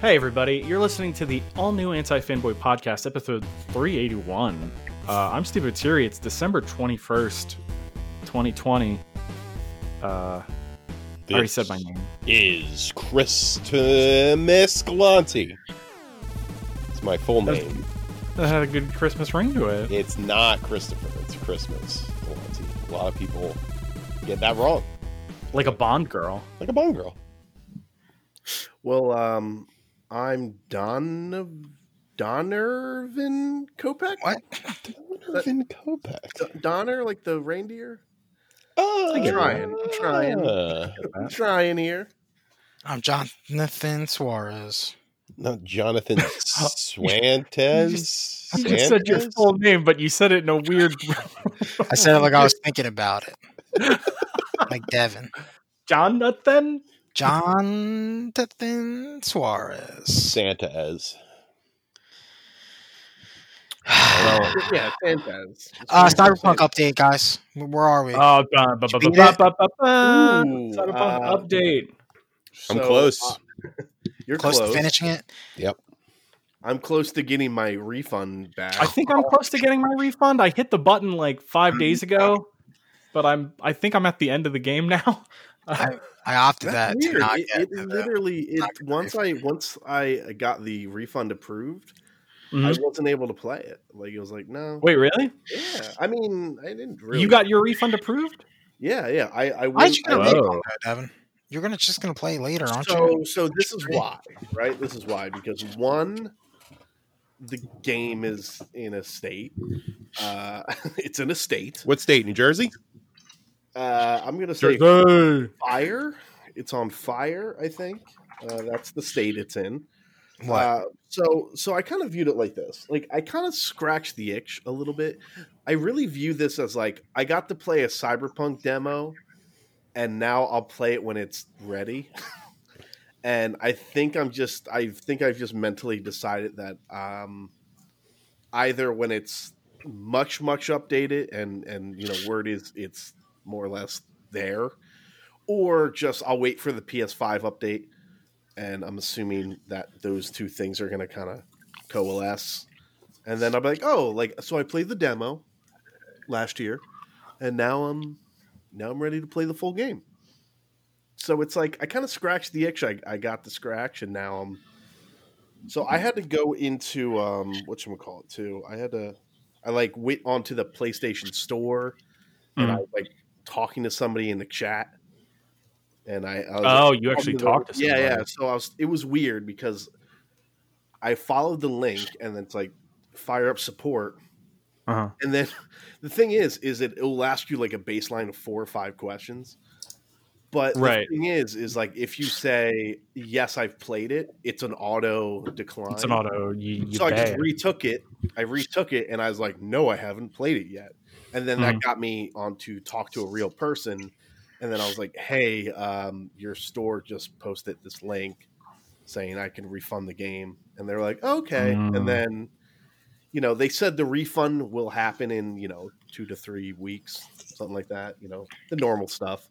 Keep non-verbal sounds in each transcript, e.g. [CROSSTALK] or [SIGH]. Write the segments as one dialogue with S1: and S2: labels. S1: Hey, everybody, you're listening to the all new Anti Fanboy Podcast, episode 381. Uh, I'm Steve O'Teary. It's December 21st, 2020. Uh, I already
S2: This
S1: said my name.
S2: Is Chris Escalante. It's my full
S1: That's-
S2: name.
S1: That had a good Christmas ring to it.
S2: It's not Christopher. It's Christmas. Escalante. A lot of people get that wrong.
S1: Like a Bond girl.
S2: Like a bone girl.
S3: Well, um, I'm Don Donovan Kopeck.
S4: What?
S2: Irvin Kopeck.
S3: D- Donner, like the reindeer.
S2: Oh,
S3: I'm trying. I'm trying.
S2: Uh,
S3: I'm trying here.
S4: I'm Jonathan Suarez.
S2: not
S3: [LAUGHS]
S2: Jonathan Swantez.
S1: You just said your
S2: Swantez?
S1: full name, but you said it in a weird.
S4: I said it like I was thinking about it. like Devin.
S1: [LAUGHS] Jonathan?
S4: Jonathan Suarez.
S2: Santa as.
S4: [SIGHS] uh,
S3: Yeah, Santas.
S4: Cyberpunk update, guys. Where are we?
S3: Uh,
S1: Oh, God.
S4: you beat it?
S1: Cyberpunk
S3: Ooh, uh,
S1: update.
S2: I'm
S3: So,
S2: close.
S3: uh, you're
S4: close,
S3: close.
S4: to finishing it?
S3: I'm close to getting my refund back.
S1: I think I'm close to getting my refund. I hit the button like five days ago, but I'm I think I'm at the end of the game now. [LAUGHS]
S4: I opted
S3: That's
S4: that to
S3: weird.
S4: not
S3: It,
S4: get
S3: it
S4: to that.
S3: literally it
S4: not get the
S3: once I once I got the refund approved, I
S4: Mm-hmm.
S1: Mhm.
S3: wasn't able to play it. Like it was like no.
S1: Wait, really?
S3: Yeah. I mean, I didn't really.
S1: You got your refund approved?
S3: Yeah, yeah. I I
S4: Why'd
S3: went-
S4: you get a
S3: I-
S1: Whoa.
S4: late on that, Devin? You're gonna just gonna play later, aren't
S3: so
S4: you?
S3: so this is
S4: Great.
S3: why right this is why because one the game is in a state uh [LAUGHS] it's in a state
S2: What state? New Jersey?
S3: uh i'm gonna say fire it's on fire i think uh, that's the state it's in
S4: What?
S3: uh, so so i kind of viewed it like this like i kind of scratched the itch a little bit i really view this as like i got to play a cyberpunk demo and now i'll play it when it's ready [LAUGHS] and i think i'm just i think i've just mentally decided that um either when it's much much updated and and you know word is it's more or less there or just i'll wait for the ps5 update and I'm assuming that those two things are going to kind of coalesce. And then I'll be like, oh, like so I played the demo last year, and now I'm now I'm ready to play the full game. So it's like I kind of scratched the itch. I, I got the scratch, and now I'm. So I had to go into um, what you call it too. I had to, I like went onto the PlayStation Store, and I
S1: Hmm.
S3: was like talking to somebody in the chat, and I, I was like,
S1: Oh, you actually
S3: Yeah,
S1: talked to somebody.
S3: Yeah, yeah. So I was. It was weird because I followed the link and it's like fire up support,
S1: Uh-huh.
S3: and then [LAUGHS] the thing is, is it will ask you like a baseline of four or five questions. But
S1: Right.
S3: the thing is, is like if you say yes, I've played it, it's an auto decline.
S1: It's an auto. You, you
S3: so I just
S1: bad.
S3: retook it. I retook it, and I was like, "No, I haven't played it yet." And then
S1: Hmm.
S3: that got me on to talk to a real person, and then I was like, "Hey, um, your store just posted this link saying I can refund the game," and they're like, "Okay."
S1: Mm.
S3: And then, you know, they said the refund will happen in you know two to three weeks, something like that. You know, the normal stuff.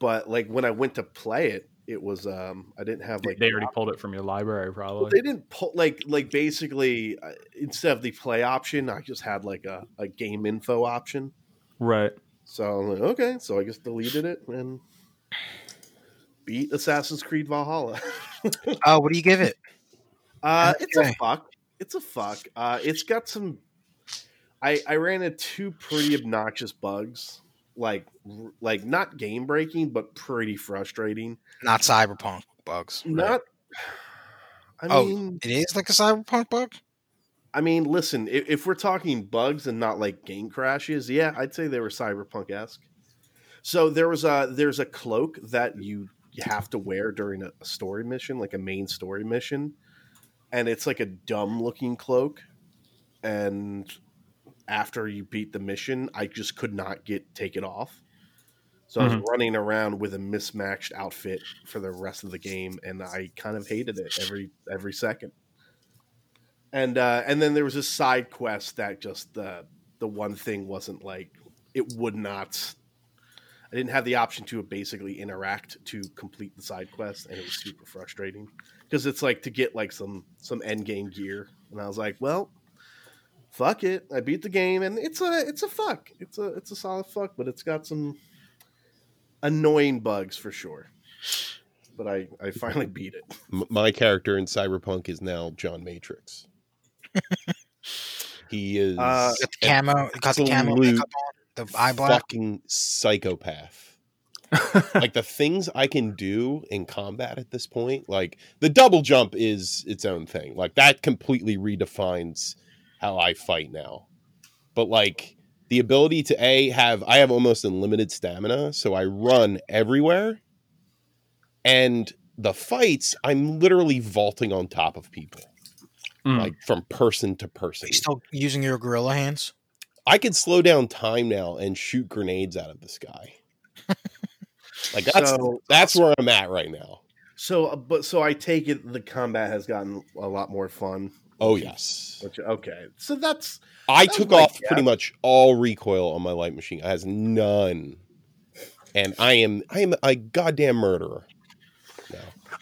S3: But like when I went to play it, it was um I didn't have like
S1: they already pulled it from your library,
S3: well,
S1: probably.
S3: they didn't pull like like basically uh, instead of the play option, I just had like a, a game info option.
S1: Right.
S3: So I'm like, okay, so I just deleted it and beat Assassin's Creed Valhalla. [LAUGHS]
S4: Oh, what do you give it?
S3: Uh, It's a
S4: Okay.
S3: fuck. It's a fuck. Uh, it's got some. I I ran into two pretty obnoxious bugs, like r- like not game breaking, but pretty frustrating.
S4: Not cyberpunk bugs.
S3: Not. [SIGHS] I
S4: Oh,
S3: mean,
S4: It is like a cyberpunk bug.
S3: I mean, listen, if, if we're talking bugs and not like game crashes, yeah, I'd say they were cyberpunk esque. So there was a there's a cloak that you have to wear during a a story mission, like a main story mission, and it's like a dumb looking cloak. And after you beat the mission, I just could not get take it off. So I was running around with a mismatched outfit for the rest of the game, and I kind of hated it every every second and uh, and then there was a side uh, quest that just the the one thing wasn't like it would not. I didn't have the option to basically interact to complete the side quest, and it was super frustrating because it's like to get like some some end game gear, and I was like, well, fuck it, I beat the game, and it's a it's a fuck, it's a it's a solid fuck, but it's got some annoying bugs for sure. But I I finally beat it.
S2: M- my character in Cyberpunk is now John Matrix. he is
S3: Uh,
S4: Got the camo, got the camo
S2: Absolute
S4: makeup on, the eye black.
S2: fucking psychopath. like the things I can do in combat at this point, like the double jump is its own thing. Like that completely redefines how I fight now. But like the ability to a have I have almost unlimited stamina, so I run everywhere. And the fights, I'm literally vaulting on top of people,
S1: Mm.
S2: like from person to person.
S4: Are you still using your gorilla hands?
S2: I could slow down time now and shoot grenades out of the sky. like that's
S3: So-
S2: that's where I'm at right now.
S3: So, uh, but so I take it the combat has gotten a lot more fun.
S2: Oh yes,
S3: Which okay, so that's
S2: I
S3: Sounds
S2: took
S3: like
S2: off pretty much all recoil on my light machine. It has none, and I am I am a goddamn murderer.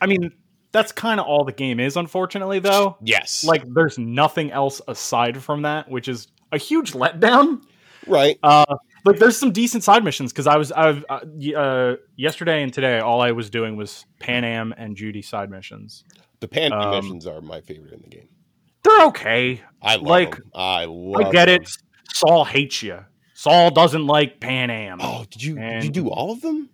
S1: I mean, that's kind of all the game is, unfortunately, though.
S2: Yes,
S1: Like, there's nothing else aside from that, which is a huge letdown.
S2: right.
S1: Uh, like, there's some decent side missions because I was, I've, uh, y- uh, yesterday and today, all I was doing was Pan Am and Judy side missions.
S2: The pan
S1: um,
S2: missions are my favorite in the game.
S1: They're okay.
S2: I love
S1: like,
S2: like I love.
S1: I get
S2: 'em.
S1: it. Saul hates you. Saul doesn't like Pan Am.
S2: Oh, did you did you
S1: And-
S2: do all of them?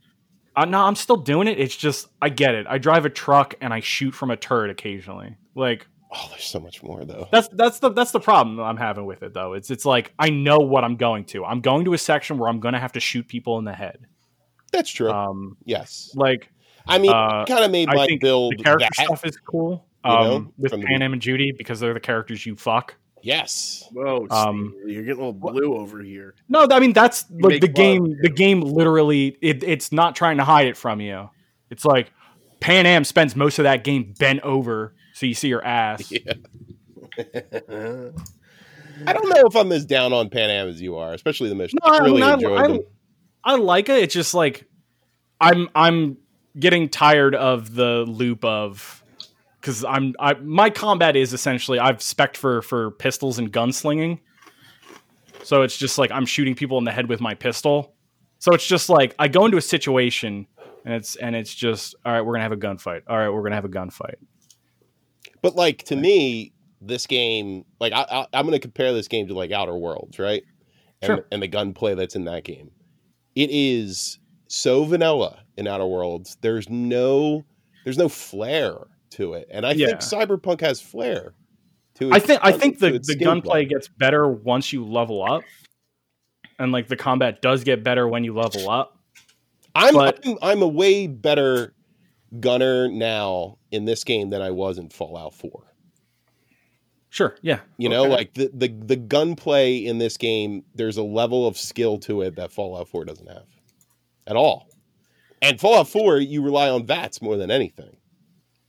S1: Uh, no, I'm still doing it. It's just I get it. I drive a truck and I shoot from a turret occasionally. Like
S2: Oh, there's so much more though.
S1: that's that's the that's the problem that I'm having with it though. It's it's like I know what I'm going to. I'm going to a section where I'm going to have to shoot people in the head.
S2: That's true.
S1: Um,
S2: yes,
S1: like
S2: I mean,
S1: uh,
S2: kind of made
S1: I
S2: my
S1: think
S2: build
S1: the character
S2: that.
S1: stuff is cool.
S2: you
S1: Um,
S2: know,
S1: with
S2: from the-
S1: Pan Am and Judy because they're the characters you fuck.
S2: Yes,
S3: whoa,
S1: Um,
S3: Steve, you're getting a little blue over here. [LAUGHS]
S1: No, I mean that's like
S3: make
S1: the
S3: love,
S1: game. The game literally, it, it's not trying to hide it from you. It's like Pan Am spends most of that game bent over, so you see your ass.
S2: Yeah. I don't know if I'm as down on Pan Am as you are, especially the mission.
S1: No,
S2: I
S1: I
S2: really
S1: mean, I-
S2: enjoyed
S1: I-
S2: them.
S1: I like it. It's just like I'm I'm getting tired of the loop of because I'm I my combat is essentially I've spec for for pistols and gunslinging. So it's just like I'm shooting people in the head with my pistol. So it's just like I go into a situation and it's and it's just all right, we're gonna have a gunfight. All right, we're gonna have a gunfight.
S2: But like to me, this game, like I, I, I'm going to compare this game to like Outer Worlds, right? And,
S1: Sure.
S2: and the gunplay that's in that game, it is so vanilla in Outer Worlds. There's no, there's no flair to it, and I
S1: Yeah.
S2: think Cyberpunk has flair. To
S1: I
S2: its
S1: think I
S2: gun-
S1: think
S2: to
S1: the,
S2: its
S1: the
S2: gameplay.
S1: gunplay gets better once you level up. And like the combat does get better when you level up.
S2: I'm,
S1: But-
S2: I'm I'm a way better gunner now in this game than I was in Fallout 4.
S1: Sure, yeah.
S2: You know,
S3: Okay.
S2: like the, the the gunplay in this game, there's a level of skill to it that Fallout 4 doesn't have at all. And Fallout 4, you rely on VATS more than anything.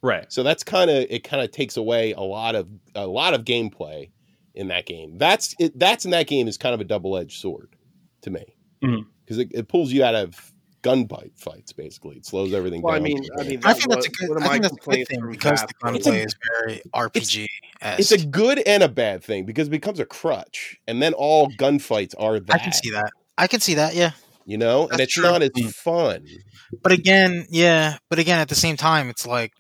S1: Right.
S2: So that's kind of it kind of takes away a lot of a lot of gameplay in that game. That's it, that's in that game is kind of a double-edged sword to me.
S1: Mhm.
S3: Mm-hmm.
S2: Cuz it, it pulls you out of gunfight fights basically. It slows everything
S3: Well, I
S2: down.
S3: mean,
S2: to a
S3: I
S2: minimum.
S3: mean,
S4: I
S3: that
S4: think
S3: was-
S4: that's a good.
S3: one of
S4: I
S3: my
S4: think that's a good
S3: complaints
S4: thing
S3: from
S4: because the
S3: Valve was-
S4: gunplay is very RPG.
S2: It's a good and a bad thing because it becomes a crutch, and then all gunfights are
S4: I
S2: that.
S4: can see that. I can see that. Yeah,
S2: You know, and
S4: That's
S2: it's
S4: true.
S2: not as
S4: Mm.
S2: fun.
S4: but again, yeah, but again, at the same time, it's like,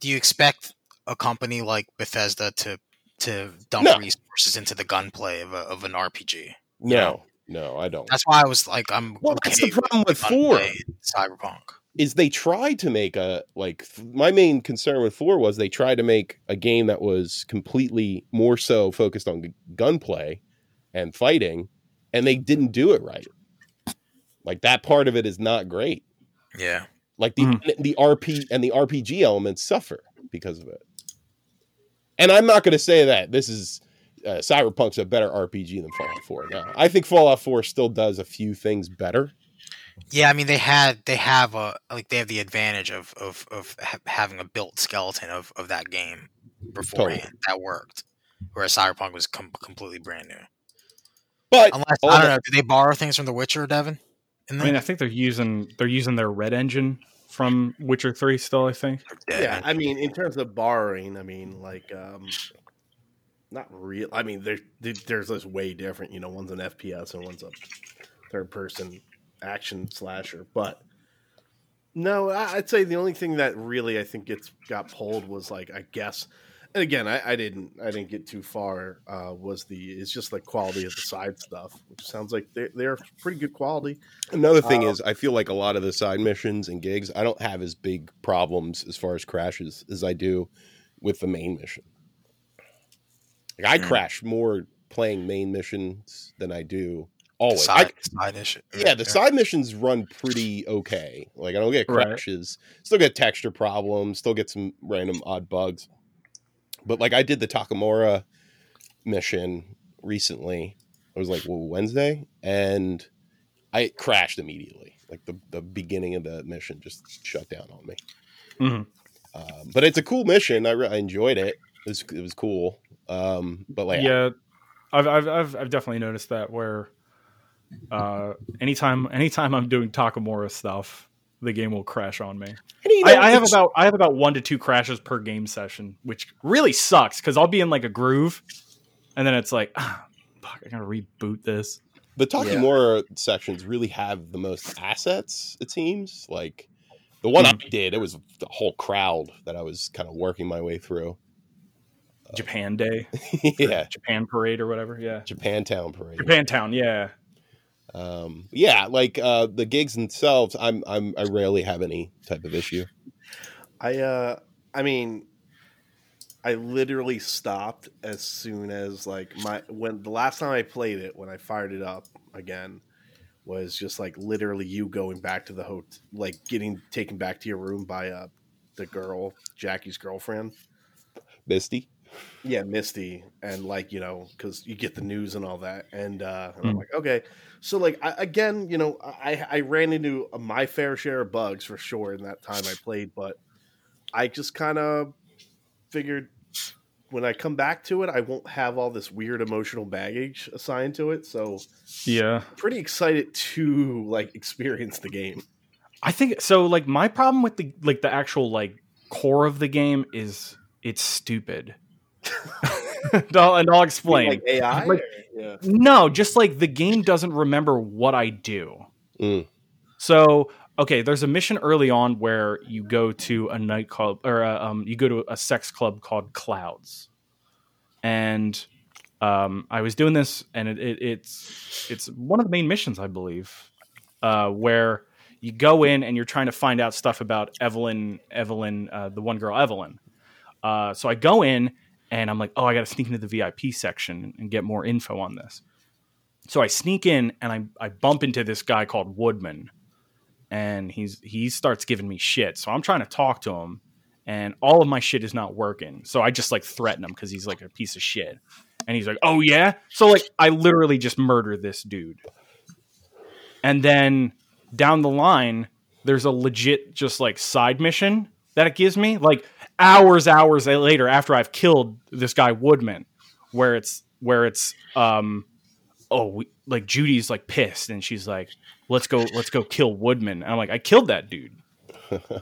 S4: do you expect a company like Bethesda to to dump
S2: No.
S4: resources into the gunplay of, a, of an RPG?
S2: No, no, I don't.
S4: That's why I was like, I'm
S2: Well,
S4: okay
S2: that's the problem with
S4: with
S2: four
S4: gunplay in Cyberpunk.
S2: is they tried to make a like. th- My main concern with four was they tried to make a game that was completely more so focused on g- gunplay and fighting, and they didn't do it right. Like that part of it is not great.
S4: Yeah,
S2: like the
S4: Mm.
S1: Mhm.
S2: the RP and the RPG elements suffer because of it. And I'm not going to say that this is uh, Cyberpunk's a better RPG than Fallout 4. Now, I think Fallout 4 still does a few things better.
S4: yeah. I mean, they had they have a like they have the advantage of of of ha- having a built skeleton of of that game beforehand that worked, whereas Cyberpunk was com- completely brand new.
S2: But
S4: Unless
S2: all
S4: I don't
S2: that-
S4: know, did they borrow things from The Witcher, Devin? And
S1: I mean, I think they're using they're using their red engine from Witcher Three still. I think.
S4: they're dead.
S3: yeah, I mean, in terms of borrowing, I mean, like, um, not real. I mean, there, there- there's this way different. You know, one's an FPS and one's a third person action slasher. But no, I- I'd say the only thing that really I think gets got pulled was like, I guess, and again, I, I didn't, I didn't get too far. Uh, was the it's just like quality of the side stuff, which sounds like they're, they're pretty good quality.
S2: Another thing
S4: Uh,
S3: Um,
S2: is, I feel like a lot of the side missions and gigs, I don't have as big problems as far as crashes as I do with the main mission. Like I
S4: Mm.
S2: crash more playing main missions than I do always. I,
S4: Side, side issue.
S2: yeah, the side missions run pretty okay. Like I don't get
S1: Right.
S2: crashes, still get texture problems, still get some random odd bugs. But like I did the Takamura mission recently. It was like well, Wednesday, and I crashed immediately. Like the the beginning of the mission just shut down on me.
S1: Mhm.
S2: Um, but it's a cool mission. I, re- I enjoyed it. It was it was cool. Um, but like
S1: yeah, I've, I've I've I've definitely noticed that where uh, anytime anytime I'm doing Takamura stuff, the game will crash on me.
S2: And, you
S1: I,
S2: know,
S1: I have
S2: it's-
S1: about I have about one to two crashes per game session, which really sucks because I'll be in like a groove, and then it's like, ah, fuck, I gotta reboot this.
S2: the
S3: Yeah.
S2: Takimura sections really have the most assets, it seems. Like the one I did, it was the whole crowd that I was kind of working my way through. [LAUGHS]
S1: Japan Day, or
S2: Uh, yeah.
S1: Japan Parade or whatever. Yeah,
S2: Japantown parade.
S1: Japantown. Yeah,
S2: Um, yeah, like uh, the gigs themselves, I'm I'm I rarely have any type of issue.
S3: I uh I mean I literally stopped as soon as like my when the last time I played it when I fired it up again was just like literally you going back to the hotel like getting taken back to your room by uh the girl Jackie's girlfriend
S2: Misty.
S3: yeah misty and like you know because you get the news and all that and uh and i'm like okay so like I, again you know i i ran into my fair share of bugs for sure in that time i played but i just kind of figured when i come back to it i won't have all this weird emotional baggage assigned to it so
S1: yeah.
S3: pretty excited to like [LAUGHS] experience the game
S1: I think so. Like my problem with the like the actual like core of the game is it's stupid. [LAUGHS] and, I'll, and I'll explain.
S3: like ai
S1: Like-
S3: or- yeah
S1: No, just like the game doesn't remember what I do.
S2: Mm.
S1: So okay, there's a mission early on where you go to a nightclub or a, um, you go to a sex club called Clouds, and um, I was doing this, and it, it, it's it's one of the main missions I believe, uh, where you go in and you're trying to find out stuff about Evelyn, Evelyn, uh, the one girl Evelyn. Uh, so I go in and I'm like, oh, I got to sneak into the VIP section and get more info on this. So I sneak in and I, I bump into this guy called Woodman, and he's he starts giving me shit. So I'm trying to talk to him, and all of my shit is not working. So I just like threaten him because he's like a piece of shit, and he's like, oh yeah. So like I literally just murder this dude, and then down the line, there's a legit just like side mission that it gives me, like hours, hours later after I've killed this guy Woodman, where it's where it's um oh we, like Judy's like pissed and she's like, let's go, let's go kill Woodman. And I'm like, I killed that dude.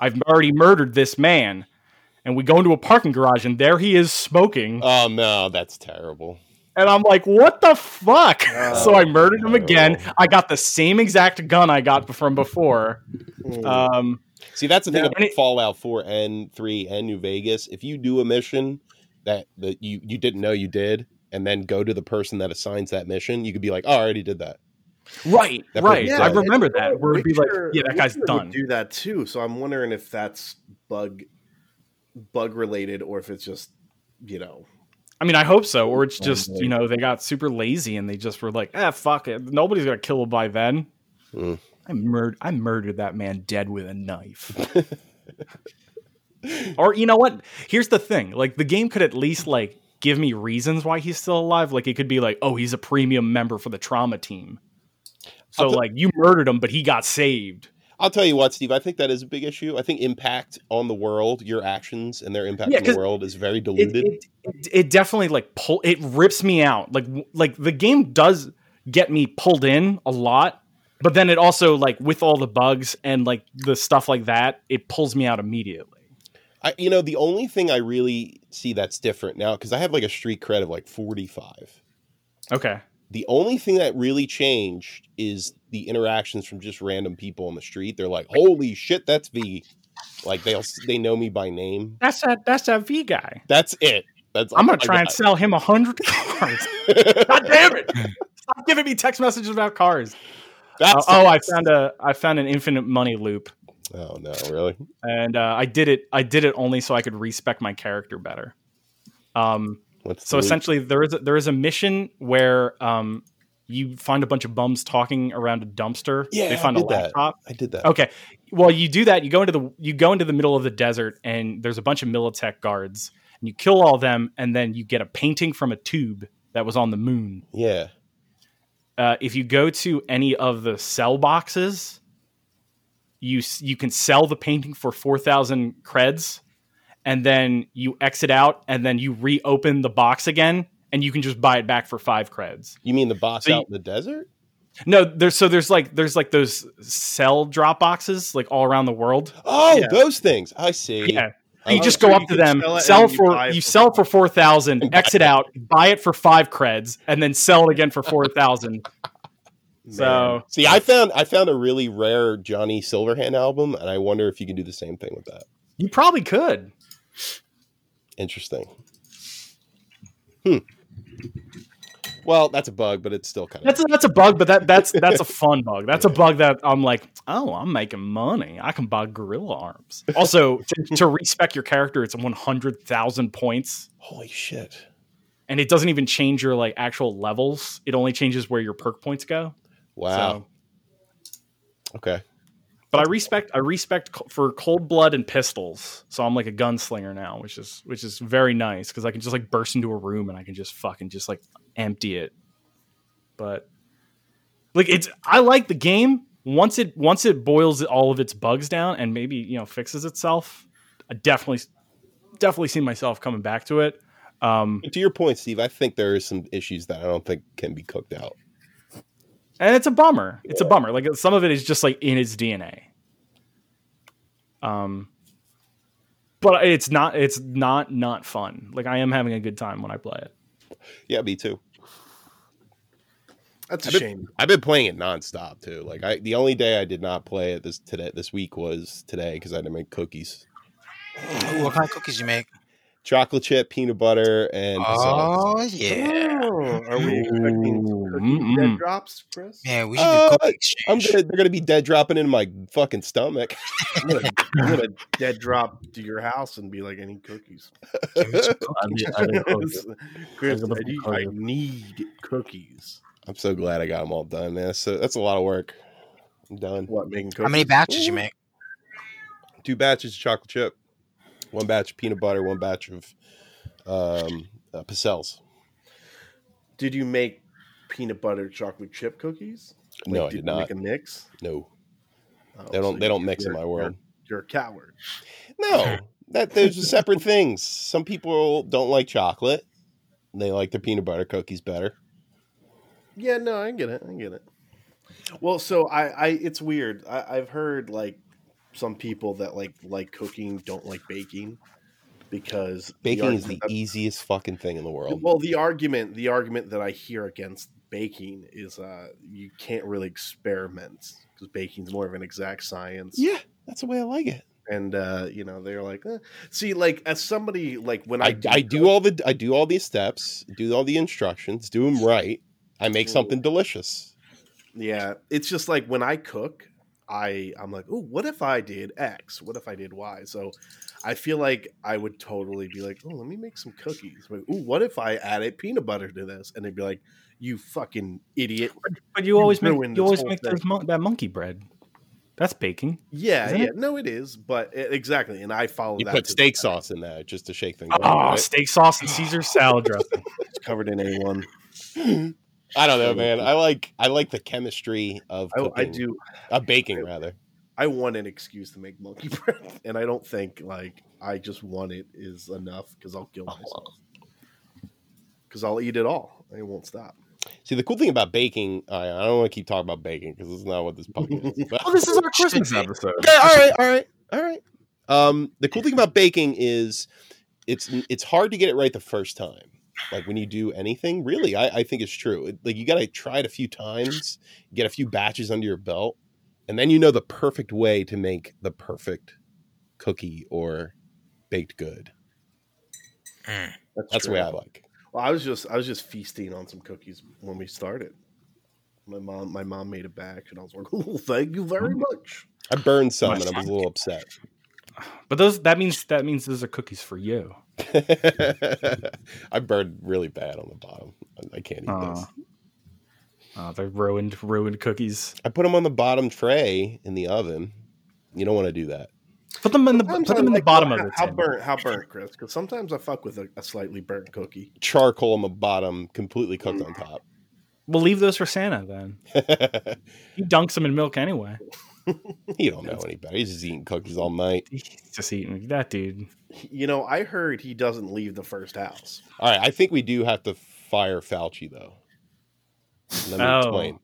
S1: I've already murdered this man. And we go into a parking garage and there he is smoking.
S2: Oh no, that's terrible.
S1: And I'm like, what the fuck? so I murdered him
S2: no.
S1: again. I got the same exact gun I got from before. Um,
S2: Uh, See, that's the thing
S1: Yeah,
S2: about
S1: and it-
S2: Fallout 4 and 3 and New Vegas. If you do a mission that, that you, you didn't know you did, and then go to the person that assigns that mission, you could be like, oh, I already did that.
S1: right,
S2: That
S1: right.
S2: person's
S1: I
S2: dead.
S1: remember that. Where it'd be like,
S3: Witcher-
S1: yeah, that guy's
S3: Witcher would
S1: done.
S3: Do that too. So I'm wondering if that's bug bug related or if it's just you know.
S1: I mean, I hope so. Or it's just you know they got super lazy and they just were like, ah, fuck it, nobody's gonna kill him by then.
S2: Mm.
S1: I murdered, I murdered that man dead with a knife. or you know what? Here's the thing: like the game could at least like give me reasons why he's still alive. Like it could be like, oh, he's a premium member for the trauma team. So
S2: I'll t-
S1: like you murdered him, but he got saved.
S2: I'll tell you what, Steve, I think that is a big issue. I think impact on the world, your actions and their impact
S1: Yeah,
S2: on the
S1: 'cause
S2: world is very
S1: it,
S2: diluted.
S1: it, it, it definitely like pull it rips me out like w- like the game does get me pulled in a lot But then it also like with all the bugs and like the stuff like that, it pulls me out immediately.
S2: I, you know, the only thing I really see that's different now because I have like a street cred of like forty five.
S1: Okay.
S2: The only thing that really changed is the interactions from just random people on the street. They're like, "Holy shit, that's V!" Like they'll they know me by name.
S1: That's that that's that V guy.
S2: That's it. That's
S1: I'm
S2: all
S1: gonna
S2: I
S1: try and
S2: got.
S1: sell him a hundred cars. [LAUGHS] God damn it. Stop giving me text messages about cars.
S2: [LAUGHS] That's
S1: oh, I found a I found an infinite money loop.
S2: Oh no, really?
S1: and uh, I did it. I did it only so I could respec my character better. Um,
S2: What's
S1: so
S2: the loop?
S1: essentially, there is a, there is a mission where um, you find a bunch of bums talking around a dumpster.
S2: Yeah,
S1: they
S2: I
S1: find a
S2: did that.
S1: laptop.
S2: I did that.
S1: Okay, well you do that. You go into the you go into the middle of the desert, and there's a bunch of Militech guards, and you kill all them, and then you get a painting from a tube that was on the moon.
S2: Yeah.
S1: Uh, if you go to any of the sell boxes, you s- you can sell the painting for four thousand creds, and then you exit out, and then you reopen the box again, and you can just buy it back for five creds.
S2: You mean the box
S1: So you-
S2: out in the desert?
S1: No, there's so there's like there's like those sell drop boxes like all around the world.
S2: Oh,
S3: Yeah.
S2: those things. I see.
S1: Yeah,
S2: I
S1: you
S2: was
S1: just
S3: sure
S1: go
S3: you
S1: up to them,
S3: can sell it
S1: sell,
S3: and you
S1: for
S3: buy it
S1: you
S3: for
S1: sell for four
S3: [LAUGHS]
S1: thousand,
S2: And buy
S1: exit out, buy it for five creds, and then sell it again for four
S3: [LAUGHS]
S1: thousand. so
S2: See, I found I found a really rare Johnny Silverhand album, and I wonder if you can do the same thing with that.
S1: you probably could.
S2: Interesting. Hmm. Well, that's a bug, but it's still kind of
S1: That's a, that's a bug, but that that's that's a fun bug. That's a bug that I'm like, oh, I'm making money. I can buy gorilla arms. Also, to, to respec your character, it's 100,000 points,
S2: holy shit.
S1: and it doesn't even change your like actual levels. It only changes where your perk points go.
S2: Wow.
S1: So,
S2: Okay.
S1: but I respect I respect co- for cold blood and pistols. So I'm like a gunslinger now, which is which is very nice because I can just like burst into a room and I can just fucking just like empty it. But like it's I like the game once it once it boils all of its bugs down and maybe you know fixes itself. I definitely definitely see myself coming back to it. Um,
S2: But to your point, Steve, I think there is some issues that I don't think can be cooked out.
S1: and it's a bummer. It's a bummer. Like some of it is just like in its DNA. Um, but it's not. It's not not fun. Like I am having a good time when I play it.
S2: Yeah, me too.
S3: That's a
S2: I've been-
S3: shame.
S2: I've been playing it nonstop too. Like I, the only day I did not play it this today this week was today because I had to make cookies,
S4: Ooh, what kind of cookies you make?
S2: chocolate chip, peanut butter, and uh, basil.
S4: Oh yeah,
S3: Oh,
S1: [LAUGHS]
S3: are we expecting some cookie
S1: Mm-mm.
S3: dead drops, Chris?
S4: man, we should
S2: Uh,
S4: do cookie
S2: I'm
S4: exchange.
S2: gonna, they're gonna be dead dropping in my fucking stomach.
S3: I'm gonna, I'm gonna dead drop to your house and be like, "Any cookies?"
S4: Give me some cookies.
S1: [LAUGHS]
S3: [LAUGHS] Chris,
S1: I'll
S3: I
S1: give
S3: need,
S1: us
S3: I
S1: cookies.
S3: need cookies.
S2: I'm so glad I got them all done, man. So that's a lot of work. I'm done.
S3: What making cookies?
S4: How many batches you make?
S2: Two batches of chocolate chip, one batch of peanut butter, one batch of um, uh, Picels.
S3: Did you make peanut butter chocolate chip cookies?
S2: No, I
S3: you
S2: did not.
S3: Make a mix.
S2: No,
S3: Oh,
S2: they don't.
S3: so
S2: They don't
S3: you're-
S2: mix in
S3: you're-
S2: my world.
S3: You're, you're a coward.
S2: No, that those are separate things. Some people don't like chocolate; they like their peanut butter cookies better.
S3: Yeah, no, I get it. I get it. Well, so I, I it's weird. I, I've heard like some people that like like cooking don't like baking because the
S2: Baking is the
S3: argument that-
S2: easiest fucking thing in the world.
S3: well the argument the argument that I hear against baking is uh you can't really experiment because baking's more of an exact science.
S2: Yeah, that's the way I like it.
S3: And uh, you know they're like, eh. see, like as somebody like when I
S2: I, I do all the I do all these steps, do all the instructions, do them right. I make something delicious.
S3: Yeah, it's just like when I cook, I I'm like, oh, what if I did X? What if I did Y? So I feel like I would totally be like, oh, let me make some cookies. Like, oh, what if I added peanut butter to this? And they'd be like, you fucking idiot.
S1: But you always make
S3: ruined
S1: you
S3: this
S1: always
S3: whole
S1: make
S3: thing.
S1: those mon- that monkey bread. That's baking.
S3: Yeah,
S1: Isn't
S3: yeah,
S1: it?
S3: no, it is, but e- exactly. And I follow
S2: You
S3: that.
S2: put
S3: to the
S2: steak
S3: letter.
S2: sauce in there just to shake things
S1: Oh,
S2: up. right?
S1: steak sauce and Caesar salad dressing.
S3: It's covered in A one.
S2: I don't know, man. I like I like the chemistry of
S3: I,
S1: Oh,
S2: cooking,
S3: I do.
S2: uh, baking rather.
S3: I want an excuse to make monkey [LAUGHS] bread, and I don't think like I just want it
S1: Oh.
S3: is enough because I'll kill myself. Because I'll eat it all. I won't stop.
S2: See, the cool thing about baking, I, I don't want to keep talking about baking because it's not what this
S1: [LAUGHS]
S2: podcast is. But,
S1: Well, Oh, this is our Christmas episode.
S2: okay, all right, all right, all right. Um, the cool thing about baking is it's it's hard to get it right the first time. Like when you do anything, really, I, I think it's true. It- like you got to try it a few times, get a few batches under your belt, and then you know the perfect way to make the perfect cookie or baked good. That's the way I like.
S3: Well, I was just I was just feasting on some cookies when we started. My mom my mom made a batch, and I was like, [LAUGHS] "Oh, thank you
S1: Mm.
S3: very much."
S2: I burned some and I was a little upset.
S1: But those that means that means those are cookies for you.
S2: [LAUGHS] I burned really bad on the bottom. I- I can't eat
S1: Uh,
S2: this.
S1: uh, they're ruined, ruined cookies.
S2: I put them on the bottom tray in the oven. You don't want to do that.
S1: Put them in the
S3: Sometimes
S1: put them
S3: I
S1: in the
S3: like,
S1: bottom
S3: how-
S1: of the
S3: How
S1: table.
S3: burnt? How burnt, Chris? Because sometimes I fuck with a, a slightly burnt cookie. [LAUGHS]
S2: Charcoal on the bottom, completely cooked on top. [LAUGHS]
S1: We'll leave those for Santa then. He dunks them in milk anyway.
S2: you don't know any better. He's just eating cookies all night.
S1: He's just eating that dude.
S3: You know, I heard he doesn't leave the first house.
S2: All right, I think we do have to fire Fauci though. Let me
S1: Oh.
S2: explain.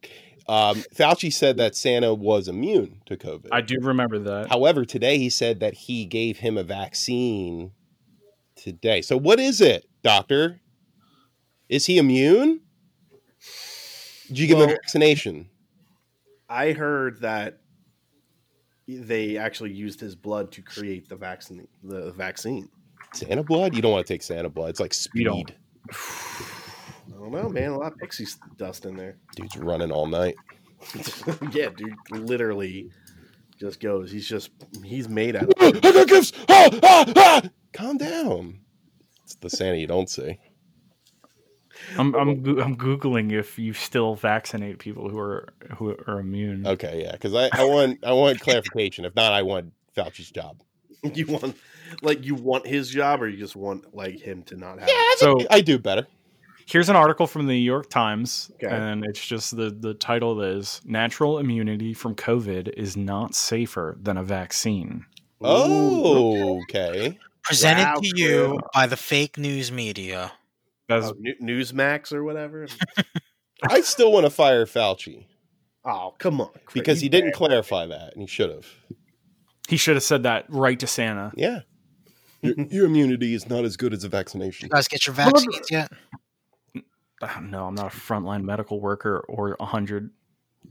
S2: Um, Fauci said that Santa was immune to COVID.
S1: I do remember that.
S2: However, today he said that he gave him a vaccine today. So what is it, doctor? Is he immune? Did you give him a
S3: Well-
S2: vaccination?
S3: I heard that they actually used his blood to create the vaccine. The vaccine.
S2: Santa blood? You don't want to take Santa blood. It's like
S1: You don't.
S2: speed.
S3: I don't know, man. A lot of pixie dust in there. [LAUGHS]
S2: Dude's running all night.
S3: yeah, dude. Literally, just goes. He's just he's made out.
S2: [GASPS] I got gifts. Ah, ah, ah. Calm down. It's the Santa you don't see.
S1: I'm I'm goo- I'm googling if you still vaccinate people who are who are immune.
S2: Okay, yeah, because I, I want I [LAUGHS] want clarification. If not, I want Fauci's job.
S3: Of, [LAUGHS] you want like you want his job, or you just want like him to not have. it?
S1: So
S2: I do better.
S1: here's an article from the New York Times,
S3: Okay.
S1: and it's just the the title is "Natural Immunity from COVID is not safer than a vaccine."
S3: Ooh.
S2: Oh, okay.
S4: Presented
S3: Wow,
S4: to
S3: Chris.
S4: you by the fake news media.
S1: That's
S3: Oh, New- Newsmax or whatever.
S2: I still want to fire Fauci
S3: oh, come on, Chris.
S2: because he didn't clarify that, and he should have.
S1: he should have said that right to Santa.
S2: [LAUGHS] Yeah. Your, your immunity is not as good as a vaccination.
S4: You guys get your vaccines yet?
S1: Ah, No, I'm not a frontline medical worker or a hundred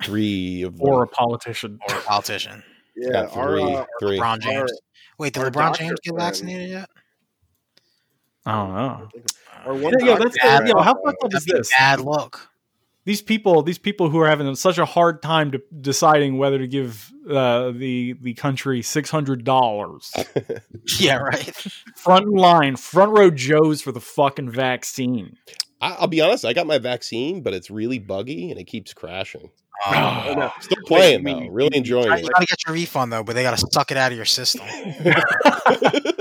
S2: Three of
S1: or a
S2: them.
S1: politician.
S4: Or a politician?
S3: Yeah,
S2: Got
S3: our,
S2: three,
S3: uh,
S2: three.
S4: LeBron
S3: our-
S4: James. Wait, did
S3: our
S4: LeBron
S3: doctor
S4: James get
S3: friend-
S4: vaccinated yet?
S1: I don't know.
S3: our
S4: Uh,
S3: one
S1: Yeah, yo,
S3: doctor
S1: that's
S3: friend-
S1: yo, how fucked up is
S4: that'd be a
S1: Oh, this?
S4: bad look.
S1: These people, these people who are having such a hard time to, deciding whether to give uh, the the country six hundred
S3: [LAUGHS]
S1: dollars
S4: [LAUGHS] Yeah, right. [LAUGHS]
S1: front line, front row Joes for the fucking vaccine.
S2: I, I'll be honest. I got my vaccine, but it's really buggy and it keeps crashing.
S4: Um,
S3: Oh, no.
S2: Still playing
S3: Wait, you
S2: though.
S3: mean-
S2: Really enjoying
S4: you
S2: it.
S4: gotta get your refund though, but they gotta suck it out of your system.
S1: [SIGHS]
S4: [LAUGHS]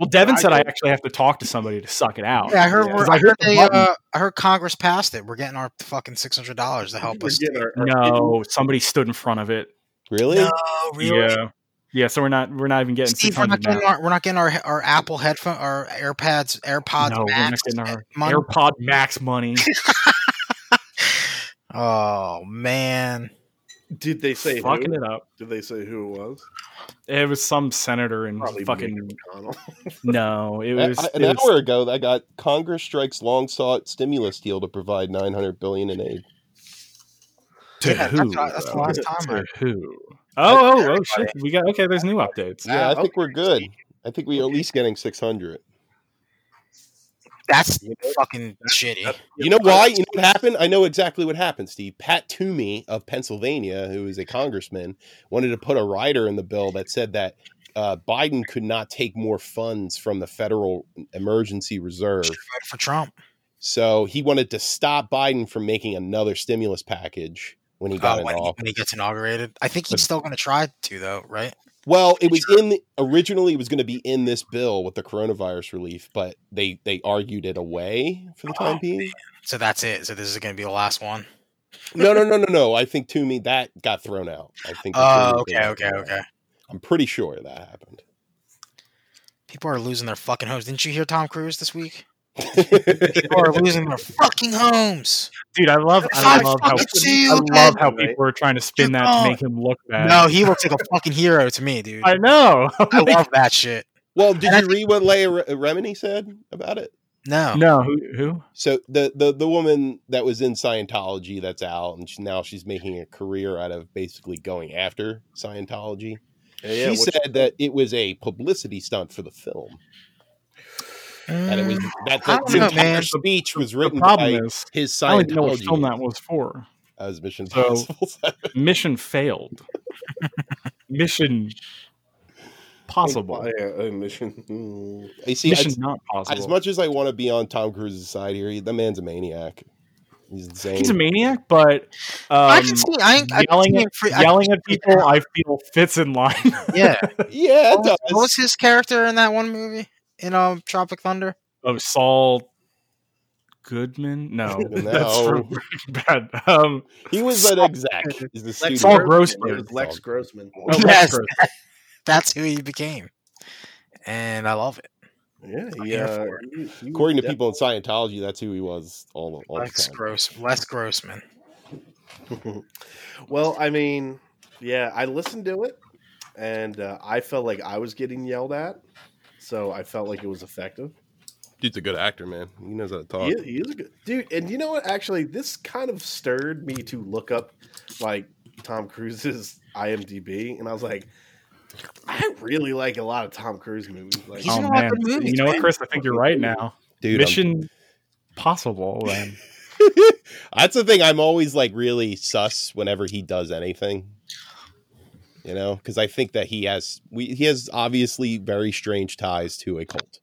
S1: Well, Devin
S3: I
S1: said I
S3: don't-
S1: actually have to talk to somebody to suck it out.
S4: Yeah, I heard.
S3: Yeah.
S4: We're,
S1: Oh, I
S4: I
S1: heard
S4: heard
S1: the
S4: they,
S1: button.
S4: uh, I heard Congress passed it. We're getting our fucking six hundred dollars to help
S3: We're
S4: us.
S3: getting our- our-
S1: No, somebody stood in front of it.
S2: Really?
S4: No, really.
S1: Yeah, yeah. So we're not we're not even getting six
S4: Steve, we're not
S1: hundred now.
S4: getting our, we're not getting our our Apple headphone, our AirPods, AirPods
S1: no, we're not
S4: Max.
S1: getting our
S4: money.
S1: AirPod Max money.
S4: oh man,
S3: Did they [LAUGHS] say? Who?
S1: fucking it up.
S3: Did they say who it was?
S1: It was some senator and
S3: Probably
S1: fucking
S3: Mitch McConnell.
S1: no. It
S2: I-
S1: was,
S2: I-
S1: it
S2: an
S1: was-
S2: hour ago, I got Congress strikes long-sought stimulus deal to provide 900 billion in aid.
S1: to
S4: Yeah, that's
S1: who?
S4: what I- that's the
S1: though?
S4: last
S1: [LAUGHS]
S4: time
S1: To
S4: I-
S1: who? Oh, oh, oh, shit! We got okay. There's new updates.
S2: Yeah, I
S3: Ah,
S2: think
S3: okay.
S2: we're good. I think we at least getting 600.
S4: that's
S3: You know-
S4: fucking shitty.
S2: You know why? You know what happened? I know exactly what happened, Steve. Pat Toomey of Pennsylvania, who is a congressman, wanted to put a rider in the bill that said that uh, Biden could not take more funds from the federal emergency reserve.
S4: Vote for Trump.
S2: So he wanted to stop Biden from making another stimulus package when he got
S4: Uh,
S2: in
S4: when, he,
S2: office.
S4: when he gets inaugurated, I think he's still going to try to though, right?
S2: Well, it was in the, originally it was going to be in this bill with the coronavirus relief, but they they argued it away for the time
S4: Oh, [LAUGHS]
S2: being.
S4: So that's it. So this is going to be the last one.
S2: No, no, no, no, no. I think Toomey that got thrown out. I think. the
S4: Oh,
S2: Toomey thing
S4: okay,
S2: got
S4: okay,
S2: thrown out.
S4: okay.
S2: I'm pretty
S4: [LAUGHS]
S2: sure that happened. [LAUGHS]
S4: People are losing their fucking homes. Didn't you hear Tom Cruise this week?
S1: [LAUGHS]
S4: People are losing their fucking homes.
S1: Dude, I love I
S4: I
S1: love how
S4: fucking see you,
S1: I love
S4: man.
S1: how
S3: Right?
S1: people are trying to spin
S4: You're
S1: that to
S4: gone.
S1: make him look bad.
S4: No, he looks like a fucking hero to me, dude.
S1: I [LAUGHS] know.
S4: I love that shit.
S2: Well, did
S4: And I
S2: you read what Leia Re- Remini said about it?
S1: [LAUGHS]
S4: No.
S1: no, who, who?
S2: So the, the the woman that was in Scientology that's out, and she, now she's making a career out of basically going after Scientology.
S3: [LAUGHS] Yeah,
S2: she
S3: which-
S2: said that it was a publicity stunt for the film, and it was
S4: Mm,
S2: that the
S4: I don't know,
S2: entire
S4: man.
S2: speech was
S1: The
S2: written by
S1: problem is
S2: his
S1: I don't even know what
S2: Scientology
S1: film that was for.
S2: as Mission
S1: So-
S2: [LAUGHS] Possible.
S1: Mission failed. Mission possible.
S3: Yeah, uh, mission. mm,
S2: you see,
S1: Mission
S2: as,
S1: not possible.
S2: as much as I want to be on Tom Cruise's side here, he- the man's a maniac. He's insane.
S1: He's a maniac, but
S4: Mm. I
S1: um,
S4: can see. I, I can
S1: yelling
S4: see
S1: at-
S4: him free- I can
S1: yelling
S4: see
S1: at
S4: him
S1: people,
S4: out.
S1: I feel fits in line.
S4: Yeah.
S2: [LAUGHS]
S1: Oh,
S2: yeah, it
S4: What was- what
S2: does.
S4: was his character in that one movie? In um, Tropic Thunder?
S1: of Saul Goodman. No,
S2: [LAUGHS] No.
S1: that's from Breaking Bad. Um,
S2: He was an exec. He's the
S3: Lex
S1: Saul
S2: studio.
S1: Gro-
S3: Grossman. It
S1: Grossberg.
S3: was Lex Grossman.
S1: no,
S4: Yes.
S1: that's true.
S4: That's who he became. And I love it.
S3: Oh, Yeah, uh,
S4: I'm here
S3: yeah.
S4: for
S3: you- you
S2: According to
S3: def-
S2: people in Scientology, that's who he was all, all the
S4: Lex
S2: time.
S4: Gross, Les Grossman.
S3: [LAUGHS] well, I mean, yeah, I listened to it, and uh, I felt like I was getting yelled at, so I felt like it was effective.
S2: Dude's a good actor, man. He knows how to talk.
S3: He, he is a good dude, and you know what? Actually, this kind of stirred me to look up like Tom Cruise's IMDb, and I was like, I really like a lot of Tom Cruise movies. Like,
S4: He's
S1: oh
S4: in a lot of
S1: man,
S4: good movies,
S1: you know what,
S4: man.
S1: Chris? I think you're right now.
S2: Dude, I'm-
S1: Mission possible. Then.
S2: [LAUGHS] that's the thing. I'm always like really sus whenever he does anything. You know, because I think that he has we he has obviously very strange ties to a cult.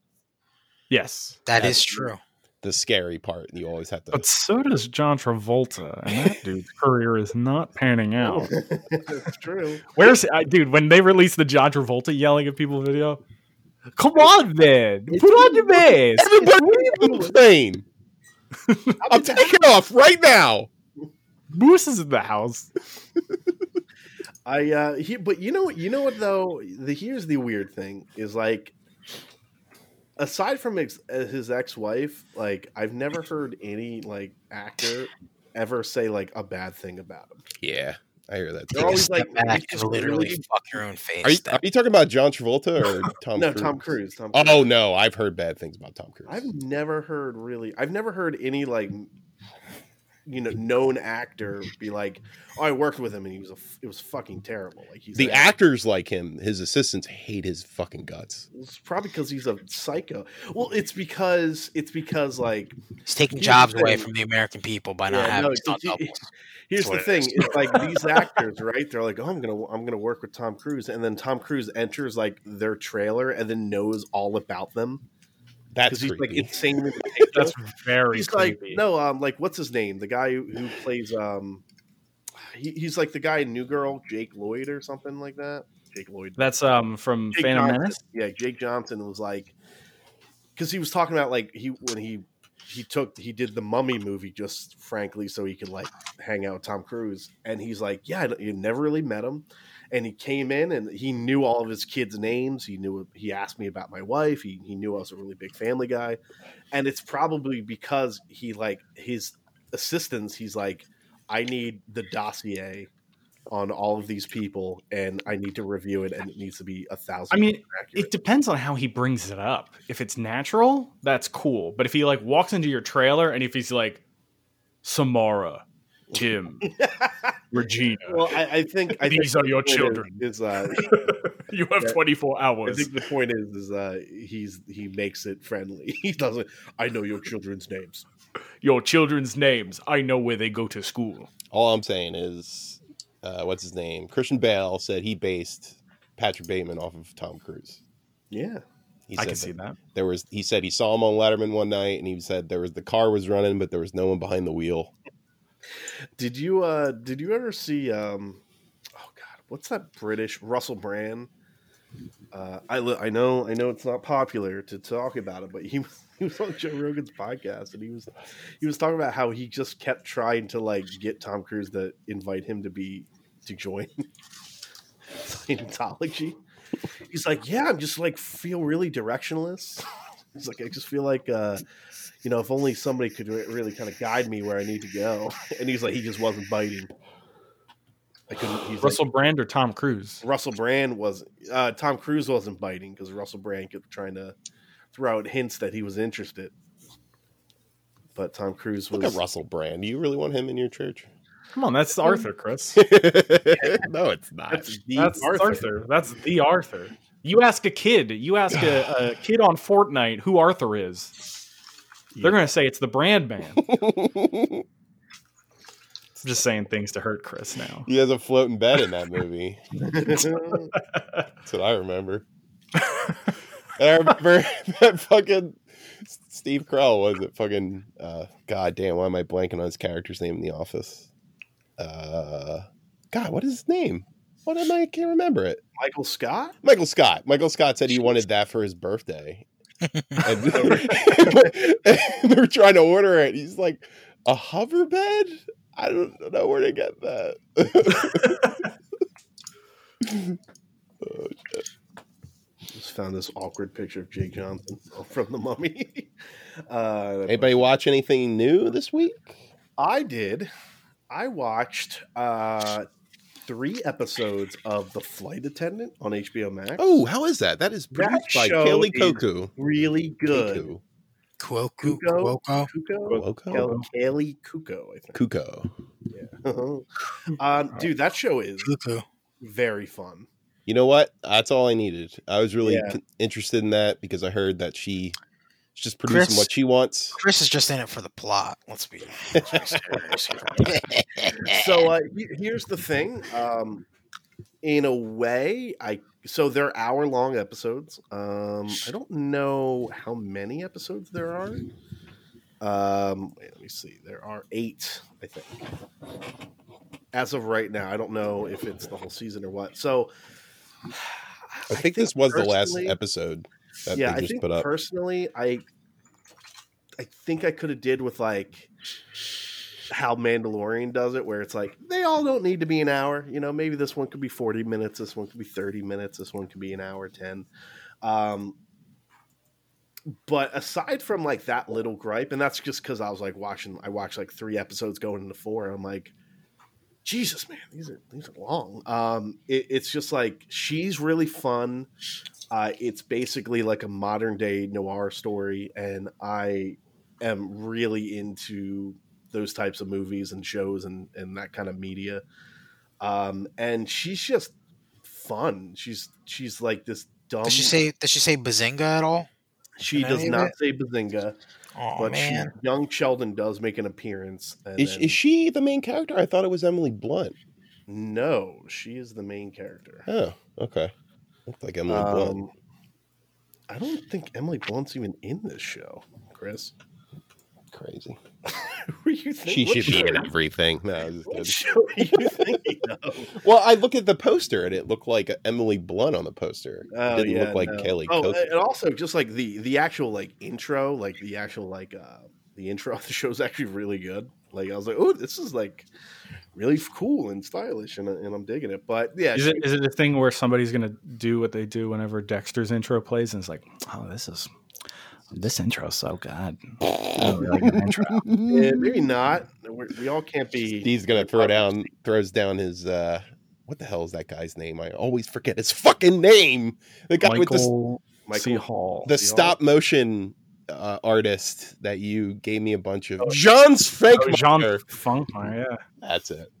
S1: yes,
S4: That
S2: That's
S4: is true.
S2: The scary part, you always have to.
S1: but so does John Travolta, and
S2: [LAUGHS]
S1: that dude's career is not panning
S3: Oh.
S2: Oh,
S1: out.
S3: [LAUGHS] it's
S2: [LAUGHS]
S3: true.
S1: Where's I, dude? When they released the John Travolta yelling at people video, come on, man, put on your mask.
S2: Everybody on the plane. I'm taking off right now.
S1: Moose is in the house.
S3: I uh he, but you know you know what though the here's the weird thing is like aside from ex, uh, his ex-wife like I've never heard any like actor ever say like a bad thing about him.
S2: Yeah, I hear that.
S3: They're
S4: Take a
S3: always
S4: step
S3: like,
S4: back
S3: we
S4: and
S3: just
S4: literally
S3: really-
S4: fuck your own face.
S2: Are you,
S4: That-
S2: are you talking about John Travolta or
S3: [LAUGHS]
S2: Tom?
S3: no,
S2: Cruise?
S3: Tom Cruise. Tom Cruise.
S2: Oh no, I've heard bad things about Tom Cruise.
S3: I've never heard really. I've never heard any like you know known actor be like, oh, I worked with him and he was a f- it was fucking terrible. Like he's
S2: the
S3: a-
S2: actors like him, his assistants hate his fucking guts.
S3: It's probably because he's a psycho. Well, it's because it's because like
S4: He's taking
S3: Here's
S4: jobs
S3: the
S4: away
S3: thing.
S4: from the American people by not
S3: Yeah,
S4: having
S3: no,
S4: stunt
S3: did you-
S4: doubles.
S3: Here's the
S4: That's
S3: thing:
S4: what it
S3: it's like these actors, right? They're like, "Oh, I'm gonna, I'm gonna work with Tom Cruise," and then Tom Cruise enters like their trailer and then knows all about them
S2: That's
S3: because he's like
S2: creepy.
S3: insanely. [LAUGHS]
S1: That's
S3: ridiculous.
S1: very
S3: he's
S1: creepy.
S3: like, no, um, like what's his name? The guy who, who plays, um, he, he's like the guy in New Girl, Jake Lloyd or something like that. Jake Lloyd.
S1: That's um from
S3: Jake
S1: Phantom
S3: Johnson.
S1: Menace.
S3: Yeah, Jake Johnson was like, because he was talking about like he when he he took he did the Mummy movie just frankly so he could like hang out with Tom Cruise, and he's like, yeah, I don't- you never really met him, and he came in and he knew all of his kids' names. He knew he asked me about my wife. He he knew I was a really big family guy, and it's probably because he like his assistants. He's like, I need the dossier. On all of these people, and I need to review it, and it needs to be a thousand.
S1: I mean,
S3: accurate.
S1: It depends on how he brings it up. If it's natural, that's cool. But if he like walks into your trailer and if he's like Samara, [LAUGHS] Tim, Regina,
S3: well, I, I think [LAUGHS] I
S1: These
S3: think
S1: are your
S3: the point
S1: children.
S3: Is, is, [LAUGHS] uh,
S1: you have
S3: Yeah.
S1: 24
S3: I
S1: hours.
S3: think the point is, is uh, he's he makes it friendly. [LAUGHS] He doesn't. I know your children's names.
S1: your children's names. I know where they go to school.
S2: All I'm saying is, uh, what's his name? Christian Bale said he based Patrick Bateman off of Tom Cruise.
S3: Yeah,
S2: He
S1: I
S2: said
S1: can see that.
S2: There was he said he saw him on Letterman one night, and he said there was the car was running, but there was no one behind the wheel.
S3: Did you uh did you ever see um oh god, what's that British Russell Brand? Uh I li- I know I know it's not popular to talk about it, but he [LAUGHS] was he was on Joe Rogan's podcast and he was he was talking about how he just kept trying to like get Tom Cruise to invite him to be to join [LAUGHS] Scientology. He's like, yeah, I'm just like feel really directionless. [LAUGHS] It's like I just feel like, uh, you know, if only somebody could re- really kind of guide me where I need to go. [LAUGHS] And he's like, he just wasn't biting. I couldn't. He's
S1: Russell Brand or Tom Cruise?
S3: like, Russell Brand was uh, Tom Cruise wasn't biting because Russell Brand kept trying to throw out hints that he was interested. But Tom Cruise
S2: Look
S3: was
S2: at Russell Brand. Do you really want him in your
S1: [LAUGHS]
S2: church? [LAUGHS]
S1: Come on, that's Arthur, [LAUGHS] Chris.
S2: no, it's not.
S3: That's the
S1: That's Arthur. That's the Arthur. You ask a kid, you ask [SIGHS] a, a kid on Fortnite who Arthur is. They're going to say it's the brand man. [LAUGHS] I'm just saying things to hurt Chris now.
S2: [LAUGHS] he has a floating bed in that movie.
S3: [LAUGHS] Arthur.
S2: That's what I remember. and I remember [LAUGHS] that fucking Steve Carell was it fucking uh god damn, why am I blanking on his character's name in the office? Uh God, what is his name? What am I I can't remember it.
S3: Michael Scott.
S2: Michael Scott. Michael Scott said he wanted that for his birthday. and, [LAUGHS] and they were trying to order it. He's like, a hover bed? I don't know where to get that. [LAUGHS]
S3: Just found this awkward picture of Jake Johnson [LAUGHS] from the Mummy. [LAUGHS] Uh,
S2: Anybody watch anything new this week?
S3: I did. I watched uh, three episodes of The Flight Attendant on HBO Max.
S2: Oh, how is that? That is produced by
S3: show
S2: Kelly
S3: is
S2: Koku.
S3: really good.
S2: Koku.
S4: Kuoku,
S3: Kuko?
S4: Kuoko.
S3: Kuko,
S2: Kuko.
S3: Kelly Kuko, I think. [LAUGHS]
S2: Kuko.
S3: um, dude, that show is
S4: Kuku.
S3: very fun.
S2: You know what? That's all I needed. I was really
S3: Yeah.
S2: con- interested in that because I heard that she she's just producing
S4: Chris-
S2: what she wants.
S4: Chris is just in it for the plot. Let's be, let's be serious here.
S3: So uh, he- here's the thing. Um, in a way, I so they're hour long episodes. Um, I don't know how many episodes there are. Um, wait, let me see. There are eight, I think. As of right now, I don't know if it's the whole season or what. So
S2: I think, this was the last
S3: personally-
S2: episode that
S3: yeah,
S2: they
S3: I
S2: just
S3: think
S2: put up.
S3: personally, I I think I could have did with like how Mandalorian does it, where it's like they all don't need to be an hour. You know, maybe this one could be forty minutes, this one could be thirty minutes, this one could be an hour ten. Um, but aside from like that little gripe, and that's just because I was like watching, I watched like three episodes going into four, and I'm like, Jesus, man, these are these are long. Um, it, it's just like she's really fun. Uh, it's basically like a modern day noir story, and I am really into those types of movies and shows and and that kind of media. Um, and she's just fun. She's she's like this dumb.
S4: Did she say? Did she say Bazinga at all?
S3: She
S4: Did I
S3: does
S4: name
S3: not
S4: it?
S3: say Bazinga,
S4: Oh
S3: but she,
S4: man,
S3: young Sheldon does make an appearance. And
S2: Is,
S3: then-
S2: is she the main character? I thought it was Emily Blunt.
S3: No, she is the main character.
S2: Oh, okay. Looked like Emily Blunt.
S3: Um, I don't think Emily Blunt's even in this show, Chris. [LAUGHS]
S2: Crazy.
S3: Who are you think-
S2: She
S3: what
S2: should be
S3: show- [LAUGHS]
S2: in everything. No, I was just
S3: What
S2: kidding.
S3: show are you thinking of? [LAUGHS]
S2: Well, I look at the poster and it looked like Emily Blunt on the poster.
S3: Oh,
S2: it didn't
S3: yeah,
S2: look [LAUGHS] like
S3: no.
S2: Kelly
S3: Oh,
S2: Coco.
S3: and also just like the the actual like intro, like the actual like uh the intro of the show is actually really good. Like I was like, oh, this is like really cool and stylish, and, and I'm digging it. But yeah,
S1: Is
S3: she-
S1: it is it a thing where somebody's going to do what they do whenever Dexter's intro plays and it's like, oh, this is this intro is so good. Oh, really good intro.
S3: Yeah, eh, maybe not. We're, we all can't be.
S2: He's gonna throw down, throws down his. uh What the hell is that guy's name? I always forget his fucking name. The guy with the,
S1: Michael C.
S3: Michael,
S1: Hall.
S2: the stop motion uh, artist that you gave me a bunch of. John's fake.
S1: Oh, John Funkmeyer, yeah.
S2: That's it.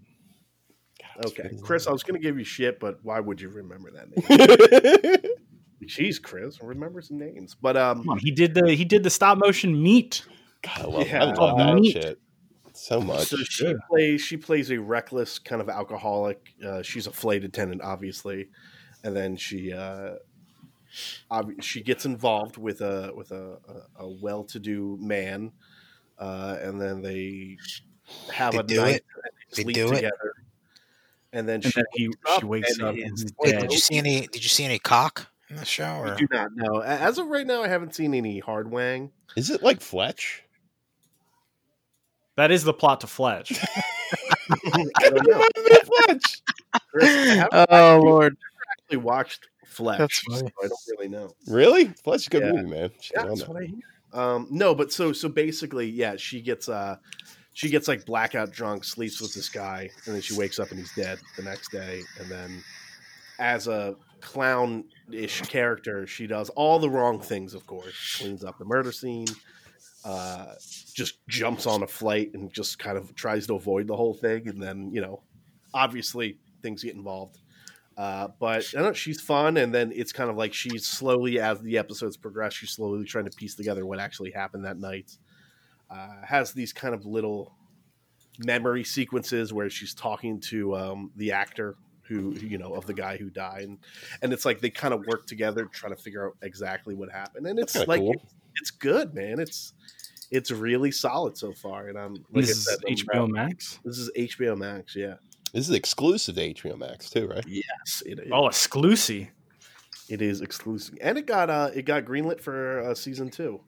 S3: okay, Chris, I was going to give you shit, but why would you remember that name? [LAUGHS]
S2: Chris.
S3: Jeez, Chris, remember some names. But um,
S1: Come on, he did the he did the stop motion meet.
S2: [LAUGHS] God, I love,
S3: Yeah.
S2: I love that
S1: Neat.
S2: shit so much.
S3: So she
S1: Sure.
S3: plays she plays a reckless kind of alcoholic. Uh, she's a flight attendant, obviously, and then she uh, ob- she gets involved with a with a, a, a well to do man, uh, and then they have
S4: They
S3: a
S4: do
S3: night
S4: it.
S3: and they
S4: They
S3: sleep
S4: do it.
S3: together, and then
S1: And
S3: she
S1: then he, she wakes
S3: and
S1: up
S3: he
S1: and
S3: is
S1: he's
S3: dead.
S4: Wait,
S1: dead.
S4: did you see any? Did you see any cock in the show?
S3: I
S4: Or?
S3: do not know. A- As of right now, I haven't seen any hard
S4: [LAUGHS]
S3: wang.
S2: Is it like Fletch?
S1: That is the plot to Fletch.
S3: I don't know.
S2: Fletch.
S3: Chris, I haven't
S4: Oh lord,
S3: actually watched
S4: That's
S3: Flesh.
S4: funny.
S3: So I don't really know.
S2: Really? Flesh is a good
S3: Yeah.
S2: movie, man. Shit, I don't know.
S3: I hear. Um, no, but so so basically, yeah, she gets uh she gets like blackout drunk, sleeps with this guy, and then she wakes up and he's dead the next day. And then as a clown ish character, she does all the wrong things, of course. Cleans up the murder scene, uh, just jumps on a flight and just kind of tries to avoid the whole thing, and then, you know, obviously things get involved. Uh, but I don't know, she's fun, and then it's kind of like she's slowly, as the episodes progress, she's slowly trying to piece together what actually happened that night. Uh, has these kind of little memory sequences where she's talking to um, the actor who, who, you know, of the guy who died, and, and it's like they kind of work together to try to figure out exactly what happened. And it's
S2: That's kinda
S3: like
S2: cool.
S3: it's good, man. It's it's really solid so far, and I'm like
S1: this
S3: I
S1: is
S3: said, I'm
S1: HBO
S3: wrapped-
S1: Max.
S3: This is HBO Max, yeah.
S2: This is exclusive to HBO Max too, right?
S3: Yes, it is.
S1: Oh, exclusive.
S3: It is exclusive, and it got uh, it got greenlit for uh, season two.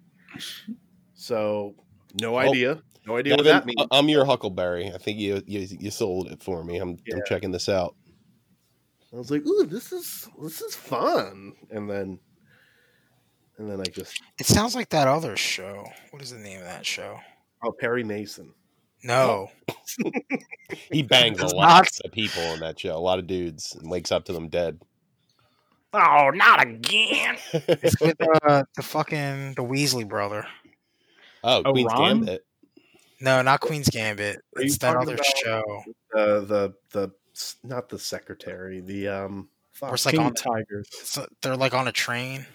S3: So no idea, no idea
S2: Devin,
S3: what that means.
S2: I- I'm your Huckleberry. I think you you, you sold it for me. I'm
S3: Yeah.
S2: I'm checking this out.
S3: I was like, "Ooh, this is this is fun," and then and then I just
S4: It sounds like that other show. What is the name of that show?
S3: oh Perry Mason.
S4: No,
S3: [LAUGHS]
S2: He bangs a
S4: It's
S2: lot of people on that show, a lot of dudes, and wakes up to them
S3: [LAUGHS]
S2: dead.
S1: Oh, not again.
S4: it's with uh, the fucking the Weasley brother.
S2: oh,
S1: Oh,
S2: Queen's
S1: Ron?
S2: Gambit.
S4: No, not Queen's Gambit.
S3: Are you
S4: It's that
S3: talking
S4: other
S3: about-
S4: show.
S3: Uh, the the not the secretary, the um. fuck.
S4: Or it's like
S1: King
S4: on
S1: of Tigers.
S4: so they're like on a train.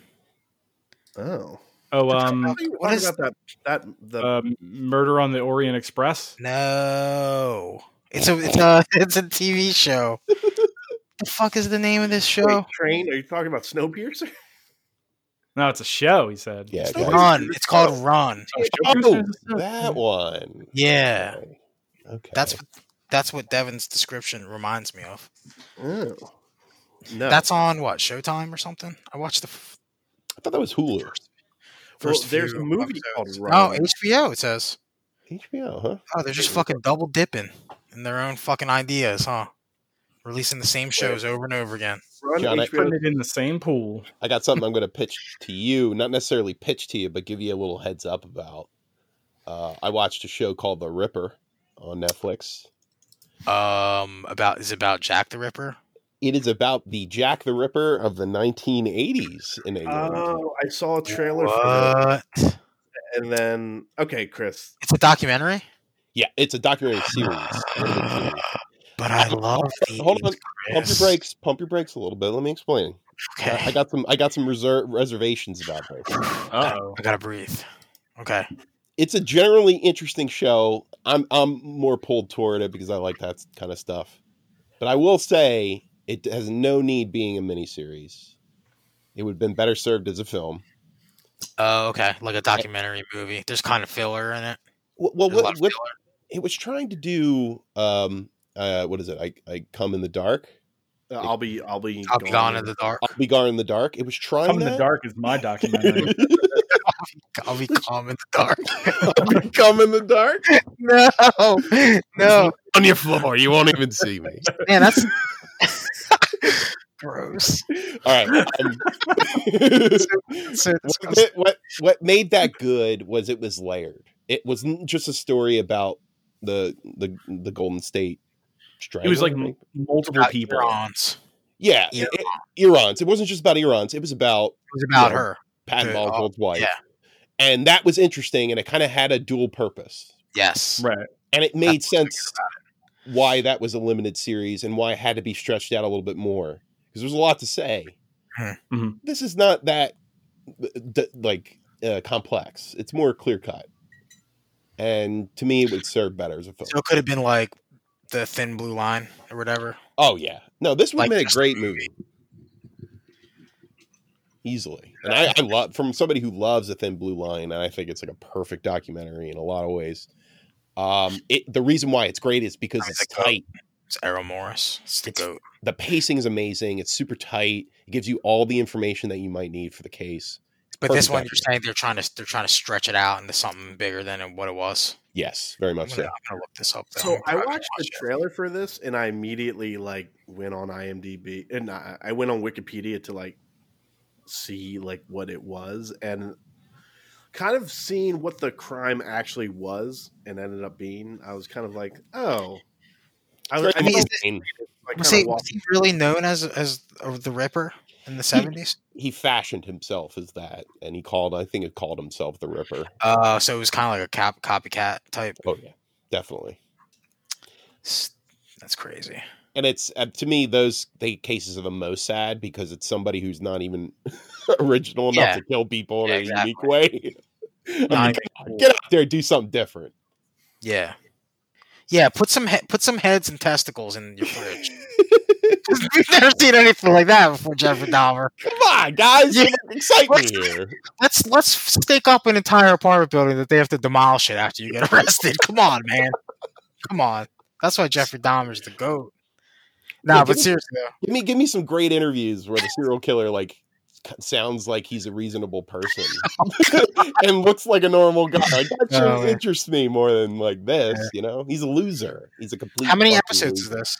S3: oh,
S1: Oh,
S3: I
S1: um,
S3: thought you were
S4: what
S3: talking
S4: is- Uh,
S3: about that? That the
S1: um, Murder on the Orient Express.
S4: No, it's
S3: Oh.
S4: a it's a [LAUGHS] it's a TV show. the fuck is the name of this show?
S3: wait, train? Are you talking about Snowpiercer? [LAUGHS]
S1: No, it's a show. He said.
S2: Yeah,
S3: Stop.
S2: guys.
S4: Run. It's called Run.
S1: Oh,
S2: Oh,
S1: Showpiercer is a show.
S2: that one.
S4: Yeah,
S2: Okay.
S4: that's what that's what Devin's description reminds me of.
S3: Oh. No,
S4: That's on what Showtime or something. I watched the f-
S2: I thought that was Hulu.
S4: first.
S3: Well,
S4: first
S3: there's
S4: few
S3: a movie
S4: episodes. Oh,
S3: called Run.
S4: No, HBO. It says.
S2: HBO, huh?
S4: Oh, they're just fucking double dipping in their own fucking ideas, huh? Releasing the same shows over and over again.
S3: Run
S2: John, I-
S1: Putting it in the same pool.
S2: I got something I'm going to pitch to you, not necessarily pitch to you, but give you a little heads up about. Uh, I watched a show called The Ripper on Netflix.
S4: Um, about is it about Jack the Ripper?
S2: It is about the Jack the Ripper of the 1980s in England.
S3: Oh, I saw a trailer for it,
S4: What?
S3: and then okay, Chris.
S4: It's a documentary.
S2: yeah, it's a documentary series.
S4: [SIGHS]
S2: Limited series.
S4: But I love these.
S2: Hold on, pump your
S4: Chris.
S2: brakes. Pump your brakes a little bit. Let me explain.
S4: Okay,
S2: I got some. I got some reserve reservations about this.
S1: Uh-oh.
S4: I gotta breathe. Okay,
S2: It's a generally interesting show. I'm I'm more pulled toward it because I like that kind of stuff. But I will say it has no need being a miniseries. It would have been better served as a film.
S4: oh, okay, like a documentary movie. There's kind of filler in it.
S2: Well, well
S4: There's a
S2: what,
S4: lot of
S2: what
S4: filler.
S2: it was trying to do. Um, uh, what is it? I I come in the dark.
S3: Uh, I'll be, I'll be,
S4: I'll be gone in the
S2: [LAUGHS]
S4: dark.
S2: I'll be gone in the dark. It was trying
S1: Come in
S2: that.
S1: the dark is my documentary.
S4: I'll be calm in the
S2: [LAUGHS]
S4: dark.
S2: come in the dark.
S4: No,
S2: [LAUGHS]
S4: no,
S2: On your floor, you won't even see me. [LAUGHS]
S4: man, that's gross.
S2: All right. um,
S4: It's so
S2: what,
S4: disgusting.
S2: ma- what what made that good was it was layered. It wasn't just a story about the the the Golden State.
S1: [LAUGHS] It was like
S2: Strangler, I
S1: m-
S2: think.
S1: multiple
S4: About
S1: people.
S4: Bronze.
S2: yeah, it- it- Iran's. It wasn't just about Iran's. It was
S1: Uh,
S2: about
S4: It was about
S2: Yeah.
S4: her.
S2: Patton
S4: Uh,
S1: oh,
S2: Oswalt's wife,
S4: yeah.
S2: and that was interesting. And it kind of had a dual purpose,
S4: Yes.
S1: Right.
S2: and it made
S4: That's what I'm
S2: sense why that was a limited series and why it had to be stretched out a little bit more because there's a lot to say.
S4: Hmm.
S1: Mhm.
S2: This is not that d- like uh, complex. It's more clear cut, and to me, it would serve better as a film.
S4: So it could have been like the Thin Blue Line or whatever.
S2: oh yeah, no, this would have
S4: Like
S2: been a
S4: just
S2: great
S4: the
S2: movie. Easily, and I, I love from somebody who loves the Thin Blue Line, and I think it's like a perfect documentary in a lot of ways. Um, it the reason why it's great is because
S4: It's
S2: it's
S4: like, oh,
S2: tight.
S4: It's Errol Morris. It's the
S2: It's-
S4: goat.
S2: the pacing is amazing. It's super tight. It gives you all the information that you might need for the case.
S4: But
S2: perfect
S4: this one, you're
S2: document.
S4: saying they're trying to they're trying to stretch it out into something bigger than what it was.
S2: Yes, very much
S4: I'm gonna,
S2: so.
S4: I'm gonna look this up. though.
S3: So
S4: I'm
S3: I
S4: gonna
S3: watched the
S4: watch it.
S3: trailer for this, and I immediately like went on IMDb, and I, I went on Wikipedia to like see like what it was, and kind of seeing what the crime actually was and ended up being. I was kind of like, oh, I,
S2: Very
S3: I mean,
S4: is
S2: much in-
S3: I
S4: Was
S3: kinda
S4: he, was
S3: walked-
S4: he really known as as uh, the Ripper in the seventies?
S2: he fashioned himself as that, and he called. I think it called himself the Ripper.
S4: Uh, so it was kind of like a cop, copycat type.
S2: Oh yeah, definitely.
S4: S- That's crazy.
S2: And it's uh, to me those they cases are the most sad because it's somebody who's not even [LAUGHS] original enough
S4: Yeah.
S2: to kill people in
S4: Yeah,
S2: a
S4: exactly.
S2: unique way. [LAUGHS] I mean,
S4: Not
S2: get out there, do something different.
S4: Yeah, yeah. Put some he- put some heads and testicles in your [LAUGHS] fridge. We've never seen anything like that before, Jeffrey Dahmer.
S2: Come on, guys,
S4: Yeah.
S2: excite me here.
S4: Let's let's stake up an entire apartment building that they have to demolish it after you get [LAUGHS] arrested. Come on, man. Come on. That's why Jeffrey Dahmer's the goat. Nah,
S2: Yeah,
S4: but
S2: give me-
S4: seriously, though,
S2: Give me, give me some great interviews where the serial killer like sounds like he's a reasonable person [LAUGHS] and looks like a normal guy. Like, that should
S4: Oh, man.
S2: interests me more than like this. You know, he's a loser. He's a complete.
S4: how many
S2: fucking
S4: episodes is
S2: loser.
S4: this?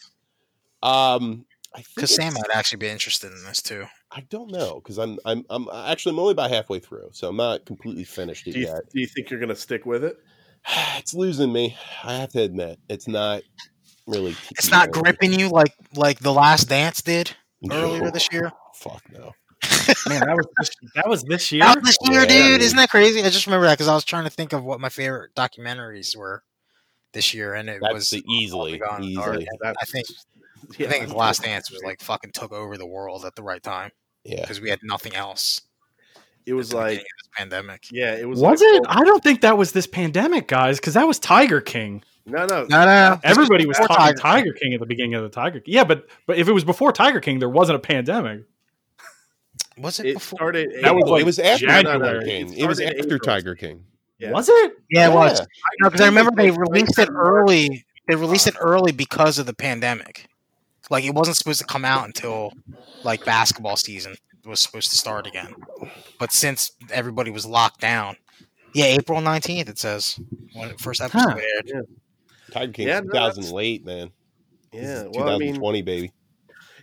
S2: Um, I think
S4: Because Sam
S2: it's-
S4: might actually be interested in this too.
S2: I don't know because I'm I'm I'm actually I'm only about halfway through, so I'm not completely finished it
S3: do, you,
S2: yet. [SIGHS]
S3: do you think you're gonna stick with it?
S2: It's losing me. I have to admit, it's not really.
S4: It's not
S2: keeping me
S4: gripping you like like The Last Dance did
S2: going.
S4: earlier
S2: No.
S4: this year.
S2: Fuck no.
S1: Man, that was this, that was this year.
S4: That was this year,
S2: Yeah.
S4: dude. Isn't that crazy? I just remember that because I was trying to think of what my favorite documentaries were this year, and it
S2: That's
S4: was
S2: the easily,
S4: Gone with the
S2: easily.
S4: Dark.
S3: That's- [LAUGHS]
S4: I think
S3: yeah.
S4: I think The Last Dance was like fucking took over the world at the right time
S2: Yeah.
S4: because we had nothing else.
S3: it was
S4: at the
S3: like,
S4: beginning of this pandemic.
S3: yeah, it was.
S1: Was,
S3: like-
S1: it? I don't think that was this pandemic, guys, because that was Tiger King.
S3: No, no,
S4: No, no, no.
S1: Everybody was
S4: Before
S1: talking Tiger.
S4: Tiger
S1: King at the beginning of the Tiger King. Yeah, but but if it was before Tiger King, there wasn't a pandemic.
S4: Was it,
S3: It
S4: before?
S3: started.
S1: That was
S2: No,
S1: like
S2: it was after Tiger
S1: January.
S2: King.
S3: It
S2: It was
S3: started
S2: after
S3: April.
S2: Tiger King.
S3: Yeah.
S1: Was it?
S4: yeah, it was.
S2: Yeah.
S4: Because I remember they released it early. They released it early because of the pandemic. Like it wasn't supposed to come out until like basketball season was supposed to start again. But since everybody was locked down, yeah, April nineteenth it says when it first episode
S1: Huh.
S4: aired.
S2: Tiger King,
S3: Yeah, no, that's-
S2: 2008, man.
S3: Yeah,
S2: this is
S3: well, I mean,
S2: 2020, baby.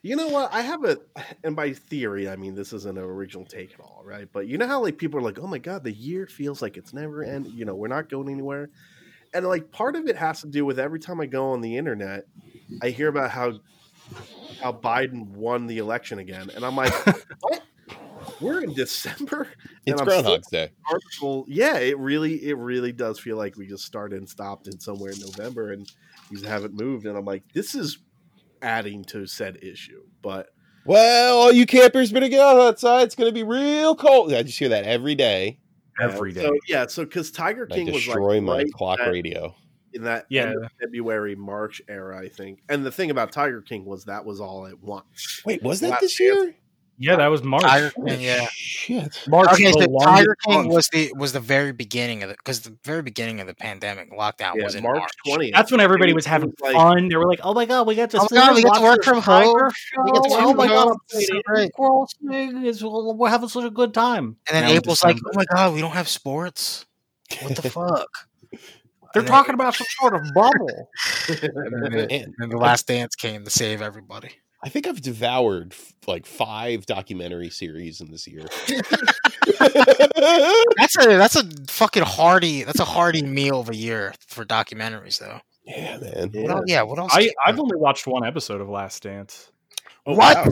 S3: You know what? I have a, and by theory, I mean this isn't an original take at all, right? But you know how like people are like, "Oh my god, the year feels like it's never end." You know, we're not going anywhere, and like part of it has to do with every time I go on the internet, I hear about how how Biden won the election again,
S2: [LAUGHS]
S3: and I'm like, "What? We're in December."
S2: It's
S3: I'm
S2: Groundhog's Day.
S3: article. Yeah, it really, it really does feel like we just started and stopped in somewhere in November, and you haven't moved. And I'm like, this is adding to said issue, but.
S2: Well, all you campers better get out outside. It's going to be real cold. I just hear that every day.
S1: Every day.
S3: uh, So, yeah, so because Tiger
S2: I
S3: King was like
S2: destroy my
S3: right
S2: clock
S3: at-
S2: radio.
S3: in that
S1: Yeah.
S3: end of February March era, I think. And the thing about Tiger King was that was all at once.
S2: Wait, was
S3: Last
S2: that this
S3: year.
S2: year?
S1: yeah, that was March.
S4: Tiger King, yeah.
S2: Shit.
S1: March
S4: Okay,
S1: is the
S4: so
S1: longest
S4: Tiger King
S1: month.
S4: was the was the very beginning of the because the very beginning of the pandemic lockdown
S3: Yeah,
S4: was in
S3: March
S4: March.
S3: twentieth.
S1: That's when everybody was
S3: It
S1: having
S3: was like-
S1: fun. They were like, "Oh my god, we got to,
S4: Oh my God, we get to
S1: watch
S4: work
S1: this
S4: from
S1: Tiger
S4: home. We get to
S1: show.
S4: work
S1: oh my
S4: from
S1: god,
S4: home.
S1: I'm
S4: It's so
S1: playing
S4: great."
S1: Animal Crossing. It's- we're having such a good time."
S4: And then
S1: Now in
S4: April's like,
S1: December.
S4: "Oh my god, we don't have sports. What [LAUGHS] the fuck?"
S1: They're
S4: And then-
S1: talking about some sort of bubble.
S4: [LAUGHS] And then,
S2: Man,
S4: and the last dance came to save everybody.
S2: I think I've devoured f- like five documentary series in this year.
S3: [LAUGHS]
S4: That's a that's a fucking hearty that's a hearty meal of a year for documentaries though.
S2: yeah, man.
S4: What else, Oh, yeah, what else?
S1: I,
S4: came
S1: I've
S4: out?
S1: only watched one episode of Last Dance.
S3: Oh,
S4: what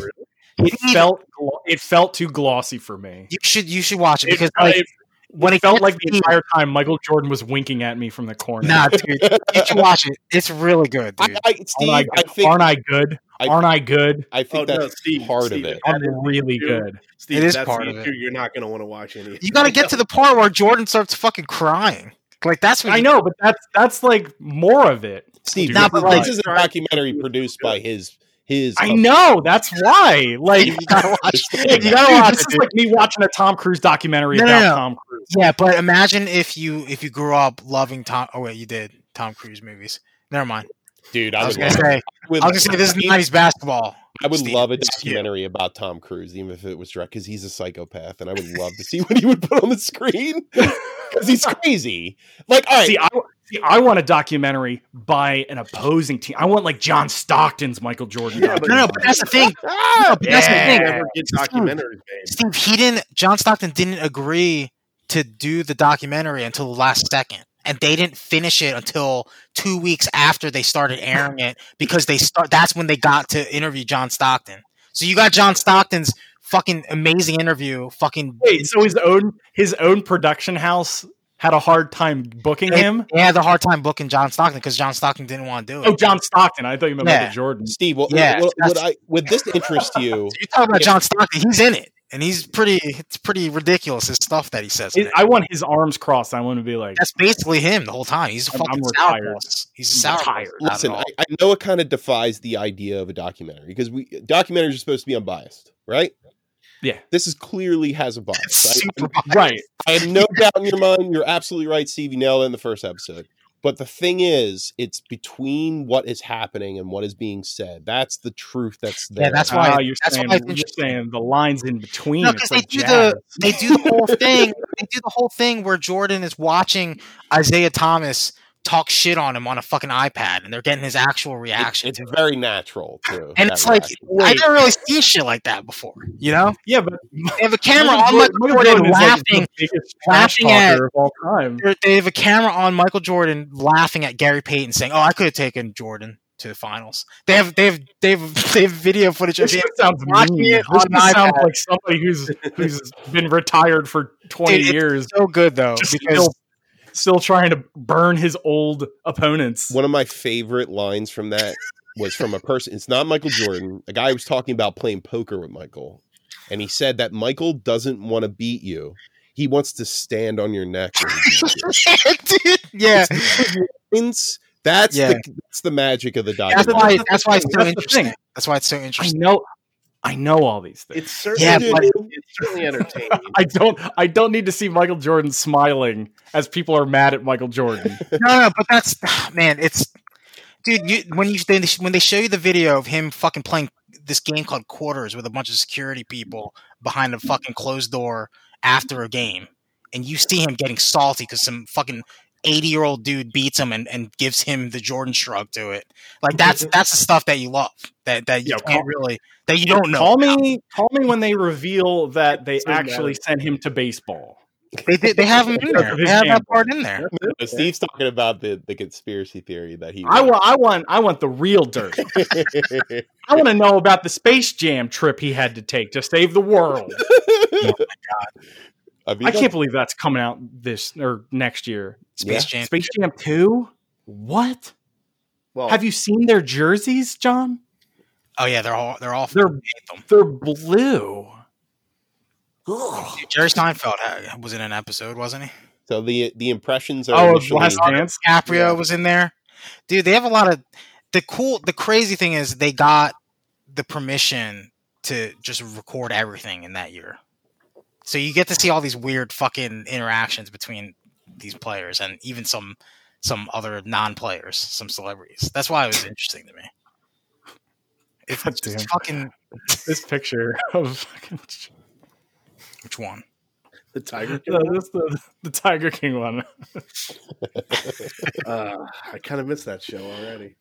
S1: It felt glo- it felt too glossy for me.
S4: you should you should watch it because
S1: it,
S4: like
S1: it
S4: when it
S1: felt
S4: gets
S1: like the
S4: deep-
S1: entire time Michael Jordan was winking at me from the corner.
S4: nah, dude, you should watch it. It's really good, dude.
S2: I, I, Steve,
S1: aren't, I
S2: I,
S1: good?
S2: think
S1: aren't I good?
S2: I-
S1: aren't I good?
S2: I think
S3: Oh, no,
S2: that's
S3: Steve,
S2: part
S3: Steve,
S2: of it.
S1: I'm really
S3: dude.
S1: good.
S3: Steve,
S4: It is
S3: that's
S4: part
S3: the
S4: of
S3: issue. You're not going to want to watch any.
S4: you got to get to the part where Jordan starts fucking crying. Like that's when
S1: I
S4: you-
S1: know, but that's that's like more of it. Dude,
S2: Steve, this,
S4: Nah,
S2: is-
S4: but like-
S2: this is a documentary produced by his his. uh,
S1: I know. That's why. [LAUGHS] Like,
S4: you gotta watch.
S2: Understand
S4: You
S2: that.
S4: gotta
S1: dude,
S4: watch
S1: this
S4: it,
S1: is
S4: dude.
S1: like me watching a Tom Cruise documentary
S4: No, no,
S1: about
S4: no.
S1: Tom Cruise.
S4: Yeah, but imagine if you if you grew up loving Tom. Oh wait, you did Tom Cruise movies. Never mind.
S2: dude.
S4: I
S2: I
S4: was
S2: would
S4: gonna
S2: love.
S4: say.
S2: would-
S4: I was gonna say this is nineties basketball.
S2: I would
S4: Steve,
S2: love a
S4: it's you.
S2: documentary about Tom Cruise, even if it was direct, because he's a psychopath, [LAUGHS] and I would love to see what he would put on the screen because he's crazy. Like, all right,
S1: See, I, See, I want a documentary by an opposing team. I want like John Stockton's Michael Jordan.
S3: Yeah,
S1: documentary.
S4: No, no, but that's
S1: [LAUGHS]
S4: the thing. No, but that's
S1: Ah! Yeah.
S4: the thing.
S3: Never get documentaries made.
S4: Steve, he didn't. John Stockton didn't agree to do the documentary until the last second, and they didn't finish it until two weeks after they started airing it because they start. That's when they got to interview John Stockton. So you got John Stockton's fucking amazing interview. Fucking
S1: Wait, so his own his own production house had a hard time booking
S4: They-
S1: him.
S4: They had a hard time booking John Stockton because John Stockton didn't want to do it.
S1: Oh, John Stockton. I thought you meant
S4: Yeah.
S1: Michael Jordan.
S2: Steve, what,
S4: Yeah,
S2: what, what
S4: that's-
S2: I would this interest you?
S4: you talking about John Stockton? He's in it, and he's pretty. It's pretty ridiculous his stuff that he says. in
S1: It-
S4: it.
S1: I want his arms crossed. I want to be like,
S4: That's basically him the whole time. He's a
S1: I'm-
S4: fucking
S1: I'm retired.
S4: sourpuss. He's a
S1: I'm
S4: sourpuss.
S1: retired.
S4: [LAUGHS] Not at
S2: Listen,
S4: all.
S2: I, I know it kind of defies the idea of a documentary because we documentaries are supposed to be unbiased, right?
S1: Yeah.
S2: This is clearly has a
S4: It's
S2: bias. I,
S4: super biased.
S1: right.
S2: I have no doubt in your mind. You're absolutely right, Steve. You nailed it in the first episode. But the thing is, it's between what is happening and what is being said. That's the truth. That's there.
S4: Yeah, that's why.
S1: Ah, you're
S4: that's
S1: saying
S4: why I
S1: you're
S4: think
S1: saying the lines in between.
S4: No,
S1: it's
S4: 'cause they
S1: like
S4: do the-
S1: jazz.
S4: they do the whole thing. They do the whole thing where Jordan is watching Isaiah Thomas talk shit on him on a fucking iPad, and they're getting his actual reaction.
S2: It's very natural too.
S4: and
S2: that
S4: it's like
S2: reaction.
S4: I
S1: Wait.
S4: never really seen shit like that before. You know,
S1: yeah, but
S4: they have a camera on Michael
S1: Michael
S4: Jordan
S1: Jordan is, like, the
S4: laughing.
S1: biggest trash
S4: laughing at-
S1: talker of all time.
S4: They're- they have a camera on Michael Jordan laughing at Gary Payton saying, "Oh, I could have taken Jordan to the finals." They have they have they have, they have video footage of
S1: This
S4: him.
S1: just sounds
S4: watching
S1: mean.
S4: it
S1: This
S4: on
S1: just sounds
S4: iPad.
S1: like somebody who's who's been retired for twenty
S4: Dude, it's
S1: years,
S4: So good though,
S1: just
S4: because
S1: still still trying to burn his old opponents.
S2: One of my favorite lines from that was from a person. It's not Michael Jordan. A guy was talking about playing poker with Michael, and he said that Michael doesn't want to beat you. He wants to stand on your neck. when he
S4: [LAUGHS]
S2: beats you.
S4: Dude, yeah,
S2: It's- That's
S4: Yeah.
S2: the that's the magic of the
S4: that's
S2: documentary.
S4: why that's why it's so
S1: That's the
S4: interesting.
S1: thing.
S4: That's why it's so
S1: I
S4: interesting.
S1: know, I know all these things.
S3: It's certainly,
S4: Yeah,
S2: but-
S3: it's certainly entertaining.
S1: I don't. I don't need to see Michael Jordan smiling as people are mad at Michael Jordan.
S4: no, no, but that's ah, man, it's dude. You when you they, when they show you the video of him fucking playing this game called Quarters with a bunch of security people behind a fucking closed door after a game, and you see him getting salty because some fucking eighty year old dude beats him and, and gives him the Jordan shrug to it. Like that's that's the stuff that you love that that you
S1: Yeah,
S4: can't really that [LAUGHS] you don't know.
S1: Call me. Call me when they reveal that they
S3: So mad.
S1: actually sent him to baseball.
S4: They did, they have him in there. They have that part in there.
S2: So Steve's talking about the, the conspiracy theory that he.
S1: I want. I want. I want the real dirt.
S4: [LAUGHS]
S1: I want to know about the Space Jam trip he had to take to save the world.
S2: I, mean,
S1: I can't believe that's coming out this or next year.
S4: Space Jam.
S1: Space Jam Two. What?
S3: well,
S1: Have you seen their jerseys, John?
S4: Oh yeah, they're all they're all
S1: They're
S4: them.
S1: they're blue. Oh, Ugh.
S4: Jerry Seinfeld had, was in an episode, wasn't he?
S2: So the the impressions are.
S1: Oh,
S2: initially-
S1: last dance.
S4: DiCaprio
S2: Yeah.
S4: was in there. Dude, they have a lot of the cool. The crazy thing is they got the permission to just record everything in that year, so you get to see all these weird fucking interactions between these players and even some some other non-players, some celebrities. That's why it was interesting to me. If
S1: God
S4: it's just
S1: damn.
S4: fucking
S1: This picture [LAUGHS] of fucking
S4: which one?
S1: [LAUGHS]
S3: the Tiger King.
S1: No, that's the, the Tiger King one.
S3: Uh, I kind of missed that show already.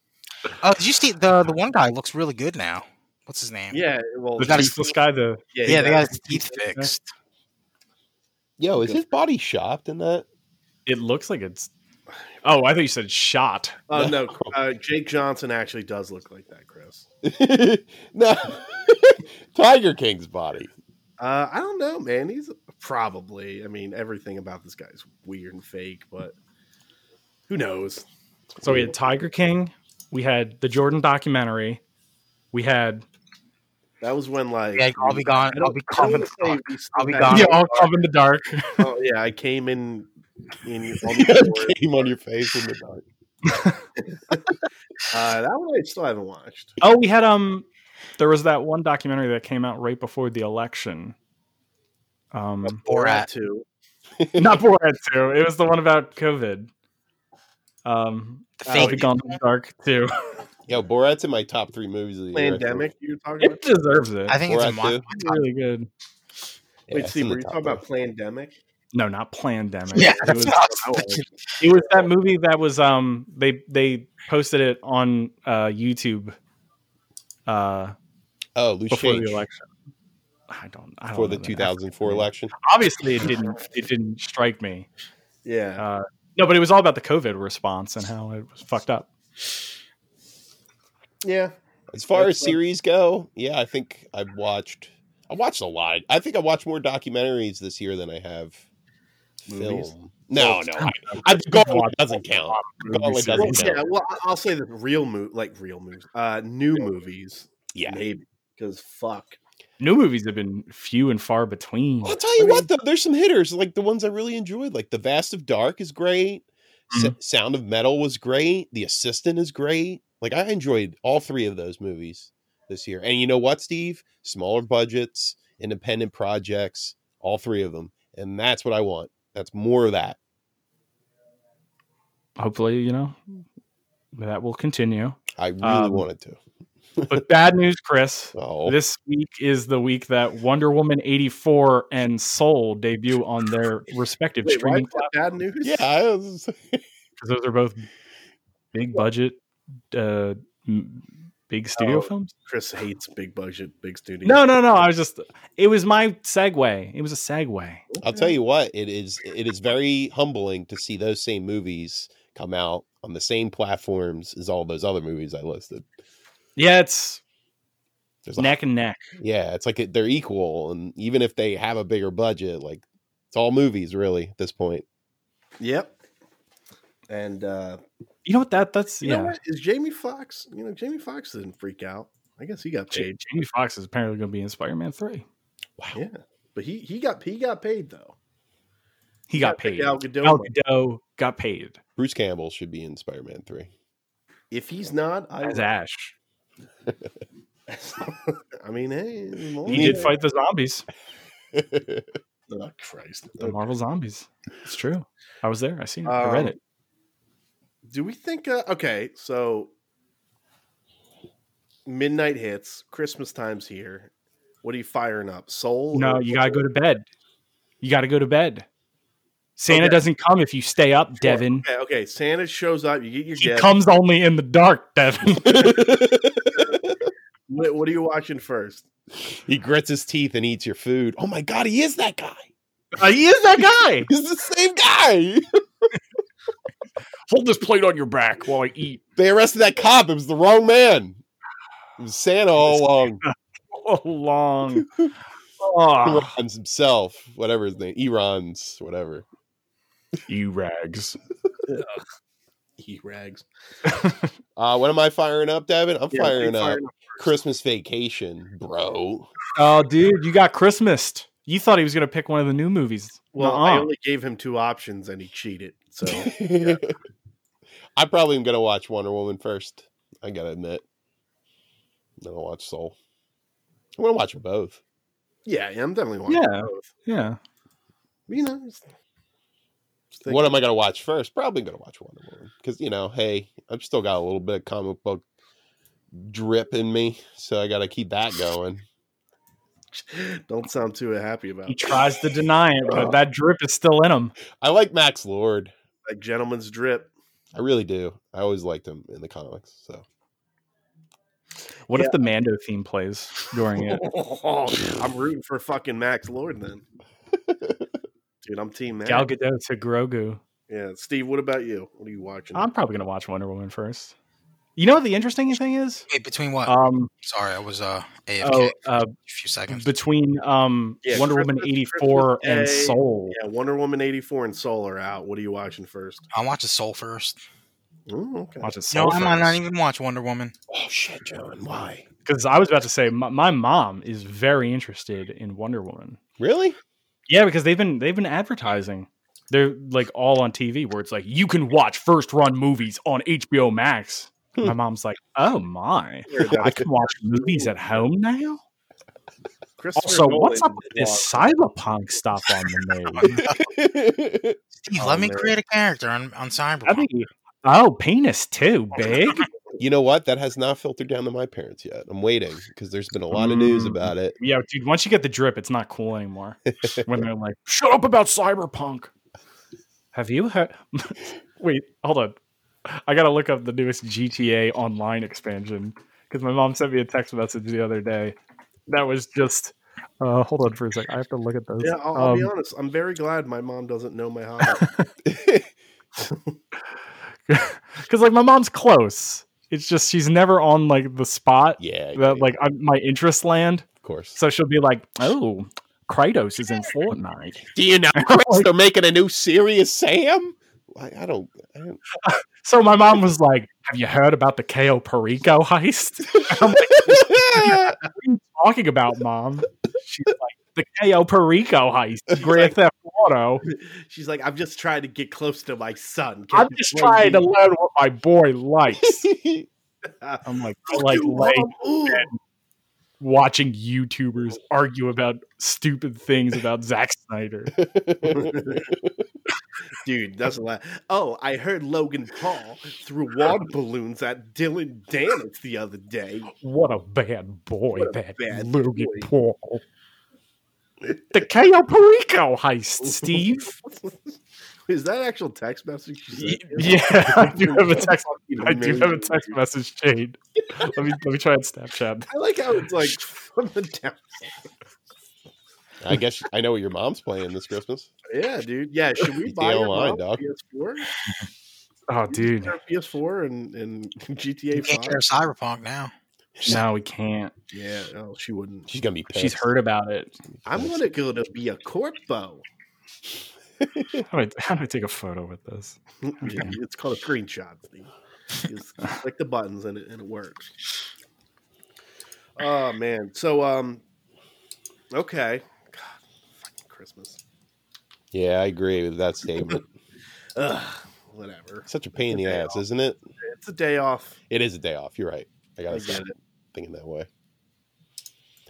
S4: Oh, did you see the the one guy looks really good now? What's his name?
S3: Yeah, well,
S1: The
S4: got a-
S1: toothless guy. The
S3: yeah,
S4: yeah, they
S3: yeah.
S4: got his teeth fixed.
S2: Yo, is his body shopped in that? [LAUGHS]
S1: it looks like it's. Oh, I thought you said shot.
S3: [LAUGHS] Oh
S4: [LAUGHS]
S3: no, uh, Jake Johnson actually does look like that, Chris.
S2: no, [LAUGHS] Tiger King's body.
S3: Uh, I don't know, man. He's probably. I mean, everything about this guy is weird and fake, but who knows?
S1: So we had Tiger King. We had the Jordan documentary. We had
S3: That was when like
S4: Yeah, I'll be gone.
S3: I don't-
S4: I'll be
S3: I don't
S4: coming.
S3: wanna say we still
S4: I'll be
S3: had-
S4: gone. [LAUGHS]
S1: yeah, all come in the dark.
S3: Oh, yeah, I came in
S4: [LAUGHS]
S3: in on the board.
S2: Came on your face in the dark.
S3: Uh, that one I still haven't watched.
S1: Oh, we had um. There was that one documentary that came out right before the election. Um,
S4: [LAUGHS] Borat.
S3: two.
S1: not Borat too. It was the one about COVID. Um,
S4: The
S1: I'll be
S4: fake-
S1: gone in the dark too. [LAUGHS]
S2: Yo, Borat's in my top three movies of the year. I think.
S3: Pandemic, you're talking
S1: It
S3: about.
S1: deserves it.
S4: I think it's
S2: Borat
S4: in my,
S2: two.
S4: my
S1: it's
S4: top.
S1: really good.
S2: Yeah,
S3: Wait,
S2: it's
S3: Steve,
S2: in the
S3: were you
S2: top
S3: talking
S2: three.
S3: about pandemic?
S1: No, not pandemic.
S4: Yeah,
S1: it was,
S4: that's what I was [LAUGHS] thinking.
S1: it was that movie that was um they they posted it on uh YouTube uh
S2: Oh, loose
S1: before
S2: change
S1: the election. I don't. I don't
S2: for
S1: know
S2: the
S1: name.
S2: 2004 election.
S1: Obviously, it didn't. It didn't strike me.
S3: Yeah.
S1: No, but it was all about the COVID response and how it was fucked up.
S3: Yeah.
S2: As far
S3: That's
S2: as
S3: fun.
S2: series go, yeah, I think I've watched. I watched a lot. I think I watched more documentaries this year than I have
S3: Movies?
S2: film. No, no, I, I, Gauntlet doesn't count. Gauntlet
S3: Well,
S2: doesn't
S3: yeah.
S2: count.
S3: Well, I- I'll say this real mo- like real movies, uh, new movies,
S2: Yeah,
S3: maybe because fuck.
S1: New movies have been few and far between.
S2: Well, I'll tell you
S3: I
S2: what, though, there's some hitters like the ones I really enjoyed. Like The Vast of Dark is great. S-
S3: Mm-hmm.
S2: Sound of Metal was great. The Assistant is great. Like I enjoyed all three of those movies this year. And you know what, Steve? Smaller budgets, independent projects, all three of them. And that's what I want. That's more of that.
S1: Hopefully, you know that will continue.
S2: I really
S1: Um,
S2: wanted to.
S1: But bad news, Chris.
S2: Oh,
S1: This week is the week that Wonder Woman 84 and Soul debut on their respective
S3: Wait, why
S1: streaming
S3: is that bad news?
S2: yeah. I was-
S1: because those are both big budget, uh, m- big studio
S3: Oh.
S1: films.
S3: Chris hates big budget, big studio.
S1: No, no, no. I was just. It was my segue. It was a segue.
S2: I'll tell you what, it is it is very humbling to see those same movies come out on the same platforms as all those other movies I listed.
S1: Yeah, it's
S2: There's a
S1: neck and neck.
S2: Yeah, it's like it- they're equal, and even if they have a bigger budget, like it's all movies really at this point.
S3: Yep. And uh,
S1: You know what? That that's
S3: you
S1: yeah.
S3: know what? Is Jamie Fox? You know, Jamie Fox didn't freak out. I guess he got
S1: Ja-
S3: paid,
S1: Jamie Fox is apparently going to be in Spider Man Three.
S2: Wow,
S3: Yeah. but he he got he got paid though.
S1: He got paid.
S3: Gal
S1: Gal
S3: Gadot money.
S1: Gadot got paid
S2: Bruce Campbell should be in Spider Man Three.
S3: If he's not, I
S1: as Ash.
S3: [LAUGHS] I mean, hey, more-
S1: He did fight the zombies,
S3: Oh, Christ.
S1: the Marvel zombies. It's true. I was there. I seen it. I
S3: Um,
S1: read it.
S3: Do we think? Uh, okay, so midnight hits, Christmas time's here. What are you firing up? Soul?
S1: No,
S3: or-
S1: you gotta go to bed. You gotta go to bed. Santa
S3: Okay.
S1: doesn't come if you stay up, Devin.
S3: Okay, okay, Santa shows up. You get your
S1: He
S3: gift.
S1: comes only in the dark, [LAUGHS] Devin.
S3: What, what are you watching first?
S2: he grits his teeth and eats your food. Oh my god, he is that guy.
S1: Uh, he is that guy.
S2: He's the same guy.
S1: [LAUGHS] Hold this plate on your back while I eat.
S2: They arrested that cop. It was the wrong man. It was Santa all along.
S1: Oh, [LAUGHS] long.
S2: He
S3: Uh-huh.
S1: [LAUGHS] Oh,
S2: runs himself, whatever his name, Eron's, whatever.
S1: you rags.
S3: He rags.
S2: Uh, what am I firing up, Devin? I'm
S3: Yeah,
S2: firing
S3: you
S2: up
S3: firing
S2: Christmas Vacation, bro.
S1: Oh, dude, you got Christmased. You thought he was gonna pick one of the new movies.
S3: Well, I
S1: Nuh-uh.
S3: only gave him two options, and he cheated.
S1: [LAUGHS]
S3: So
S2: [LAUGHS] I probably am gonna watch Wonder Woman first. I gotta admit. Then I'll watch Soul. I'm gonna watch them both.
S3: yeah, yeah, I'm definitely watching
S1: Yeah.
S3: both.
S1: yeah.
S3: You know, it's- [LAUGHS] it's thinking-
S2: What am I gonna watch first? Probably gonna watch Wonder Woman because you know, hey, I've still got a little bit of comic book drip in me, so I gotta keep that going.
S3: don't sound too happy about
S1: He
S3: it.
S1: tries to deny it, but that drip is still in him.
S2: I like Max Lord.
S3: That gentleman's drip.
S2: I really do. I always liked him in the comics. So
S1: What if the Mando theme plays during it?
S3: [LAUGHS] I'm rooting for fucking Max Lord then.
S2: [LAUGHS]
S3: Dude, I'm team
S1: [LAUGHS]
S3: Max.
S1: Gal Gadot to Grogu.
S3: yeah, Steve, what about you? What are you watching?
S1: I'm probably gonna watch Wonder Woman first. You know what the interesting thing is?
S4: Wait, between what?
S1: Um,
S4: Sorry, I was uh AFK
S1: oh, uh,
S4: a few seconds.
S1: between um
S3: Yeah,
S1: Wonder Woman
S3: Christmas-
S1: eighty four
S3: Christmas
S1: and
S3: Day.
S1: Soul.
S3: yeah, Wonder Woman 84 and Soul are out. What are you watching first?
S4: I'll watch the Soul first.
S3: Ooh,
S1: [LAUGHS]
S3: okay.
S1: Watch it
S4: No,
S1: Soul
S4: I might not even watch Wonder Woman.
S2: Oh shit, John, why?
S1: because I was about to say my, my mom is very interested in Wonder Woman.
S2: [LAUGHS] Really?
S1: Yeah, because they've been they've been advertising. They're like all on TV where it's like you can watch first run movies on HBO Max.
S2: Hmm.
S1: My mom's like, oh my, I can watch movies at home now.
S3: [LAUGHS] Christopher
S1: Also, what's
S3: Nolan
S1: up with this
S3: walked-
S1: cyberpunk stuff on the [LAUGHS] news?
S4: Steve,
S3: Oh,
S4: let me
S3: man.
S4: create a character on, on
S1: I
S4: Cyberpunk.
S1: [LAUGHS] mean, oh, penis too big.
S2: You know what? That has not filtered down to my parents yet. I'm waiting because there's been a lot of news
S1: Mm.
S2: about it.
S1: Yeah, dude. Once you get the drip, it's not cool
S3: [LAUGHS]
S1: anymore. when they're like, "Shut up about cyberpunk." Have you heard? [LAUGHS] Wait, hold on. I gotta look up the newest GTA Online expansion because my mom sent me a text message the other day that was just. Uh, hold on for a sec. I have to look at this.
S3: Yeah, I'll, I'll be
S1: Um,
S3: honest. I'm very glad my mom doesn't
S1: [LAUGHS]
S3: know my hobby.
S1: because like my mom's close. It's just she's never on like the spot
S2: yeah,
S1: that
S2: I get it,
S1: like I'm, my interest land.
S2: of course.
S1: So she'll be like, "Oh, Kratos
S3: [LAUGHS]
S1: is in Fortnite."
S2: Do [LAUGHS] you know
S1: [LAUGHS]
S2: Chris, they're making a new serious Sam? I, I don't. I [LAUGHS] don't
S1: So my mom was like, "Have you heard about the KO Perico heist?" And I'm like, "What are you talking about, mom?" She's like, "The KO Perico heist, Grand Theft Auto."
S3: She's like, I'm just trying to get close to my son. Can [LAUGHS]
S1: I'm
S3: you
S1: just
S3: play
S1: trying to
S3: me?"
S1: learn what my boy
S3: [LAUGHS]
S1: likes. I'm like, I like
S3: Ooh,
S1: like
S3: Mom, ooh.
S1: watching YouTubers argue about stupid things about Zack Snyder.
S3: dude, that's a lot. Oh, I heard Logan Paul threw water balloons at Dylan Danis the other day. [LAUGHS]
S1: What a bad boy
S3: What a
S1: that
S3: bad
S1: Logan
S3: boy.
S1: Paul. The KO Perico
S3: [LAUGHS]
S1: heist, Steve.
S3: Is that actual text message? she
S1: Y-
S3: sent you?
S1: Yeah, I [LAUGHS] do have a text.
S3: Fucking
S1: I do have a
S3: amazing,
S1: text
S3: dude.
S1: message [LAUGHS] chain. Let me let me try and Snapchat.
S3: I like how it's like [LAUGHS] from the down.
S2: I guess I know what your mom's playing this Christmas.
S3: Yeah, dude. Yeah, should we
S2: Get
S3: buy your
S2: online,
S3: mom
S2: dog.
S3: PS4?
S1: Oh, dude,
S3: Her PS4 and, and [LAUGHS]
S4: You
S3: GTA 5.
S4: can't get her cyberpunk now.
S1: no, we can't.
S3: Yeah, no, she wouldn't.
S2: She's gonna be pissed.
S1: She's heard about [LAUGHS] it.
S3: I'm gonna go to be a corpo.
S1: How do I, how do I take a photo with this?
S3: it's called a screenshot. Steve. Just click the buttons and it, and it works. Oh man. So um, okay. God, fucking Christmas.
S2: Yeah, I agree with [LAUGHS] that statement.
S3: Ugh, whatever.
S2: Such a pain in the ass, isn't it?
S3: It's a day off.
S2: It is a day off. You're right. I
S3: I
S2: gotta
S3: get
S2: stop
S3: it. [LAUGHS]
S2: thinking that way.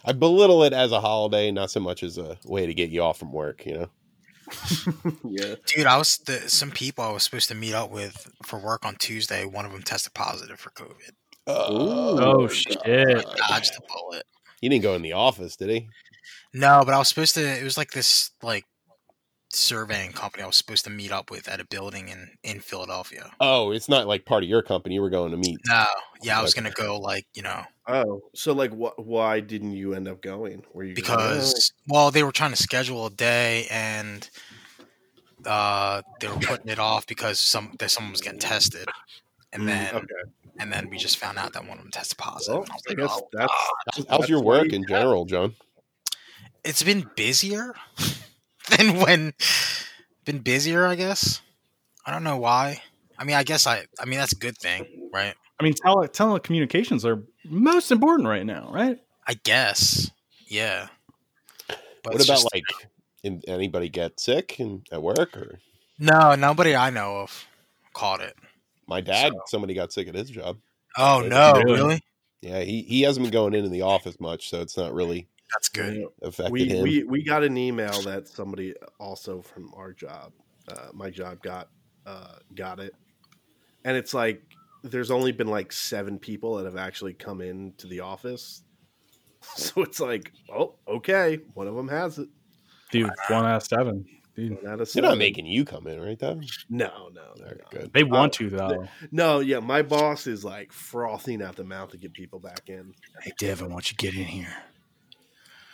S2: I belittle it as a holiday, not so much as a way to get you off from work. You know,
S3: Yeah.
S4: Dude, I was the, some people I was supposed to meet up with for work on Tuesday. One of them tested positive for COVID.
S1: Oh shit!
S4: Dodged the bullet.
S2: He didn't go in the office, did he?
S4: No, but I was supposed to. It was like this like surveying company I was supposed to meet up with at a building in in Philadelphia.
S2: Oh, it's not like part of your company. You were going to meet.
S4: No, yeah, I was gonna go like you know
S3: Oh, so like, wh- why didn't you end up going? Were you just like, "Oh,
S4: because well they were trying to schedule a day and uh they were putting it off because some that someone was getting tested
S3: "Mm,
S4: and then
S3: okay,
S4: and then we just found out that one of them tested positive.
S3: well,
S4: and I was
S3: I
S4: like,
S3: guess
S4: "Oh,
S3: that's
S2: How's, how's your
S3: That's why
S2: work
S3: you-
S2: in general, John?
S4: it's been busier [LAUGHS] than when been busier i guess i don't know why i mean i guess i i mean that's a good thing right
S1: I mean, tele telecommunications are most important right now, right?
S4: i guess yeah but
S2: what
S4: it's
S2: about
S4: just-
S2: like, in, anybody get sick in, at work or
S4: no nobody i know of caught it
S2: my dad? Somebody got sick at his job.
S4: oh
S2: Really?
S4: no
S1: Really?
S4: really,
S2: Yeah, he, he hasn't been going into the office much, so it's not really
S4: that's good
S3: yeah.
S2: affected
S3: we,
S2: him.
S3: we we got an email that somebody also from our job, uh, my job got uh, got it, and it's like there's only been like seven people that have actually come into the office, [LAUGHS] so it's like oh okay, one of them has it.
S1: Dude, one out of seven. Dude,
S3: One out of
S2: They're not
S3: seven.
S2: making you come in, right? Though.
S3: no no
S2: All
S3: no,
S2: right,
S3: no.
S2: good.
S1: they want to though.
S3: no yeah. My boss is like frothing at the mouth to get people back in.
S1: Hey, Devin, why don't you get in here?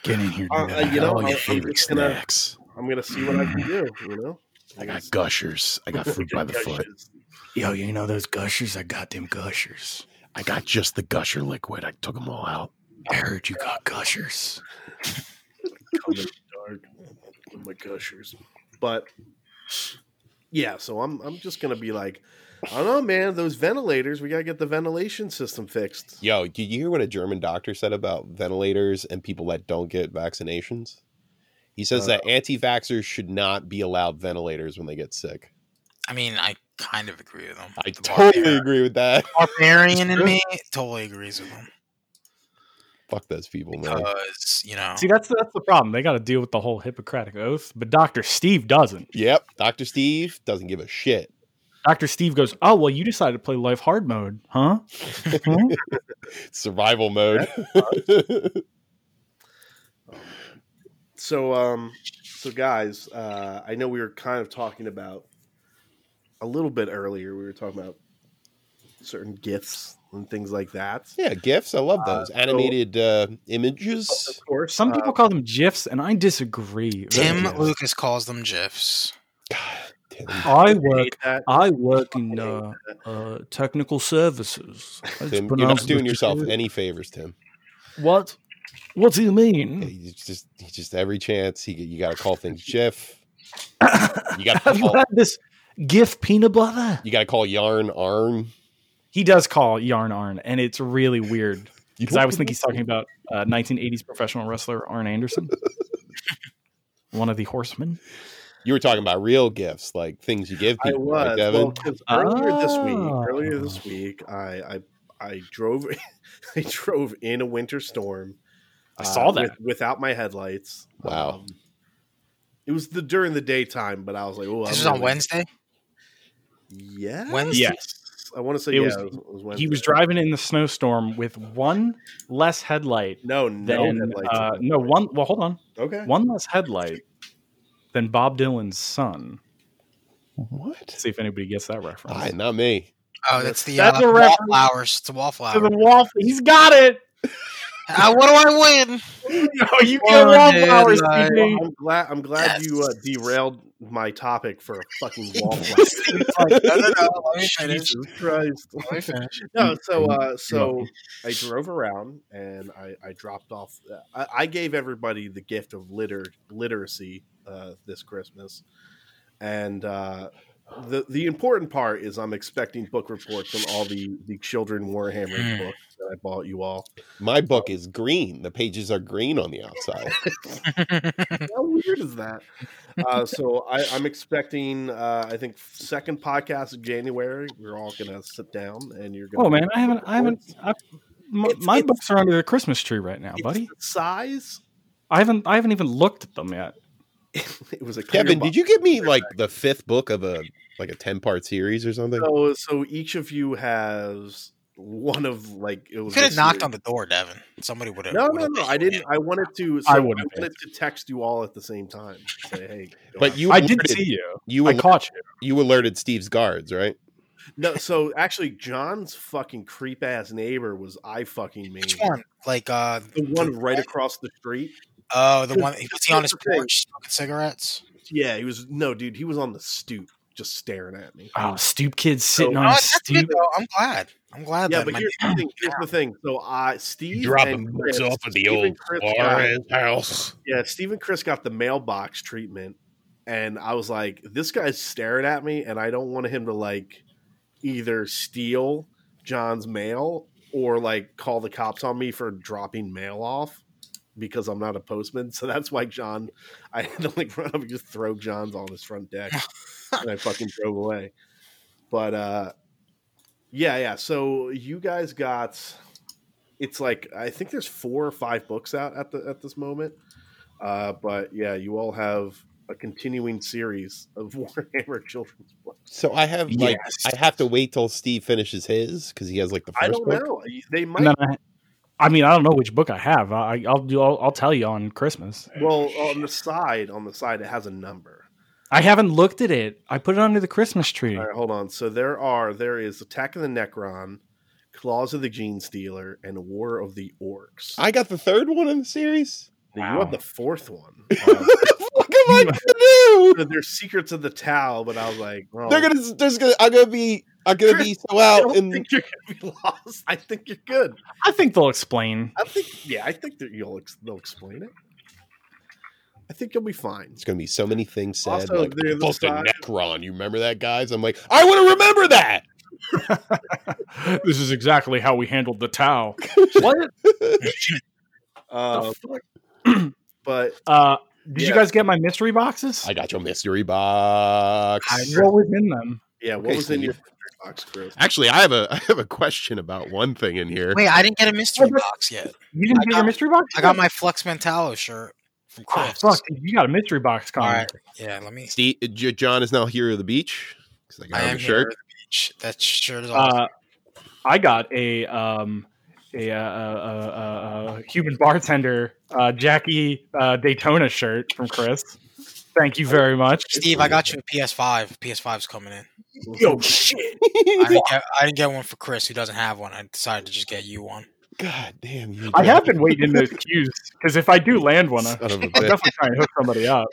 S1: Get in here,
S3: Uh, uh,
S1: Devin.
S3: you know,
S1: All
S3: I'm- I'm just gonna-
S1: snacks.
S3: I'm gonna see what I can
S1: [LAUGHS]
S3: do. You know,
S1: gushers. I got [LAUGHS]
S3: Gushes.
S1: Yo, you know those gushers? I got them gushers.
S5: I got just the gusher liquid. I took them all out.
S1: I heard you got gushers.
S3: come in the dark with my gushers. But yeah, so I'm I'm just gonna be like, I don't know, man. Those ventilators, we gotta get the ventilation system fixed.
S2: Yo, did you hear what a German doctor said about ventilators and people that don't get vaccinations? He says that anti-vaxxers should not be allowed ventilators when they get sick.
S4: i mean i kind of agree with them
S2: I
S4: The
S2: totally
S4: barbarian-
S2: agree with that. [LAUGHS]
S4: barbarian in me totally agrees with them
S2: Fuck those people, man.
S4: because you know
S1: See, that's that's the problem. They got to deal with the whole Hippocratic oath, but Doctor Steve doesn't.
S2: Yep, Doctor Steve doesn't give a shit.
S1: Dr. Steve goes, Oh, well, you decided to play life hard mode, huh?
S2: Survival mode. [LAUGHS]
S3: So, um, so guys, uh, I know we were kind of talking about a little bit earlier. We were talking about certain gifts and things like that.
S2: yeah, gifs. I love those animated uh, images.
S3: Of course,
S1: Some
S3: uh,
S1: people call them GIFs, and I disagree.
S4: Tim
S2: Yeah.
S4: Lucas calls them GIFs.
S3: [LAUGHS]
S1: I
S3: hate
S1: work
S3: that.
S1: I work in
S3: Fucking
S1: uh, uh, technical services. I just
S2: Tim, you're
S1: pronounce
S2: not
S1: it
S2: doing
S1: as
S2: yourself
S1: Tim.
S2: any favors, Tim.
S1: What? What do you mean?
S2: He just, he just every chance he you got to call things
S1: [LAUGHS]
S2: GIF. You got
S1: Have
S2: to
S1: you
S2: call,
S1: had this GIF peanut butter?
S2: you got to call yarn arm.
S1: He does call Yarn Arn, and it's really weird
S2: You
S1: because I always think he's talking about uh, 1980s professional wrestler Arn Anderson, [LAUGHS] one of the Horsemen.
S2: You were talking about real gifts, like things you give
S3: I
S2: people, right,
S3: was
S2: Devin?
S3: well, 'cause earlier this
S1: Ah.
S3: week. Earlier this week, I I, I drove [LAUGHS] I drove in a winter storm. uh,
S1: I saw that.
S3: with- without my headlights.
S2: Wow.
S3: Um, it was the during the daytime, but I was like, "Oh,
S4: This
S3: I'm
S4: was on
S3: really-
S4: Wednesday.
S3: Yeah,
S4: Wednesday.
S1: Yes.
S3: I want to say
S1: It
S3: yeah,
S1: was-
S3: it was
S1: He was
S3: Wednesday.
S1: driving in the snowstorm with one less headlight
S3: No, no
S1: than
S3: headlights.
S1: uh, no one. Well, hold on, [LAUGHS]
S3: okay.
S1: one less headlight than Bob Dylan's son.
S2: What?
S1: See if anybody gets that reference.
S2: Ah, not me.
S4: Oh, that's the
S1: That's
S4: uh,
S1: a reference.
S4: wallflowers. It's a
S1: to
S4: wallflower.
S1: the waffle. He's got it.
S4: Uh, what do I win?
S1: No, Oh,
S3: [LAUGHS]
S1: you
S4: Or
S1: get wallflowers,
S4: did I-
S1: CB.
S3: I'm glad. I'm glad you uh,
S4: Yes.
S3: derailed my topic for a fucking wallflower. [LAUGHS]
S4: No, no, no. Let me finish.
S3: Jesus Christ!
S4: Let me finish.
S3: No, so uh, so I drove around and I, I dropped off. I, I gave everybody the gift of liter literacy uh, this Christmas, and uh, the the important part is I'm expecting book reports on all the the children Warhammer
S4: Mm.
S3: books that I bought you all.
S2: My book is green. The pages are green on the
S3: [LAUGHS]
S2: outside.
S3: How weird is that?
S1: [LAUGHS]
S3: Uh, so I, I'm expecting. Uh, I think second podcast of January, we're all gonna sit down and you're gonna.
S1: Oh man, I haven't. I haven't. I, my
S3: It's-
S1: my
S3: it's-
S1: books are under the Christmas tree right now,
S3: It's
S1: buddy.
S3: the size. [LAUGHS]
S1: I haven't. I haven't even looked at them yet.
S3: It was a clear
S2: Kevin,
S3: box.
S2: did you give me like the fifth book of a like a ten part series or something?
S3: So, so each of you has one of like it
S4: You
S3: was.
S4: could have
S3: this
S4: knocked
S3: year.
S4: on the door, Devin. Somebody would have.
S3: No, no, no. I didn't. I wanted to. So
S1: I
S3: I,
S1: wouldn't have
S3: wanted to text you all at the same time. Say, hey. go
S2: But
S3: out.
S2: you,
S1: I did
S2: alerted-
S1: see you.
S2: You
S1: I
S2: aler-
S1: caught you.
S2: you alerted Steve's guards, right?
S3: no. So actually, John's fucking creep ass neighbor was I fucking me.
S4: Which one? Like, uh,
S3: The one right across the street.
S4: oh, the one. Was he on
S3: Here's
S4: his
S3: the thing.
S4: porch smoking cigarettes?
S3: Yeah, he was. No, dude, he was on the stoop, just staring at me.
S1: Oh, stoop kids sitting
S3: Oh,
S1: on
S4: Oh,
S1: a
S4: that's good,
S1: stoop.
S4: though. I'm glad. I'm glad
S3: Yeah,
S4: that
S3: but
S4: my
S3: here's the thing. Here's the thing. So, uh, Steve and Chris, Steve and Chris got-
S5: house.
S3: Yeah, Steve and Chris got the mailbox treatment, and I was like, this guy's staring at me, and I don't want him to like either steal John's mail or like call the cops on me for dropping mail off because I'm not a postman. [LAUGHS] So that's why John, I had to like run up and just throw John's on his front deck, and I fucking drove away. But uh, yeah, yeah. So you guys got. It's like I think there's four or five books out at the at this moment. Uh, but yeah, you all have a continuing series of [LAUGHS] Warhammer children's books.
S2: So I have like I have to wait till Steve finishes his because he has like the first
S3: I don't
S2: book.
S3: know. They
S1: And
S3: might.
S1: then I, I mean, I don't know which book I have. I, I'll do. I'll, I'll tell you on Christmas.
S3: Well, on the side, on the side, it has a number.
S1: I haven't looked at it. I put it under the Christmas tree.
S3: All right, hold on. So there are there is Attack of the Necron, Claws of the Gene Stealer, and War of the Orcs.
S2: I got the third one in
S1: [LAUGHS]
S2: the series.
S3: Now, You
S1: Wow.
S3: have the
S2: [LAUGHS]
S3: fourth one.
S2: what the fuck am I gonna do?
S3: Uh, There's Secrets of the Tau, but I was like, oh,
S2: They're gonna. There's gonna. I'm gonna be. I'm gonna be so
S3: I
S2: out
S3: don't
S2: and
S3: think you're gonna be [LAUGHS] lost. I think you're good.
S1: I think they'll explain.
S3: I think, yeah, I think that you'll ex- they'll explain it. I think you'll be fine.
S2: It's gonna be so many things said.
S3: Also,
S2: like,
S3: they're the
S2: Book of
S3: size-
S2: Necron. You remember that, guys? I'm like, I want to remember that.
S1: this is exactly how we handled the [LAUGHS] Tau.
S4: Uh,
S3: Um, but
S1: Uh, did you
S3: Yeah.
S1: guys get my mystery boxes?
S2: I got your mystery box.
S4: I-
S1: what was in them?
S3: yeah, what
S2: Okay,
S3: was
S2: so
S3: in
S2: you-
S3: your mystery box, Chris?
S5: Actually, I
S2: [LAUGHS]
S5: have a I have a question about one thing in here.
S4: Wait, I didn't get a mystery box yet.
S1: You didn't
S4: I
S1: get
S4: got-
S1: your mystery box?
S4: I got my Flux Mentalo shirt from
S1: Oh,
S4: Chris.
S1: fuck, dude, you got a mystery box
S4: All
S1: coming.
S4: right. Yeah, let me.
S5: Steve, J- John is now hero of the beach. Because I
S4: I
S5: got
S4: am here.
S5: a shirt.
S4: at the beach. That shirt is awesome.
S1: Uh, I got a um, a, uh, uh, uh, uh, Cuban bartender uh, Jackie uh, Daytona shirt from Chris. Thank you very much.
S4: Steve, I got you a PS5. PS5's coming in.
S1: Yo, shit.
S4: I didn't, get, I didn't get one for Chris, who doesn't have one. I decided to just get you one.
S2: God damn you!
S1: I have been waiting in those queues because if I do land one, I'll
S5: Son of a bitch.
S1: definitely try and hook somebody up.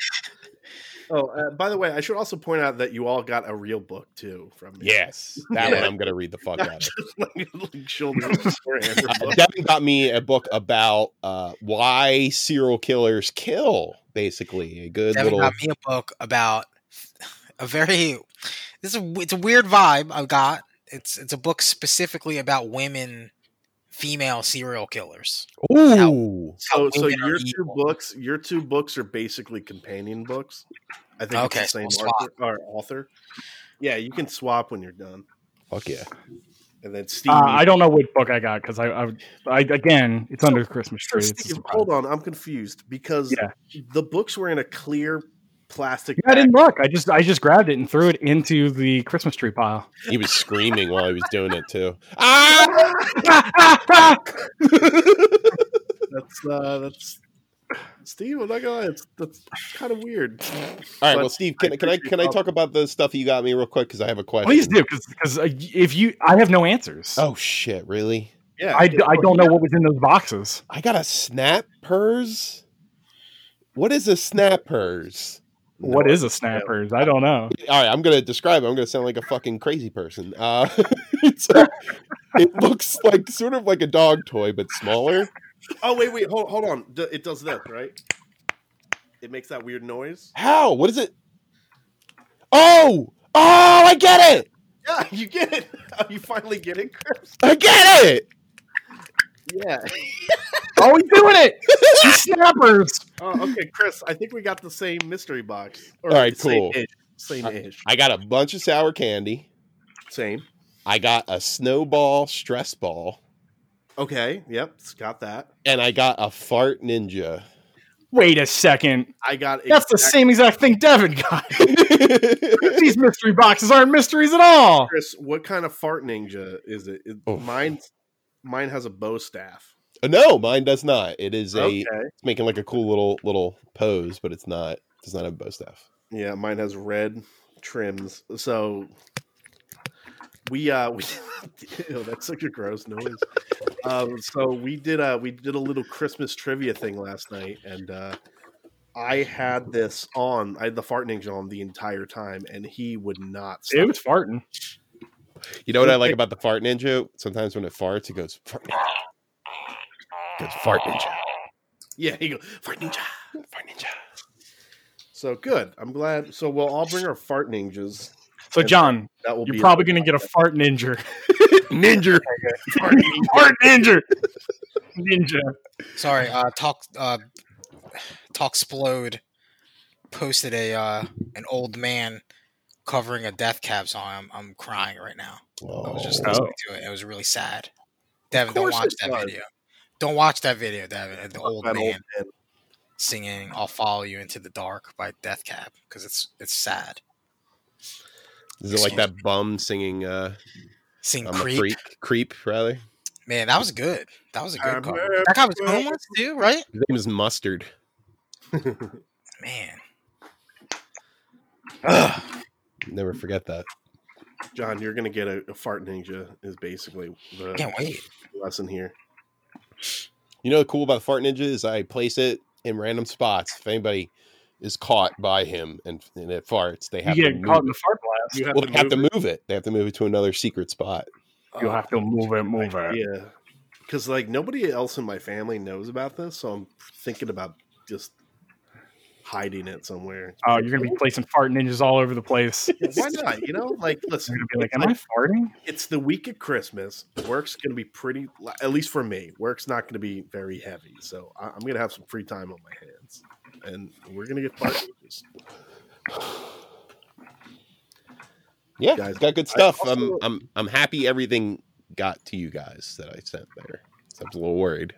S3: Oh, uh, by the way, I should also point out that you all got a real book too from me.
S2: Yes, that
S4: Yeah.
S2: one I'm gonna read the fuck out of.
S3: [LAUGHS] like, like shoulder or
S2: [LAUGHS]
S3: hammer
S2: Uh,
S3: book.
S2: Devin got me a book about uh, why serial killers kill. Basically, a good
S4: Devin
S2: little
S4: got me a book about [LAUGHS] a very. This is a, it's a weird vibe I got. It's it's a book specifically about women, female serial killers.
S2: ooh.
S3: So, so
S4: women are
S3: your two
S4: evil.
S3: books, your two books are basically companion books. I think
S4: Okay,
S3: it's the same
S4: we'll swap.
S3: author, or author. Yeah, you can swap when you're done,
S2: Fuck yeah!
S3: and then Steve.
S1: Uh, I don't know which book I got because I, I, I, again, it's under the Christmas
S3: So,
S1: tree. It's a
S3: Steve,
S1: surprise.
S3: hold on, I'm confused because
S1: Yeah.
S3: the books were in a clear plastic.
S1: Yeah, I didn't
S3: bag.
S1: look. I just I just grabbed it and threw it into the Christmas tree
S3: [LAUGHS]
S1: pile.
S2: He was screaming while he was doing it too. Ah!
S3: That's uh, that's Steve. I'm not gonna lie, it's, that's kind of weird.
S2: All right,
S3: But
S2: well, Steve, can
S3: I
S2: I can I can I
S3: appreciate- Oh,
S2: talk about the stuff you got me real quick because I have a question.
S1: Please do, because if you, I have no answers.
S2: Oh shit! Really?
S3: Yeah,
S1: I, d- I don't know what was in those boxes.
S2: I got a snappers. What is a snappers?
S1: What is a snappers? I don't know.
S2: all right, I'm gonna describe. it. I'm gonna sound like a fucking crazy person. Uh, [LAUGHS] it's a- it looks like sort of like a dog toy, but smaller.
S3: Oh wait, wait, hold hold on. D- It does this right. It makes that weird noise.
S2: How? What is it? Oh, oh, I get it!
S3: Yeah, [LAUGHS] you get it. Are you finally getting Chris?
S2: I get it!
S3: Yeah.
S1: Oh, he's doing it.
S2: [LAUGHS]
S1: He's snappers.
S3: Oh, okay, Chris. I think we got the same mystery box. Or
S2: All right, cool.
S3: same ish, Same ish.
S2: I got a bunch of sour candy.
S3: Same.
S2: I got a snowball stress ball,
S3: Okay. Yep. it's Got that.
S2: and I got a fart ninja.
S1: Wait a second.
S3: I got.
S1: That's the
S3: exact-
S1: same exact thing Devin [LAUGHS] got. These mystery boxes aren't mysteries at all.
S3: Chris, what kind of fart ninja is it? It-
S2: Oh.
S3: Mine. Mine has a bow staff.
S2: [LAUGHS] no, mine does not. It is a.
S3: Okay.
S2: It's making like a cool little little pose, but it's not. It does not have bow staff.
S3: Yeah, mine has red trims. So we uh [LAUGHS] we Ew, that's such a gross noise. Um so we did uh we did a little Christmas trivia thing last night and uh I had this on. I had the fart ninja on the entire time, and he would not. Stop.
S1: It was farting.
S2: You know what I like about the fart ninja? Sometimes when it farts, it goes fart ninja. It goes fart ninja.
S3: Yeah, he goes fart ninja.
S2: Fart ninja.
S3: So good. I'm glad. So we'll all bring our fart ninjas.
S1: So, John,
S3: That will be
S1: you're probably going to get a fart ninja.
S5: Ninja.
S1: [LAUGHS] fart ninja. Ninja.
S4: Sorry, uh, talk uh, Talksplode posted a uh, an old man covering a death cab song. I'm, I'm crying right now. I was just
S1: Oh.
S4: listening to it. It was really sad. Devin, don't
S3: course
S4: watch
S3: it
S4: that
S3: was.
S4: video. Don't watch that video, Devin. The old
S3: That
S4: man
S3: old man.
S4: singing "I'll Follow You Into the Dark" by Death Cab because it's it's sad.
S2: Is it like that bum singing uh
S4: Sing
S2: I'm
S4: creep.
S2: a freak creep rather?
S4: man, that was good. That was a
S3: I'm
S4: good call.
S3: a
S4: That guy was
S3: freak.
S4: homeless too, right?
S2: His name is Mustard.
S4: Man,
S2: Never forget that.
S3: John, you're gonna get a, a fart ninja. Is basically the
S4: can't wait.
S3: lesson here.
S2: You know what's cool about the fart ninja is I place it in random spots. If anybody is caught by him and, and it farts, they
S1: You
S2: have to
S1: get
S2: move
S1: caught in
S2: it.
S1: the fart blast.
S3: You have
S2: Well,
S3: to
S2: they have to
S3: move
S2: move it. They have to move it to another secret spot.
S1: You have to move it, move it.
S3: Yeah. Because, like, nobody else in my family knows about this. So I'm thinking about just hiding it somewhere.
S1: Oh, you're gonna be placing fart ninjas all over the place. You're
S3: Why not? You know,
S1: [LAUGHS]
S3: like, listen,
S1: gonna be like, "Am I farting?"
S3: it's the week of Christmas. Work's going to be pretty, at least for me, work's not going to be very heavy. So I- I'm going to have some free time on my hands. And we're going to get part
S2: Yeah,
S3: Guys,
S2: it's got good stuff.
S3: I also-
S2: I'm I'm I'm happy everything got to you guys that I sent there. So I was a little worried.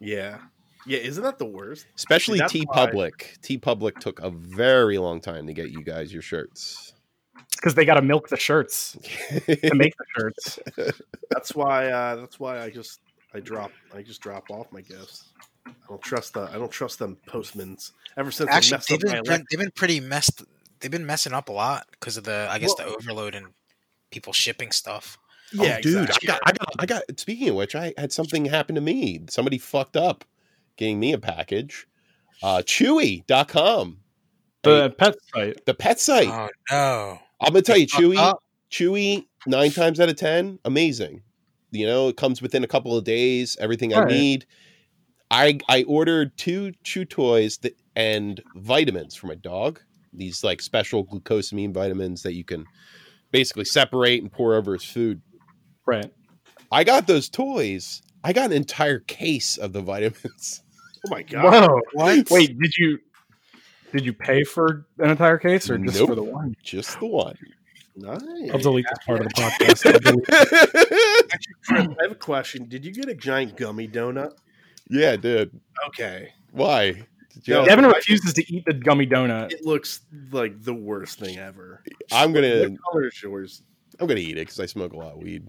S3: Yeah. Yeah. Isn't that the worst?
S2: Especially
S3: that's
S2: T
S3: why-
S2: Public. T Public took a very long time to get you guys your shirts. [LAUGHS]
S1: because they got to milk the shirts to make the shirts.
S3: That's why. Uh, that's why I just I drop I just drop off my gifts. I don't trust the I don't trust them postmans. Ever since
S4: Actually,
S3: they messed up
S4: they've
S3: my
S4: been,
S3: elect-
S4: they've been pretty messed. They've been messing up a lot because of the, I guess, the overload and people shipping stuff.
S3: yeah,
S2: oh, dude,
S3: exactly.
S2: I got, I got, I got. Speaking of which, I had something happen to me. Somebody fucked up getting me a package. Uh, Chewy.com,
S1: The pet site.
S2: the pet site.
S4: Oh no!
S2: I'm gonna tell you,
S4: Fuck
S2: Chewy,
S4: up.
S2: Chewy, nine times out of ten, amazing. You know, it comes within a couple of days, everything I
S1: Right.
S2: need. I I ordered two chew toys that, and vitamins for my dog. These like special glucosamine vitamins that you can basically separate and pour over his food.
S1: Right.
S2: I got those toys. I got an entire case of the vitamins. [LAUGHS]
S3: Oh my god!
S1: Whoa.
S4: What?
S1: Wait, did you did you pay for an entire case or just
S2: Nope.
S1: for the one?
S2: Just the one.
S1: I'll
S3: Nice.
S1: delete this part of the podcast. I'll [LAUGHS] delete-
S3: Chris, I have a question. Did you get a giant gummy donut?
S2: yeah, dude.
S3: Okay,
S2: Why? Did you
S3: No,
S2: have-
S1: Devin refuses to eat the gummy donut.
S3: it looks like the worst thing ever.
S2: I'm gonna
S3: What color is yours? [LAUGHS]
S2: I'm gonna eat it because I smoke a lot of weed.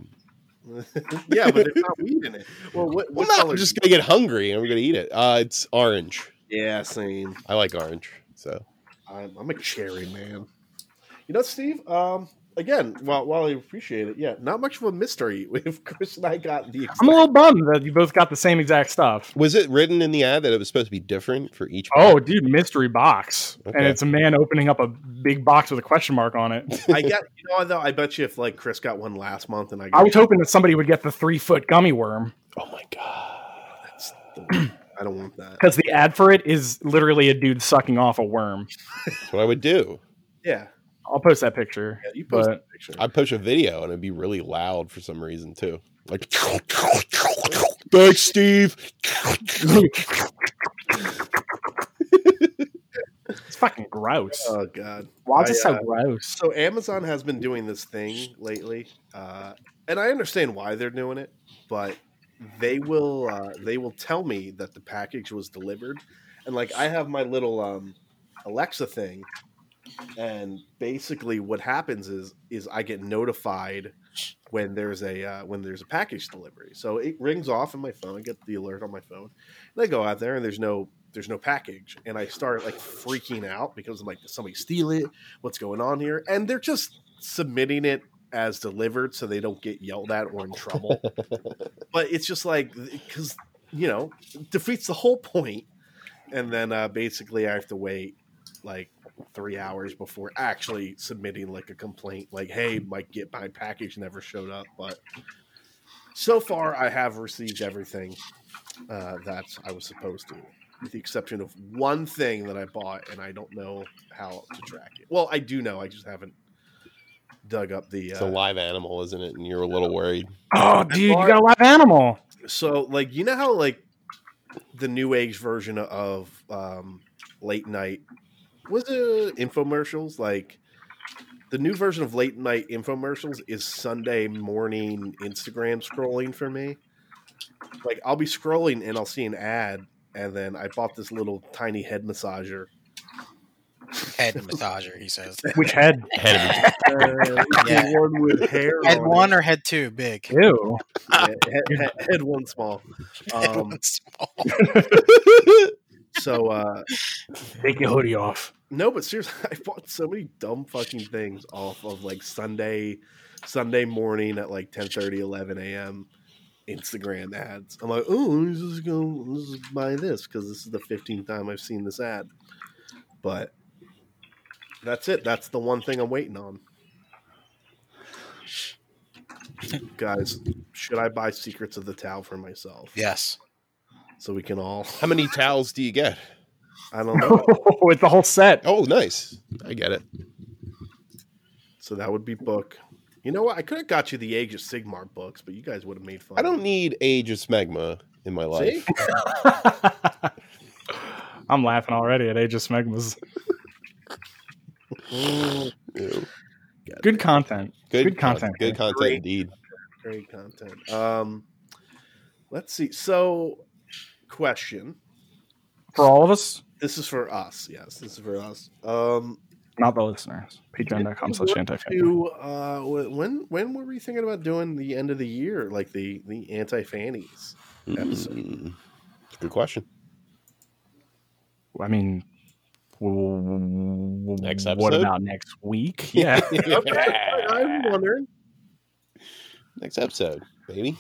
S3: yeah, but there's not weed in it. Well, what,
S2: Well,
S3: what
S2: no,
S3: color?
S2: I'm just gonna get hungry and I'm gonna eat it. Uh, it's orange.
S3: yeah, same.
S2: I like orange. So
S3: I'm, I'm a cherry man. You know, Steve. Um, again, while while I appreciate it, yeah, not much of a mystery. [LAUGHS] If Chris and I got the,
S1: I'm a little bummed that you both got the same exact stuff.
S2: was it written in the ad that it was supposed to be different for each?
S1: Oh, dude, mystery box, and
S2: Okay.
S1: it's a man opening up a big box with a question mark on it.
S3: I got you know though. I bet you if like Chris got one last month and I got
S1: I was hoping that somebody would get the three foot gummy worm
S2: Oh my god!
S3: That's the- I don't
S1: [CLEARS THROAT]
S3: want that.
S1: because the ad for it is literally a dude sucking off a worm.
S2: That's what I would do.
S3: Yeah,
S1: I'll post that picture.
S3: yeah you posted
S1: But-
S3: a picture.
S2: I'd push a video and it'd be really loud for some reason too. Like, thanks, Steve.
S1: It's fucking gross.
S3: oh god.
S1: Why is it so
S3: I, uh,
S1: gross?
S3: So Amazon has been doing this thing lately, uh, and I understand why they're doing it, but they will uh, they will tell me that the package was delivered, and like I have my little um, Alexa thing, and basically what happens is is I get notified when there's a uh, when there's a package delivery. So it rings off in my phone. I get the alert on my phone, and I go out there and there's no there's no package, and I start like freaking out because I'm like, did somebody steal it? What's going on here? And they're just submitting it as delivered so they don't get yelled at or in trouble. but it's just like because you know it defeats the whole point. And then uh, basically I have to wait like three hours before actually submitting like a complaint, like, hey, my get my package never showed up. But so far, I have received everything uh, that I was supposed to, with the exception of one thing that I bought, and I don't know how to track it. Well, I do know, I just haven't dug up the.
S2: It's a
S3: Uh,
S2: live animal, isn't it? And you're a little worried.
S1: Oh, dude, you got a live animal.
S3: so, like, you know how like the new age version of um, late night was it infomercials like the new version of late night infomercials is sunday morning instagram scrolling for me like i'll be scrolling and i'll see an ad and then i bought this little tiny head massager
S4: Head massager, he
S3: [LAUGHS]
S4: says.
S1: Which head?
S2: Head
S4: Uh, Yeah.
S3: one with hair
S4: Head
S3: on
S4: one or head two? Big.
S1: Ew.
S3: it. Yeah, head, head, head one small
S4: Head
S3: um,
S4: one [LAUGHS] small.
S3: so uh
S1: Take your hoodie off. [LAUGHS]
S3: No, but seriously, [LAUGHS] I bought so many dumb fucking things off of like Sunday, Sunday morning at like 10 11 a.m. Instagram ads. I'm like, oh, let's just go, let's just buy this because this is the 15th time I've seen this ad. But that's it. That's the one thing I'm waiting on. Guys, should I buy Secrets of the Towel for myself? [LAUGHS]
S4: Yes.
S3: So we can all,
S2: How many towels do you get?
S3: I don't know.
S1: it's the whole set.
S2: Oh, nice. I get it.
S3: So that would be book. You know what? I could have got you the Age of Sigmar books, but you guys would have made fun.
S2: I don't need Age of Smegma in my life.
S3: See?
S1: I'm laughing already at Age of Smegmas.
S2: Ew.
S1: Good content.
S2: Good,
S1: Good
S2: con-
S1: content.
S2: Good content
S3: Great.
S2: indeed.
S3: Great content. Um, let's see. So, question.
S1: For all of us?
S3: This is for us. Yes, this is for us. Um,
S1: Not the listeners. Patreon.com slash anti-fanboy.
S3: to uh, wh- when when were we thinking about doing the end of the year, like the the anti fannies? Episode.
S2: Mm. Good question.
S1: I mean, w-
S2: Next
S1: what
S2: episode?
S1: about next
S2: [LAUGHS]
S1: week? [LAUGHS] Yeah.
S3: I'm wondering.
S2: Next episode, baby.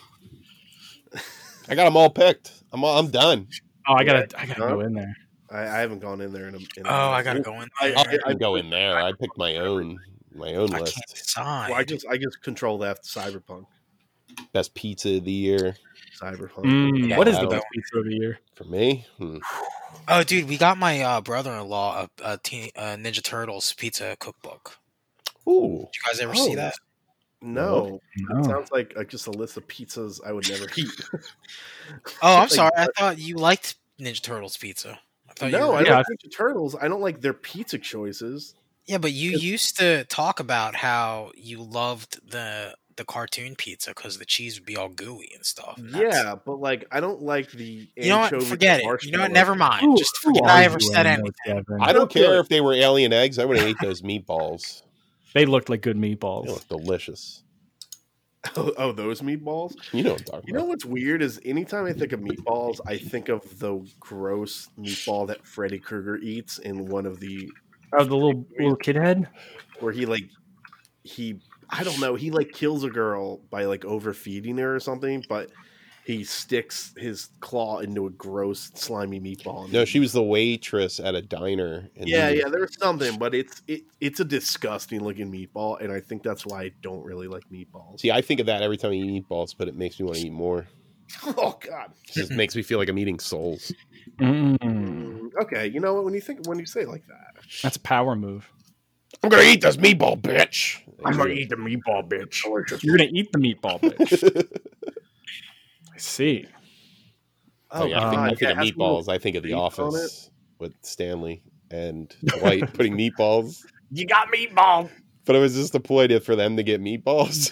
S2: I got them all picked. I'm all, I'm done.
S1: oh, I gotta, I gotta go in there.
S3: I, I haven't gone in there in a. In a-
S4: Oh, I gotta go in. There.
S2: I didn't go in there. I picked my own my own
S4: I
S2: list.
S4: can't decide.
S3: Well, I just I just control F cyberpunk.
S2: Best pizza of the year
S3: Cyberpunk.
S1: Mm,
S4: Yeah,
S1: what is
S2: I
S1: the
S2: don't-
S1: best pizza of the year?
S2: for me. Hmm.
S4: oh, dude, we got my uh, brother-in-law a, a teen, uh, Ninja Turtles pizza cookbook.
S2: Ooh,
S4: Did you guys ever
S3: Oh,
S4: see that?
S3: No, it
S1: No.
S3: sounds like uh, just a list of pizzas I would
S4: [LAUGHS]
S3: never eat.
S4: Oh, I'm
S3: Like,
S4: sorry. I thought you liked Ninja Turtles pizza. I thought you
S3: No,
S4: were-
S3: I
S1: Yeah.
S3: like Ninja Turtles. I don't like their pizza choices.
S4: yeah, but you used to talk about how you loved the the cartoon pizza because the cheese would be all gooey and stuff. and that's-
S3: Yeah, but like I don't like the.
S4: You know what?
S3: anchovy
S4: Forget it. You know
S3: marshmallow.
S4: what? Never mind.
S1: Who-
S4: Just
S1: who
S4: forget
S1: are
S4: I
S1: you
S4: ever said
S1: anyway,
S4: anything.
S1: Kevin?
S2: I don't
S3: feel
S2: care
S3: like-
S2: if they were alien eggs. I would have ate those meatballs.
S1: They looked like good
S2: They
S1: meatballs.
S2: look delicious.
S3: [LAUGHS] Oh, oh, those meatballs.
S2: You know what I'm talking
S3: You know
S2: about.
S3: what's weird is anytime I think of meatballs, I think of the gross meatball that Freddy Krueger eats in one of the
S1: Oh, the little little kid head.
S3: where he like he I don't know he like kills a girl by like overfeeding her or something, but he sticks his claw into a gross slimy meatball. and-
S2: No, she was the waitress at a diner. in
S3: yeah,
S2: New
S3: yeah, there's something, but it's it, it's a disgusting looking meatball, and I think that's why I don't really like
S1: [LAUGHS]
S3: meatballs.
S2: See, I think of that every time I eat meatballs, but it makes me want to eat more.
S3: Oh God.
S2: It
S3: [LAUGHS]
S2: just makes me feel like I'm eating souls.
S1: Mm,
S3: Okay, you know what? When you think when you say it like that,
S1: that's a power move.
S2: I'm gonna eat this meatball, bitch.
S1: the meatball, bitch. You're gonna eat the meatball, bitch. [LAUGHS] I see.
S2: Oh, yeah, I think, I
S3: God,
S2: think of
S3: yeah, it has little-
S2: meatballs. I think of The
S3: meat on
S2: Office with Stanley and Dwight putting meatballs.
S1: You got meatball.
S2: But it was just a ploy to, for them to get meatballs,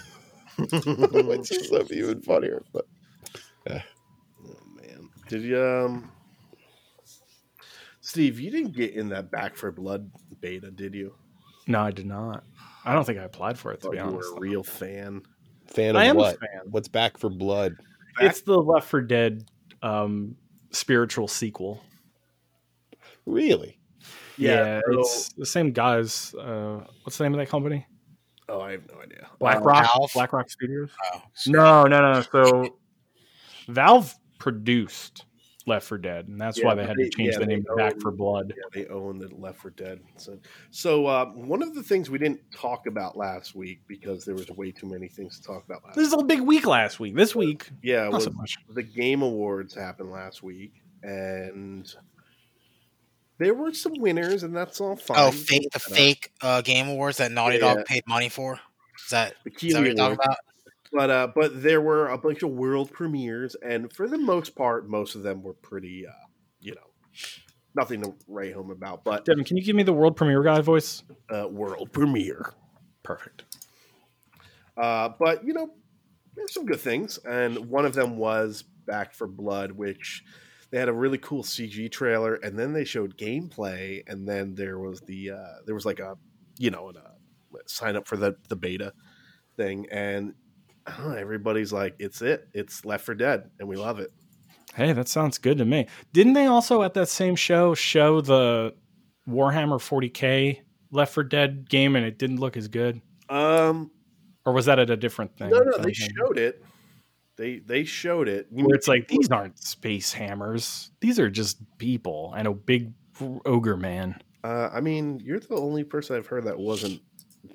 S2: [LAUGHS] which is so even funnier. But
S3: [LAUGHS] Oh, man, did you um, Steve? You didn't get in that back for blood beta, did you?
S1: No, I did not. I don't think I applied for it to
S3: Thought
S1: be
S3: you
S1: honest.
S3: were a real fan.
S2: fan
S1: I
S2: of
S1: am
S2: what?
S1: a fan.
S2: What's back for blood?
S1: It's the Left for Dead um, spiritual sequel.
S2: Really?
S1: Yeah,
S3: so-
S1: it's the same guys. Uh, what's the name of that company?
S3: oh, I have no idea. Um,
S1: BlackRock.
S4: Valve?
S1: BlackRock Studios.
S4: Oh,
S1: No, no, no. So Valve produced Left for Dead, and that's
S3: Yeah,
S1: why they had
S3: they-
S1: to change
S3: yeah,
S1: the
S3: they
S1: name back
S3: own-
S1: for Blood.
S3: Yeah, they own the Left for Dead. So, so uh, one of the things we didn't talk about last week because there was way too many things to talk about last.
S1: This is a big week last week. This week,
S3: week. Yeah,
S1: not
S3: was
S1: so much.
S3: the Game Awards happened last week, and there were some winners, and that's all fine.
S4: oh fake the fake uh, game awards that Naughty
S3: Yeah.
S4: Dog paid money for. Is that,
S3: The
S4: is that what
S3: Keeley
S4: you're talking
S3: Awards.
S4: about?
S3: But uh, but there were a bunch of world premieres, and for the most part, most of them were pretty, uh, you know, nothing to write home about. But
S1: Devin, can you give me the world premiere guy voice?
S3: uh, world premiere,
S1: Perfect.
S3: Uh, but you know, there's some good things, and one of them was Back for Blood, which they had a really cool CG trailer, and then they showed gameplay, and then there was the uh, there was like a you know an, uh, sign up for the the beta thing, and I don't know, everybody's like, it's it, it's Left for Dead, and we love it.
S1: Hey, that sounds good to me. Didn't they also at that same show show the Warhammer 40K Left for Dead game and it didn't look as good?
S3: Um,
S1: Or was that at a different thing?
S3: no, no, they
S1: Okay.
S3: showed it. They they showed it. You
S1: Where it's like these aren't space hammers. These are just people and a big ogre man.
S3: Uh, I mean, you're the only person I've heard that wasn't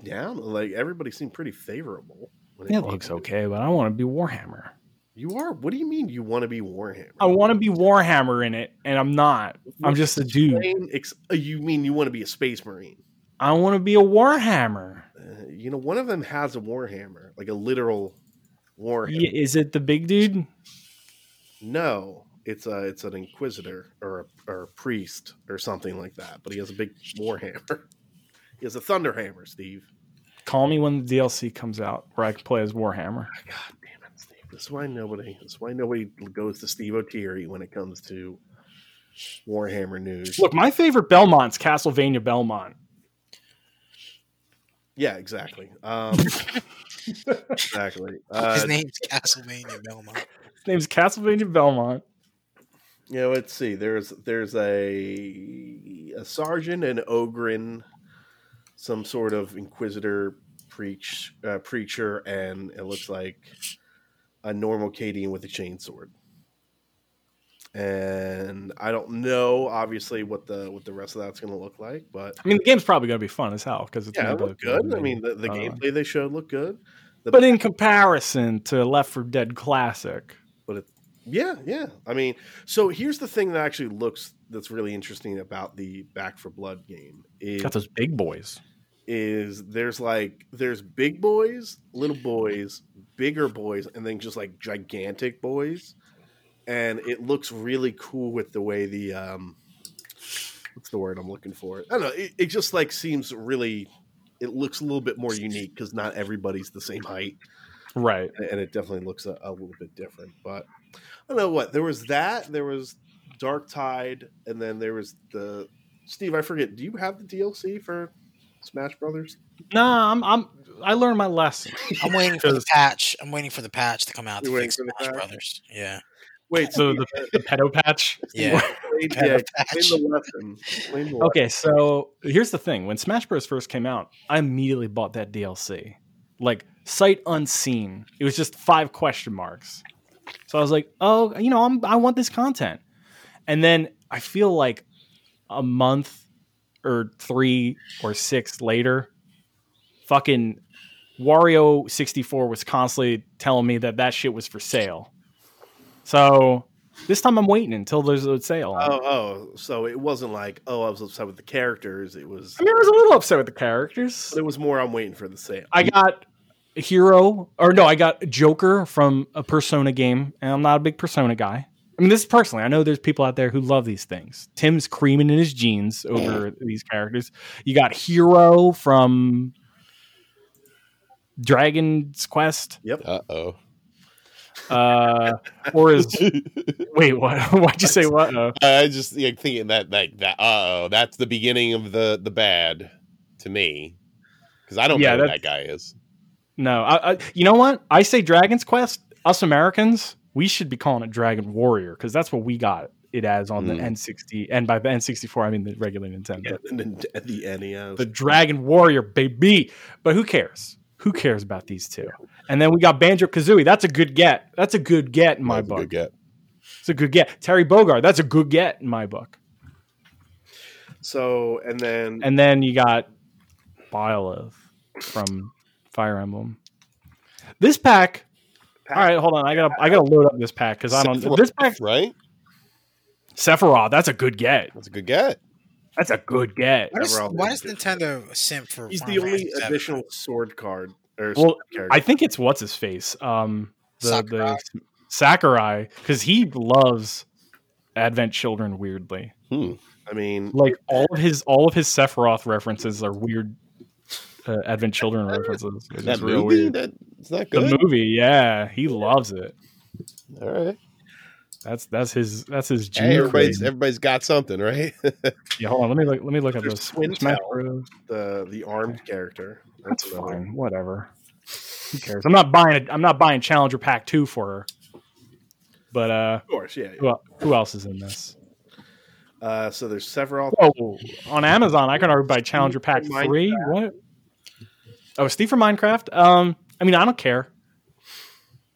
S3: down. Like everybody seemed pretty favorable. when
S1: It
S3: came
S1: looks
S3: to it.
S1: okay, but I want to be Warhammer.
S3: You are. What do you mean you want to be Warhammer?
S1: I want to be Warhammer in it, and I'm not. Oh, I'm just a dude.
S3: Explain- ex- uh, you mean you want to be a space marine?
S1: I want to be a Warhammer.
S3: Uh, you know, one of them has a warhammer, like a literal warhammer.
S1: Y- Is it the big dude?
S3: No, it's a it's an inquisitor or a, or a priest or something like that. But he has a big warhammer. [LAUGHS] He has a thunder hammer, Steve.
S1: Call me when the DLC comes out where I can play as Warhammer.
S3: God damn it, Steve. This is why nobody this is why nobody goes to Steve O'Teary when it comes to Warhammer news.
S1: Look, my favorite Belmont's Castlevania Belmont.
S3: Yeah, exactly. Um, exactly. Uh,
S4: [LAUGHS] His name's Castlevania Belmont.
S1: His name's Castlevania Belmont.
S3: you know, let's see. There's there's a a sergeant and ogrin, some sort of inquisitor preach uh, preacher, and it looks like a normal Cadian with a chainsword. And I don't know, obviously, what the what the rest of that's going to look like, but
S1: I mean, the game's probably going to be fun as hell because it's
S3: yeah,
S1: made
S3: it looked
S1: by the-
S3: good. I mean, the, the
S1: uh,
S3: gameplay they showed looked good. The
S1: but in comparison to Left 4 Dead Classic,
S3: but it, yeah, yeah. I mean, so here's the thing that actually looks that's really interesting about the Back for Blood game is
S1: got those big boys.
S3: is there's like there's big boys, little boys, bigger boys, and then just like gigantic boys, and it looks really cool with the way the um, what's the word I'm looking for? I don't know. It, it just like seems really. It looks a little bit more unique because not everybody's the same height
S1: Right.
S3: and it definitely looks a, a little bit different. But I don't know what there was that there was Dark Tide, and then there was the Steve. I forget. Do you have the DLC for Smash Brothers?
S1: Nah, I'm, I'm, I learned my lesson.
S3: [LAUGHS]
S4: I'm waiting for the
S1: 'Cause-
S4: patch. I'm waiting for the patch to come out to
S3: You're
S4: fix
S3: waiting for the
S4: Smash
S3: patch?
S4: Brothers.
S3: [LAUGHS]
S4: Yeah,
S3: Wait,
S1: So the, the pedo patch.
S4: yeah.
S3: [LAUGHS] played,
S4: kind
S3: yeah,
S4: of
S3: explain the lesson. Explain the
S1: Okay, so here's the thing: when Smash Bros. first came out, I immediately bought that DLC, like sight unseen. It was just five question marks. So I was like, "Oh, you know, I'm, I want this content." And then I feel like a month or three or six later, fucking Wario sixty four was constantly telling me that that shit was for sale. So this time I'm waiting until there's a sale. on it.
S3: Oh, oh, so it wasn't like oh, I was upset with the characters. It was,
S1: I mean, I was a little upset with the characters.
S3: it was more. I'm waiting for the sale. [LAUGHS]
S1: I got Hero, or no, I got Joker from a Persona game, and I'm not a big Persona guy. I mean, this is personally, I know there's people out there who love these things. Tim's creaming in his jeans over these characters. You got Hero from Dragon's Quest,
S2: Uh oh.
S1: uh, or is wait, what? [LAUGHS] Why'd you say what? Uh,
S2: I just like thinking that like that. Uh oh, that's the beginning of the the bad to me because I don't
S1: Yeah,
S2: know who
S1: that's-
S2: that guy is.
S1: No, I, I, you know what? I say Dragon's Quest. Us Americans, we should be calling it Dragon Warrior because that's what we got it as on the
S2: Mm.
S1: N60. And by the N64, I mean the regular Nintendo.
S3: Yeah, and then at the NES,
S1: The Dragon Warrior, baby. But who cares? Who cares about these two? And then we got Banjo Kazooie. That's a good get. That's a good get in my
S2: That's a good
S1: book.
S2: get.
S1: It's a good get. Terry Bogard. That's a good get in my book.
S3: so and then
S1: And then you got Byleth from Fire Emblem. This pack. All right, hold on. I gotta I gotta load up this pack because I don't.
S2: Sephiroth,
S1: This pack,
S2: right?
S1: Sephiroth. That's a good get.
S2: That's a good get.
S1: That's a good get.
S4: Why does,
S3: Overall,
S4: why
S3: they
S4: does
S3: did.
S4: Nintendo simp for?
S3: he's the
S4: Final
S3: only
S4: Fantasy VII?
S3: additional sword card. Or
S1: Well,
S3: sword character.
S1: I think it's what's his face. Um, the
S4: Sakurai.
S1: the Sakurai because he loves Advent Children weirdly.
S2: Hmm.
S3: I mean,
S1: Like all of his all of his Sephiroth references are weird. Uh, Advent Children references. It's
S2: That
S1: real
S2: movie?
S1: weird.
S2: That it's not
S1: The
S2: good.
S1: movie, yeah, he loves it.
S2: All right.
S1: That's that's his that's his. G
S2: Hey, everybody's
S1: grade.
S2: everybody's got something, right? [LAUGHS]
S1: Yeah, hold on. Let me look. Let me look at
S3: There's
S1: this.
S3: Twin
S1: Smash
S3: Tail.
S1: Bros.
S3: the the armed character.
S1: That's
S3: another-
S1: fine. Whatever. Who cares? I'm not buying. A, I'm not buying Challenger Pack Two for her. But uh,
S3: Of course, yeah.
S1: who, el- who else is in this?
S3: yeah. Uh, so there's several.
S1: Oh, on Amazon, I can already buy Challenger Pack
S3: Minecraft.
S1: Three. What? Oh, Steve from Minecraft. Um, I mean, I don't care.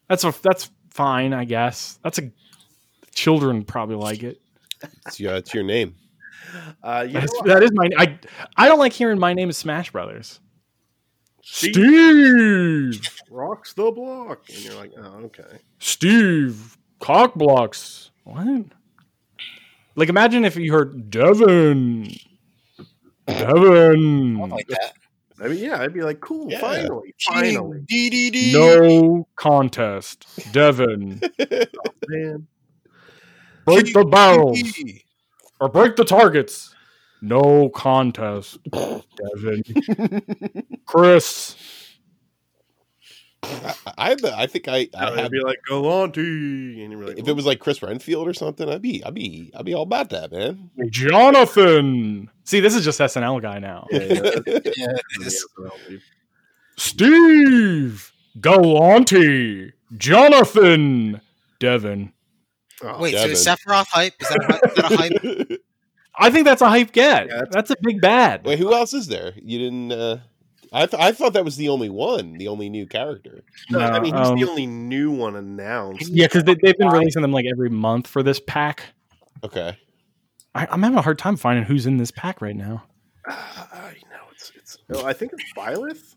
S1: That's a, that's fine, I guess. That's a children probably like it.
S2: it's, your, it's your name.
S3: Uh, you know
S1: That's,
S3: what?
S1: that is my. I I don't like hearing my name is Smash Brothers.
S3: Steve
S1: Steve.
S3: rocks the block, and you're like, oh, okay.
S1: Steve cock blocks. What? Like, imagine if you heard Devin.
S4: I don't
S1: Devin.
S4: like
S3: Hmm.
S4: that.
S3: I mean, yeah, I'd be like, cool,
S2: Yeah.
S3: finally, finally,
S4: DDD.
S1: No contest. Devin.
S3: man.
S1: Break the barrels or break the targets. No contest. Devin. Chris.
S2: I, I, had the- I think I, I
S3: I'd
S2: had,
S3: be like Galante, and you're like,
S2: if it was like Chris Renfield or something, I'd be, I'd be, I'd be all about that, man.
S1: Jonathan. See, this is just SNL guy now.
S3: "Oh, [LAUGHS] Yeah, yeah, that's
S4: Yeah,
S3: gonna be [LAUGHS]
S4: it's-
S3: SNL, dude.
S1: Steve Galante, Jonathan Devin.
S3: Oh,
S4: Wait, so is
S2: Devin.
S4: Sephiroth hype? Is that, a- is that a hype?
S1: I think that's a hype get.
S3: Yeah,
S1: that's, a big bad.
S2: [LAUGHS] Wait, who else is there? You didn't. Uh, I th- I thought that was the only one, the only new character.
S3: No, I
S1: No,
S3: mean, he's
S1: um,
S3: the only new one announced.
S1: yeah, because they, they've been releasing them like every month for this pack.
S2: Okay,
S1: I, I'm having a hard time finding who's in this pack right now.
S3: I know it's it's. No, I think it's Byleth.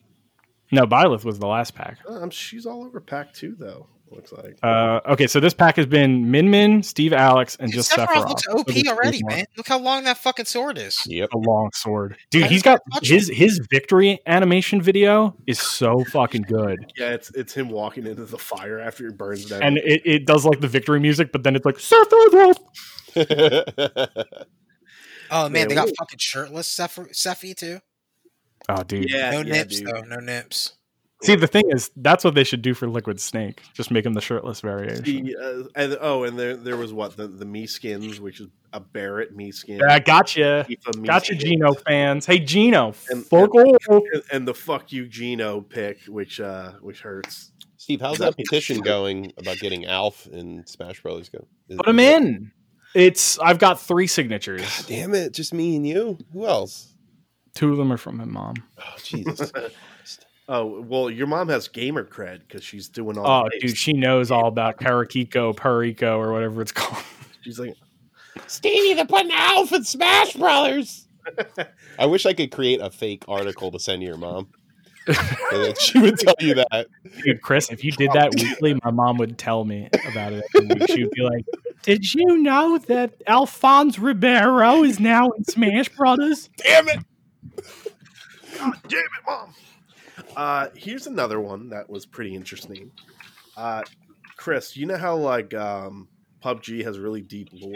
S1: No, Byleth was the last pack.
S3: Um, she's all over pack two though. Looks like.
S1: Uh, okay, so this pack has been Min Min, Steve Alex, [LAUGHS] and
S4: Dude,
S1: just
S4: Sephiroth,
S1: Sephiroth.
S4: looks
S1: So this
S4: OP
S1: is
S4: already,
S1: one.
S4: man. Look how long that fucking sword is.
S2: yep.
S1: A long sword,
S4: I
S1: dude. He's got
S4: didn't touch
S1: his his victory animation video is so fucking good,
S3: yeah, it's it's him walking into the fire after he burns down.
S1: and it, it does like the victory music, but then it's like Sephiroth.
S4: Oh man,
S3: Yeah,
S4: they got
S3: wait.
S4: fucking shirtless Sephi, Sephi too.
S1: Oh, dude.
S3: yeah,
S4: No
S3: yeah,
S4: nips
S3: dude.
S4: though. No nips.
S1: See, the thing is, that's what they should do for Liquid Snake. Just make him the shirtless variation.
S3: The, uh, and, oh, and there there was what the the me skins, which is a Barrett me skin.
S1: Yeah, gotcha.
S3: Tifa me
S1: Gotcha,
S3: skin,
S1: Gino fans. Hey, Gino.
S3: And-
S1: Fuck off.
S3: And, and the fuck you Gino pick, which uh which hurts.
S2: [LAUGHS] Steve, how's that petition going about getting Alf in Smash Brothers? Go
S1: Put him in. It's I've got three signatures.
S2: Damn it, just me and you. Who else?
S1: Two of them are from my mom.
S2: Oh
S1: [LAUGHS]
S2: Jesus!
S3: Oh well, your mom has gamer cred because she's doing all.
S1: Oh,
S3: the
S1: dude,
S3: things.
S1: she knows all about Karakiko, Perico, or whatever it's [LAUGHS] called.
S3: she's like,
S2: Stevie, they're putting Alf in Smash Brothers. I wish I could create a fake article to send to
S1: [LAUGHS]
S2: your mom. And then she would tell you that.
S1: Dude, Chris, if you did that weekly, my mom would tell me about it. every week. She would be like, Did you know that Alphonse Ribeiro is now in Smash Brothers?
S2: Damn it!
S3: God damn it, mom. Uh, here's another one that was pretty interesting. Uh, Chris, you know how like um, PUBG has really deep lore.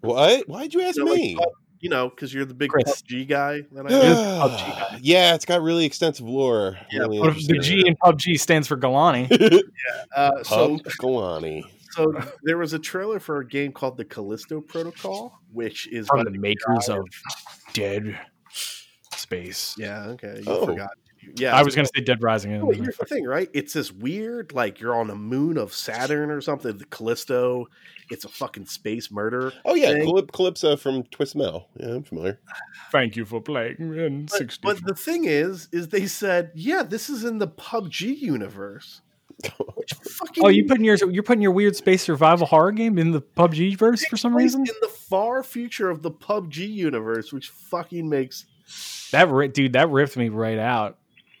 S2: What? Why'd you ask
S3: So, like,
S2: me?
S3: pub- you know, because you're the big
S1: Chris.
S3: PUBG guy. That I am.
S1: PUBG guy.
S2: yeah, it's got really extensive lore.
S3: Yeah,
S2: really
S1: What if the G in PUBG stands for Galani?
S3: uh, so,
S2: Pub Galani.
S3: so there was a trailer for a game called the Callisto Protocol, which
S1: [LAUGHS]
S3: is
S1: From
S3: by
S1: the makers of Dead Space.
S3: yeah, okay, you
S2: Oh.
S3: forgot. Yeah,
S1: I was going to say Dead Rising.
S3: Well, here's the thing, right? It's this weird, like you're on a moon of Saturn or something, the Callisto. It's a fucking
S1: [LAUGHS]
S3: space murder.
S2: Oh yeah,
S3: Thing.
S2: Calyp- Calypso from Twist Mel. Yeah, I'm familiar.
S1: Thank you for playing. And
S3: But,
S1: 60.
S3: but the thing is, is they said, yeah, this is in the PUBG universe.
S1: [LAUGHS]
S3: Which fucking
S1: Oh, you putting your you're putting your weird space survival horror game in the PUBG verse for some
S3: place
S1: reason?
S3: in the far future of the PUBG universe, which fucking makes.
S1: That ri- dude, that ripped me right out.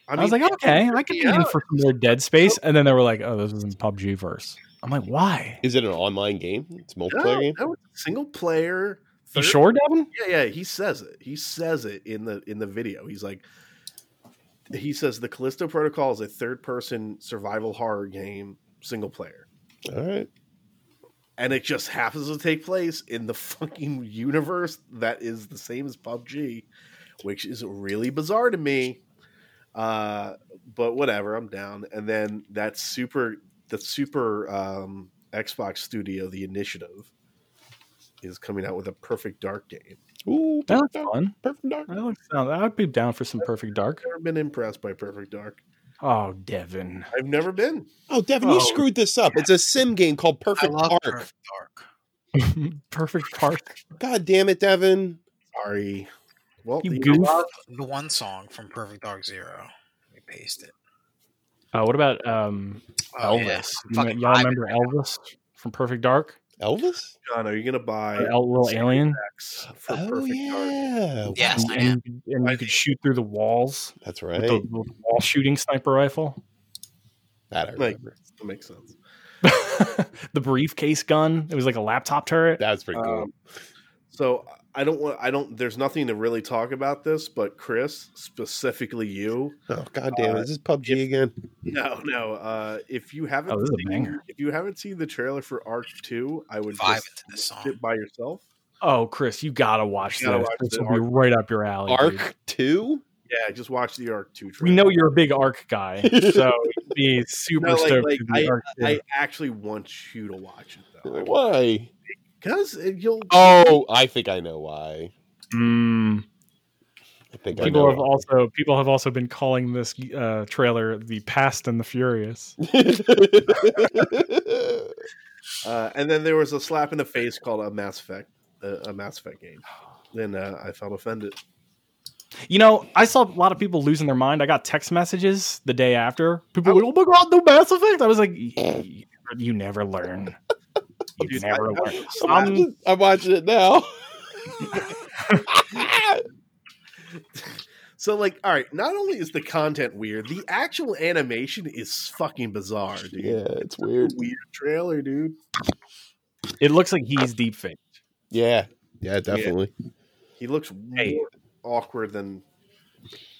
S3: I,
S1: I,
S3: mean,
S1: was like, okay, I could be in
S3: yeah.
S1: for some more Dead Space, and then they were like, oh, this is in PUBG verse. I'm like, why?
S2: Is it an online game? It's a multiplayer
S3: no,
S2: game.
S3: no, it's a single player.
S1: You
S3: third-
S1: sure, Devin?
S3: Yeah, yeah, he says it. He says it in the in the video. He's like he says the Callisto Protocol is a third person survival horror game single player.
S2: All right.
S3: And it just happens to take place in the fucking universe that is the same as PUBG, which is really bizarre to me. Uh but whatever, I'm down. And then that super the super um Xbox studio, the initiative, is coming out with a perfect dark game.
S2: Ooh,
S1: That looks
S2: perfect dark,
S1: fun.
S2: perfect dark.
S1: That looks sound. I would be down for some Perfect Dark.
S3: never been impressed by Perfect Dark.
S1: Oh, Devin. [LAUGHS]
S3: I've never been.
S2: Oh, Devin,
S1: Oh.
S2: you screwed this up. It's a sim game called
S4: I
S2: Perfect
S4: love
S2: Dark.
S4: Perfect Dark.
S1: Perfect Dark.
S2: God damn it, Devin.
S3: Sorry. Well,
S1: You
S3: you
S1: goof.
S3: know,
S4: The one song from Perfect Dark Zero. Let me paste it.
S1: Uh, what about um,
S4: Oh, yeah.
S1: Elvis? You
S4: I'm
S1: know-
S4: fucking
S1: Y'all
S4: vibing.
S1: remember Elvis from Perfect Dark?
S2: Elvis?
S3: John, are you gonna buy
S1: The el- little
S3: Series
S1: alien?
S3: X for
S2: Oh,
S3: Perfect Dark?
S2: yeah.
S4: Yes,
S1: and,
S4: I
S1: and
S4: am.
S1: you could- and you could shoot through the walls
S2: That's
S1: with
S2: right.
S1: the, with the wall shooting sniper rifle. [LAUGHS]
S2: That I
S3: Like-
S2: remember.
S3: That makes sense.
S1: the briefcase gun. It was like a laptop turret.
S2: That was pretty cool.
S3: Um, so I don't want. I don't. There's nothing to really talk about this, but Chris, specifically you.
S2: [LAUGHS] oh, god damn it.
S3: uh,
S2: Is this PUBG again?
S3: No, no. Uh, if you haven't,
S1: Oh, this is a
S3: seen-
S1: banger.
S3: If you haven't seen the trailer for Arc Two, I would
S4: Vibe
S3: just
S4: into this song.
S3: sit by yourself.
S1: Oh, Chris, you gotta watch
S3: You gotta
S1: this.
S3: watch
S1: this
S3: the
S1: Oh, will be right up your alley. dude.
S2: Arc 2?
S3: Yeah, just watch the Arc Two.
S1: We know you're a big arc guy, [LAUGHS] so you'd be super
S3: No, like-
S1: stoked.
S3: like,
S1: to do Arc too.
S3: I actually want you to watch it though,
S2: Why?
S3: because uh, you'll.
S2: Oh, I think I know why.
S1: Mm,
S2: I think I
S1: people
S2: know
S1: have
S2: why.
S1: also people have also been calling this uh, trailer the Past and the Furious.
S3: Uh, and then there was a slap in the face called a Mass Effect, uh, a Mass Effect game. Then uh, I felt offended.
S1: [LAUGHS] You know, I saw a lot of people losing their mind. I got text messages the day after. People were like, "Oh my god, no Mass Effect!" I was like, "You you never learn. You
S3: Dude,
S1: never
S3: I- I
S1: learn."
S3: was-
S1: Some-
S2: [LAUGHS] I'm watching it now. [LAUGHS]
S3: So, like, all right, not only is the content weird, the actual animation is fucking bizarre, dude.
S2: yeah, it's weird.
S3: Weird trailer, dude.
S1: it looks like he's deep fake.
S2: Yeah, yeah, definitely.
S3: He looks
S1: Hey.
S3: more awkward than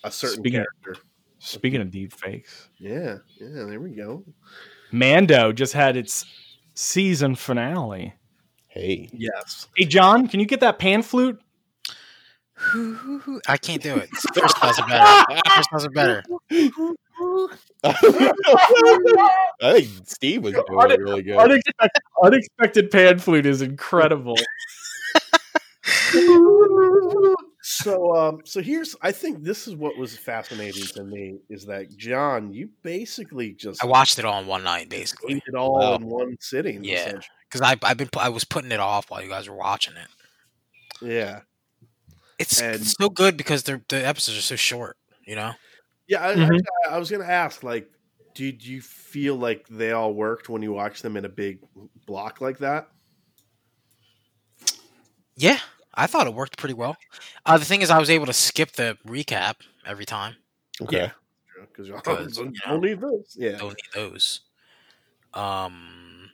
S3: a certain
S1: Speaking of-
S3: character.
S1: Speaking of deep fakes,
S3: yeah, yeah, there we go.
S1: Mando just had its season finale.
S2: Hey,
S3: Yes.
S1: Hey, John, can you get that pan flute?
S4: I can't do
S3: [LAUGHS]
S4: it. First styles are
S2: [LAUGHS]
S4: [LAUGHS] better. First styles are better.
S2: I think Steve was doing it really good.
S1: Unexpected, unexpected pan flute is incredible.
S3: So, um, so here's, I think this is what was fascinating to me is that John, you basically just
S4: I watched it all in one night, basically,
S3: ate it all
S2: Wow.
S3: in one sitting.
S4: Yeah.
S3: essentially.
S4: because I I've been pu- I was putting it off while you guys were watching it.
S3: Yeah.
S4: It's
S3: And-
S4: so good because they're, the episodes are so short. You know,
S3: Yeah. I,
S1: Mhm.
S4: Mm-hmm.
S3: I, I was going to ask, like, did you feel like they all worked when you watched them in a big block like that?
S4: yeah, I thought it worked pretty well. Uh, the thing is, I was able to skip the recap every time.
S2: Okay,
S3: Because [LAUGHS]
S4: Because, you know.
S3: only this. Yeah.
S4: Don't need those. Um,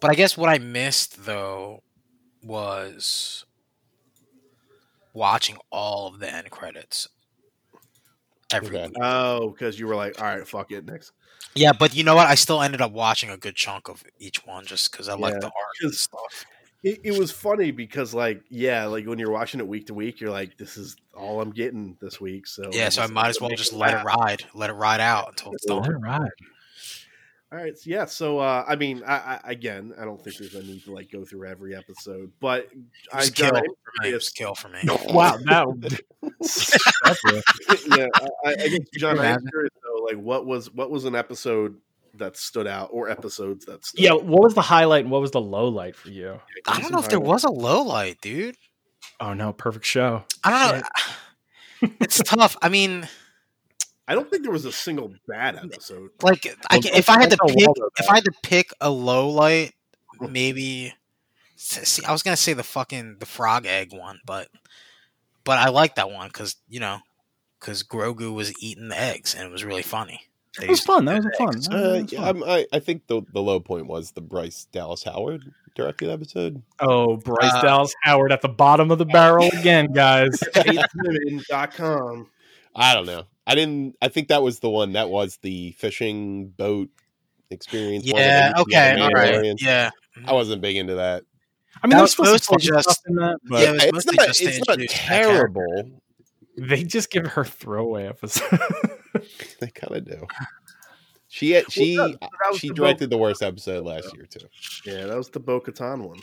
S4: but I guess what I missed though was watching all of the end credits. Every
S2: Okay.
S4: week.
S3: Oh, because you were like, all right, fuck it,
S4: [LAUGHS]
S3: next.
S4: yeah, but you know what? I still ended up watching a good chunk of each one just because I like
S3: Yeah.
S4: the art and stuff.
S3: It, it was funny because, like, yeah, like when you're watching it week to week, you're like, this is all I'm getting this week. So
S4: Yeah, so I
S3: just
S4: might
S3: have
S4: as
S3: to
S4: well
S3: make
S4: just let it
S3: laugh.
S4: ride, let it ride out until it's
S1: All [LAUGHS]
S4: done.
S1: right.
S3: All right, so yeah. So uh, I mean, I, I again, I don't think there's a need to like go through every episode, but
S4: It
S3: I
S4: was a kill
S3: I-
S4: for me. It was a kill for me.
S1: Wow, that that's it.
S3: yeah, I, I guess John,
S4: you
S3: I'm
S4: imagine?
S3: curious though, like what was what was an episode that stood out or episodes that
S1: [LAUGHS]
S3: stood
S1: yeah.
S3: out?
S1: What was the highlight and what was the low light for you?
S4: I don't know if there was a low light, dude.
S1: Oh no, perfect show.
S4: I don't know. [SIGHS] It's tough. I mean,
S3: I don't think there was a single bad episode.
S4: like I
S1: Well,
S4: can, if I had to
S1: that's a
S4: pick,
S1: Waldo
S4: if
S1: guy.
S4: I had to pick a low light, maybe. See, I was gonna say the fucking the frog egg one, but but I like that one because you know because Grogu was eating the eggs and it was really funny. They
S1: It was
S4: used-
S1: fun. That was a fun. that was
S2: Uh,
S1: fun.
S2: yeah, I'm- I, I think the the low point was the Bryce Dallas Howard directed episode.
S1: Oh, Bryce
S4: Uh,
S1: Dallas Howard at the bottom of the barrel again, guys.
S3: Women.com.
S2: I don't know. I didn't. I think that was the one that was the fishing boat experience. one where
S4: Yeah.
S2: they used to be
S4: Okay.
S2: the
S4: All right.
S2: Mandalorians.
S4: Yeah.
S2: I wasn't big into that.
S1: I mean,
S4: That
S1: there's
S4: was
S1: supposed to
S4: mostly
S1: be stuff
S4: just-
S1: in that, but
S4: Yeah, it was
S2: it's
S4: mostly
S2: not,
S4: just to
S2: it's not
S4: introduce that character.
S2: terrible. [LAUGHS]
S1: they just give her throwaway episodes.
S2: They kind of do. She had- [LAUGHS] she uh,
S3: Well, that- that was
S2: she
S3: the
S2: directed the worst episode last year too.
S3: Yeah, that was the Bo Katan one.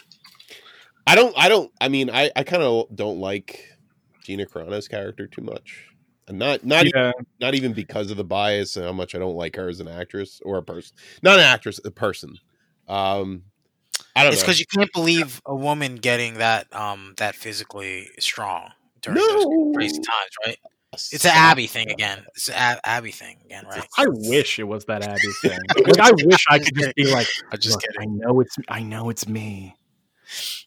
S2: I don't. I don't. I mean, I I kind of don't like Gina Carano's character too much. And not not
S1: [LAUGHS]
S2: even,
S1: yeah,
S2: not even because of the bias and how much I don't like her as an actress or a person. Not an actress, a person. Um, I don't
S4: It's
S2: know.
S4: because you can't believe a woman getting that um that physically strong during
S2: No.
S4: those crazy times, right? It's an Abby thing again. It's an Ab- Abby thing again, right?
S1: I wish it was that Abby [LAUGHS] thing. Like, I wish I could just be like,
S4: I'm just
S1: "Look, I know it's, I know it's me.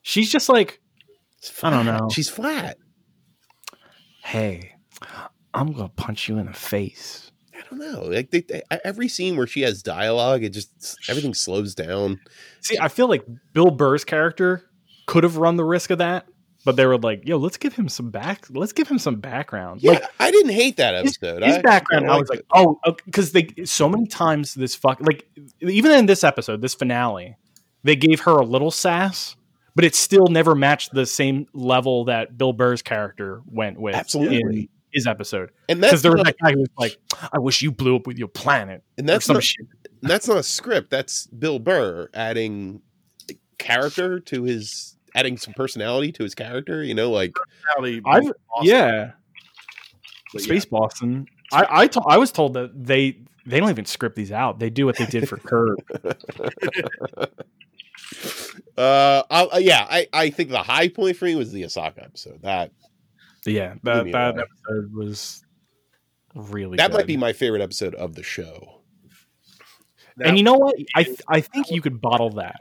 S1: She's just like,
S2: It's
S1: I don't
S2: flat.
S1: know.
S2: She's flat.
S1: hey, I'm gonna punch you in the face.
S2: I don't know. Like they, they, every scene where she has dialogue, it just everything slows down.
S1: See, I feel like Bill Burr's character could have run the risk of that, but they were like, "Yo, let's give him some back. Let's give him some background."
S2: Yeah,
S1: like
S2: I didn't hate that episode.
S1: his
S2: I
S1: background,
S2: kinda
S1: I was like,
S2: liked
S1: "Oh, because they so many times this fuck like even in this episode, this finale, they gave her a little sass, but it still never matched the same level that Bill Burr's character went with."
S2: Absolutely.
S1: in his episode
S2: and
S1: because
S2: that's
S1: there was
S2: not-
S1: that guy who was like, "I wish you blew up with your planet."
S2: and
S1: Or
S2: that's
S1: some
S2: not,
S1: shit.
S2: that's not a script. That's Bill Burr adding character to his adding some personality to his character. You know, like
S3: Probably
S1: I've-
S3: awesome,
S1: Yeah,
S3: but
S1: Space Boston. I I, to- I was told that they they don't even script these out. They do what they did for
S2: [LAUGHS]
S1: Curb.
S2: uh, I, I- yeah, I I think the high point for me was the Osaka episode. That
S1: yeah,
S2: Leave
S1: that
S2: me
S1: that
S2: alone.
S1: episode was really
S2: that
S1: good.
S2: might be my favorite episode of the show.
S3: yeah.
S1: and
S3: Now,
S1: you know what? I I think you could bottle that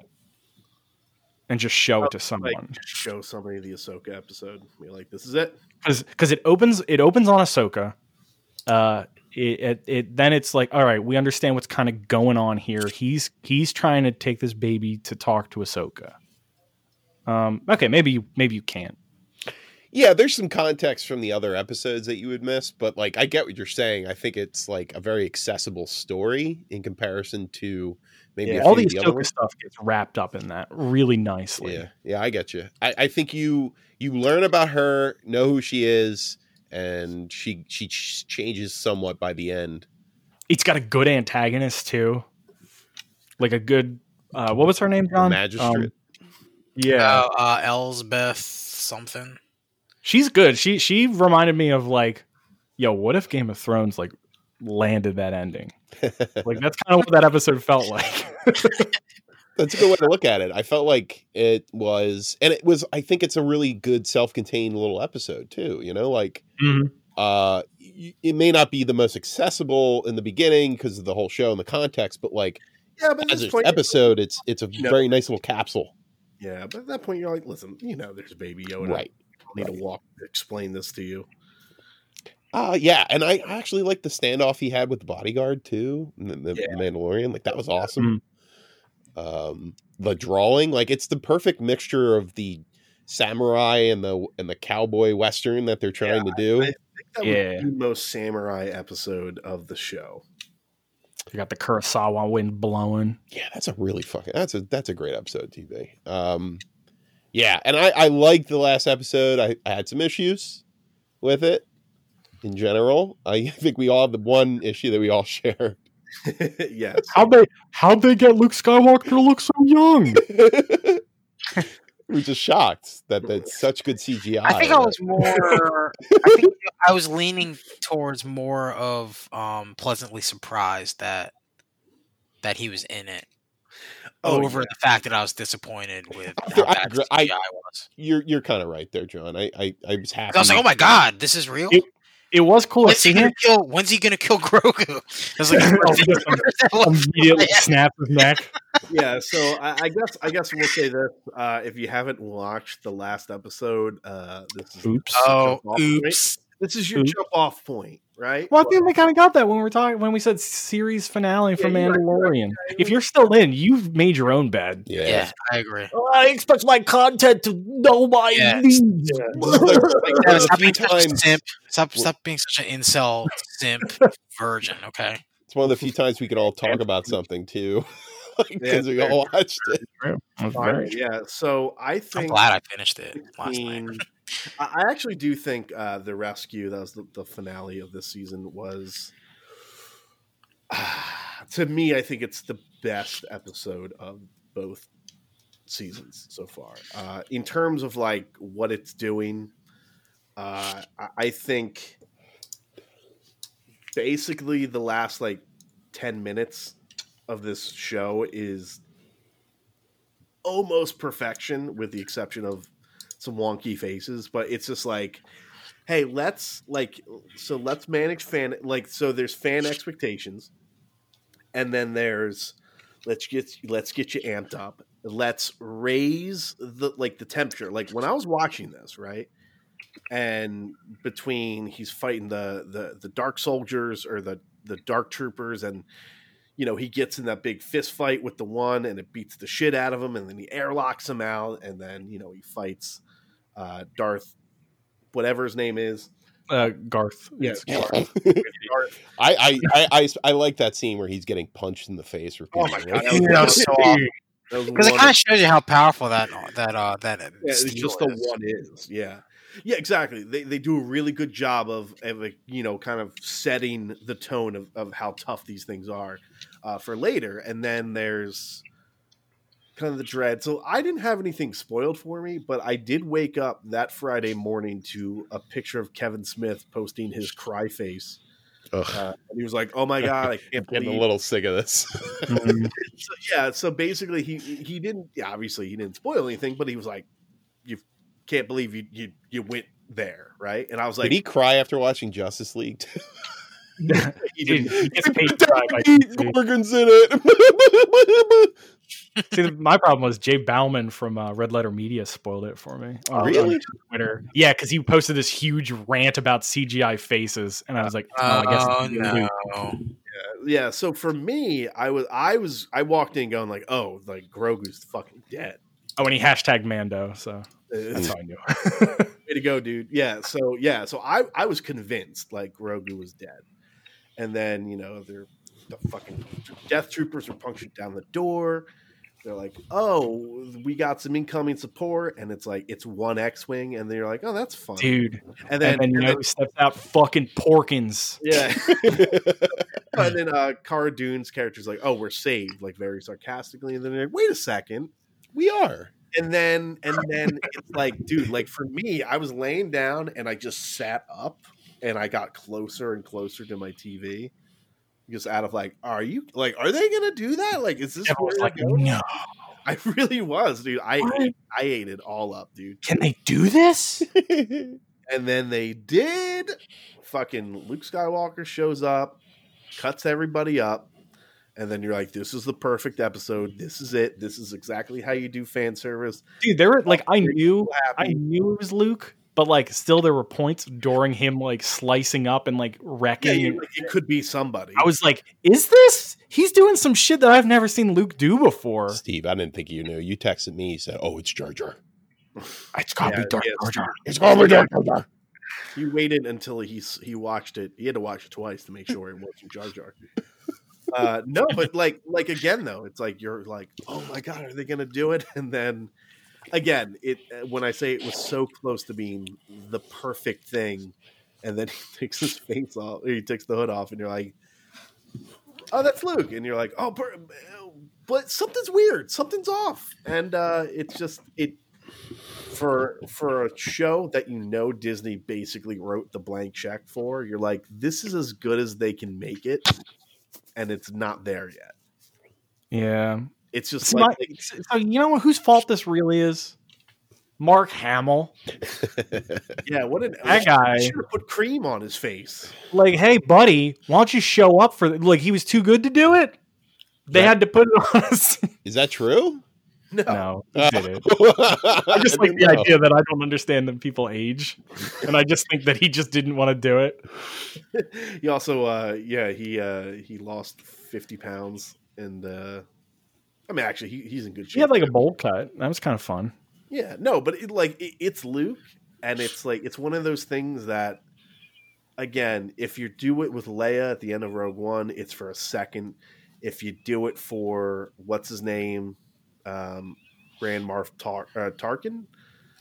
S1: and just show it to
S3: like,
S1: someone
S3: show somebody the Ahsoka episode. You're like, this is it.
S1: because it opens it opens on Ahsoka. Uh, it, it it then it's like all right, we understand what's kind of going on here. He's he's trying to take this baby to talk to Ahsoka. Um, okay, maybe you maybe you can't.
S2: Yeah, there's some context from the other episodes that you would miss, but like I get what you're saying. I think it's like a very accessible story in comparison to maybe
S3: Yeah,
S2: a
S1: all
S2: few
S1: the
S2: of other
S1: Ahsoka
S2: ones.
S1: stuff gets wrapped up in that really nicely.
S2: Yeah, yeah, I get you. I, I think you you learn about her, know who she is, and she she ch- changes somewhat by the end.
S1: It's got a good antagonist too, like a good. Uh, what was her name,
S2: The
S1: John?
S2: magistrate.
S1: Um, yeah,
S4: Uh, uh, Elsbeth something.
S1: she's good. She she reminded me of like, yo, what if Game of Thrones like landed that ending? Like that's kind of what that episode felt like.
S2: That's a good way to look at it. I felt like it was, and it was. I think it's a really good self-contained little episode too. You know, like
S1: Mhm.
S2: uh, y- it may not be the most accessible in the beginning because of the whole show and the context, but like
S3: Yeah, but at
S2: as
S3: this
S2: an
S3: point,
S2: episode, it's it's a
S3: No.
S2: very nice little capsule.
S3: yeah, but at that point, you're like, listen, you know, there's baby Yoda.
S2: Right.
S3: I don't need
S2: right.
S3: to walk to explain this to you.
S2: Uh yeah, and I I actually like the standoff he had with the bodyguard too, and the, the
S3: Yeah. mm.
S2: Mandalorian. Like that was awesome. Um, the drawing, like it's the perfect mixture of the samurai and the and the cowboy western that they're trying to do.
S3: I- That
S1: Yeah.
S3: was the most samurai episode of the show.
S1: You got the Kurosawa wind blowing.
S2: yeah, that's a really fucking that's a that's a great episode, TV. Um, yeah, and I I liked the last episode. I, I had some issues with it in general. I [LAUGHS] think we all have the one issue that we all [LAUGHS] share.
S3: [LAUGHS] yes.
S1: How'd they how'd they get Luke Skywalker to look so young?
S2: [LAUGHS] We're just shocked that that's such good CGI.
S4: Mm. I think I was more. I think I was leaning towards more of um, pleasantly surprised that that he was in it
S3: Oh,
S4: over the fact that I was disappointed with
S2: I-
S4: how
S2: I
S4: bad
S2: agree-
S4: CGI
S2: I-
S4: was.
S2: You're you're kind of right there, John. I I, I was happy.
S4: I was like, oh my god, this is real.
S1: It- It was cool to
S4: When's he,
S1: see
S4: [LAUGHS] gonna
S1: him
S4: kill, when's he gonna kill [LAUGHS] Grogu? I
S1: [LAUGHS]
S4: was like,
S1: Oh, yes, immediately snap his neck.
S3: yeah so I, I guess i guess we'll say this uh if you haven't watched the last episode uh this is
S1: Oops.
S4: oh,
S3: Off, right?
S4: oops.
S3: this is your
S1: Oops.
S3: jump off point right
S1: Well, I think we kind of got that when we were talking when we said series finale for
S3: Yeah, you're right,
S1: Mandalorian. If you're still in, you've made your own bed.
S2: yeah.
S4: Yeah.
S2: [LAUGHS]
S4: I agree.
S1: I expect my content to know my
S4: Yeah.
S1: [LAUGHS] needs.
S2: Like, like, one of the
S4: stop,
S2: few
S4: being such a
S2: times,
S4: simp. Stop,
S2: Well-
S4: stop being such an incel simp virgin. Okay.
S2: it's one of the few times we can all
S4: [LAUGHS]
S2: talk about something too, [LAUGHS] because we all watched it.
S3: Finally, yeah so i
S4: I'm
S3: think
S4: glad I finished it last night. [LAUGHS]
S3: between, I I actually do think uh the rescue that was the, the finale of this season was [SIGHS] to me i think it's the best episode of both seasons so far uh in terms of like what it's doing uh i, I think basically the last like 10 minutes of this show is almost perfection with the exception of some wonky faces but it's just like hey let's like so let's manage fan like so there's fan expectations and then there's let's get let's get you amped up let's raise the like the temperature like when i was watching this right and between he's fighting the the the dark soldiers or the the dark troopers and you know he gets in that big fist fight with the one and it beats the shit out of him and then he airlocks him out and then you know he fights uh darth whatever his name is
S1: Uh, Garth.
S3: Yeah.
S2: I,
S3: darth
S2: [LAUGHS] I, I, I, I like that scene where he's getting punched in the face.
S3: Oh my
S2: repeatedly.
S3: God, that
S4: Yeah, that was
S1: [LAUGHS]
S4: so awful.
S3: that was
S4: Because it
S3: one
S4: kind
S3: of-
S4: of shows you how powerful that that uh that
S3: Yeah, it's
S4: steel
S3: just the
S4: is.
S3: one is. Yeah. Yeah, exactly. They they do a really good job of, of like, you know kind of setting the tone of, of how tough these things are uh, for later, and then there's kind of the dread. So I didn't have anything spoiled for me, but I did wake up that Friday morning to a picture of Kevin Smith posting his cry face.
S5: Ugh.
S3: Uh, and he was like, "Oh my god, I
S2: [LAUGHS]
S3: can't believe."
S2: Getting a little sick of
S4: [LAUGHS]
S2: this. [LAUGHS]
S3: So, yeah, so basically he he didn't yeah, obviously he didn't spoil anything, but he was like, "You can't believe you you you went there, right?" And I was like,
S2: Did he cry after watching Justice League?
S3: he
S1: Dude,
S3: didn't.
S1: it's hate crime, I
S2: [LAUGHS]
S1: see.
S2: Morgan's in it.
S1: See, my problem was Jay Bauman from uh, Red Letter Media spoiled it for me. on-
S2: Really?
S1: On Twitter. Yeah, because he posted this huge rant about CGI faces, and I was like, oh, I guess
S4: Oh,
S1: it's gonna be-
S4: no.
S3: yeah, so for me, I was I was I walked in going like, "Oh, like Grogu's fucking dead."
S1: Oh, and he hashtagged Mando, so
S3: Uh, [LAUGHS]
S1: that's how I knew.
S3: Way to go, dude. Yeah. So yeah. So I I was convinced like Grogu was dead, and then you know they're the fucking death troopers are punctured down the door. They're like, oh, we got some incoming support, and it's like it's one X-wing, and they're like, oh, that's fun.
S1: Dude, and
S3: and then,
S1: then you
S3: and
S1: know
S3: then-
S1: who steps out? Fucking Porkins.
S3: yeah,
S2: [LAUGHS]
S3: [LAUGHS] and then uh, Cara Dune's character's like, oh, we're saved, like very sarcastically, and then they're like, wait a second,
S2: we are.
S3: and then and then it's like dude like for me i was laying down and i just sat up and i got closer and closer to my tv just out of like are you like are they gonna do that like is this
S1: I was
S3: where
S1: like,
S3: it goes?
S1: no,
S3: [LAUGHS] i really was dude i
S1: What?
S3: i ate it all up dude
S1: can they do this?
S3: [LAUGHS] and then they did fucking luke skywalker shows up cuts everybody up and then you're like this is the perfect episode this is it this is exactly how you do fan service
S1: Dude, there were like I knew I
S3: happy
S1: knew it was Luke, but like still there were points during him like slicing up and like
S3: yeah,
S1: wrecking.
S3: you're like, it could be somebody
S1: I was like, is this? He's doing some shit that I've never seen Luke do before.
S2: Steve, I didn't think you knew. You texted me. You said, "Oh, it's Jar Jar.
S1: It's gotta
S3: Yeah,
S1: be Darth
S3: yeah, it's-
S1: Jar Jar.
S2: It's
S3: Oh
S2: gonna be Jar Jar."
S3: He waited until he s- he watched it. He had to watch it twice to make sure it wasn't Jar Jar. Uh, no, but like like again though, it's like you're like, oh my god, are they gonna do it? And then again, it uh, when I say it was so close to being the perfect thing, and then [LAUGHS] he takes his face off, or he takes the hood off, and you're like, oh, that's Luke, and you're like, oh, per- but something's weird, something's off, and uh, it's just it for for a show that you know Disney basically wrote the blank check for, you're like, this is as good as they can make it, and it's not there yet.
S1: Yeah.
S3: It's just
S1: So,
S3: like
S1: my- so you know whose fault this really is? Mark Hamill.
S3: yeah, what an
S1: That guy.
S3: should have put cream on his face. [LAUGHS]
S1: Like, hey, buddy, why don't you show up for? th- Like, he was too good to do it. They
S2: Yeah.
S1: had to put it on us.
S2: Is that true?
S3: No,
S1: no, he
S2: Oh.
S1: did it.
S2: I
S1: [LAUGHS] I just like
S2: didn't
S1: the
S2: know.
S1: idea that I don't understand that people age, and I just think that he just didn't want to do it.
S3: he also, uh, yeah, he uh, he lost fifty pounds, and uh, I mean, actually, he, he's in good shape.
S1: He had like a bowl cut. That was kind of fun.
S3: Yeah, no, but it, like it, it's Luke, and it's like it's one of those things that, again, if you do it with Leia at the end of Rogue One, it's for a second. If you do it for what's his name, um, Grand Marf Tar- uh, Tarkin,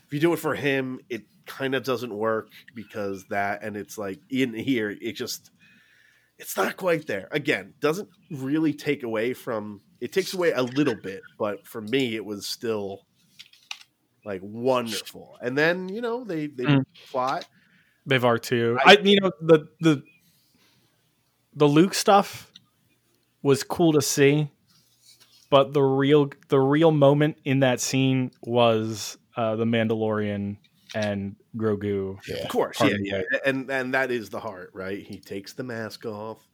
S3: if you do it for him, it kind of doesn't work because that, and it's like in here, it just. It's not quite there. Again, doesn't really take away from it takes away a little bit, but for me it was still like wonderful. And then you know they they
S1: Mm.
S3: plot.
S1: They've R two. I,
S3: I-
S1: you know the the the Luke stuff was cool to see, but the real the real moment in that scene was uh, the Mandalorian and Grogu.
S2: Yeah.
S3: Of course,
S1: Pardon
S3: yeah, yeah. And and that is the heart, right? He takes the mask off,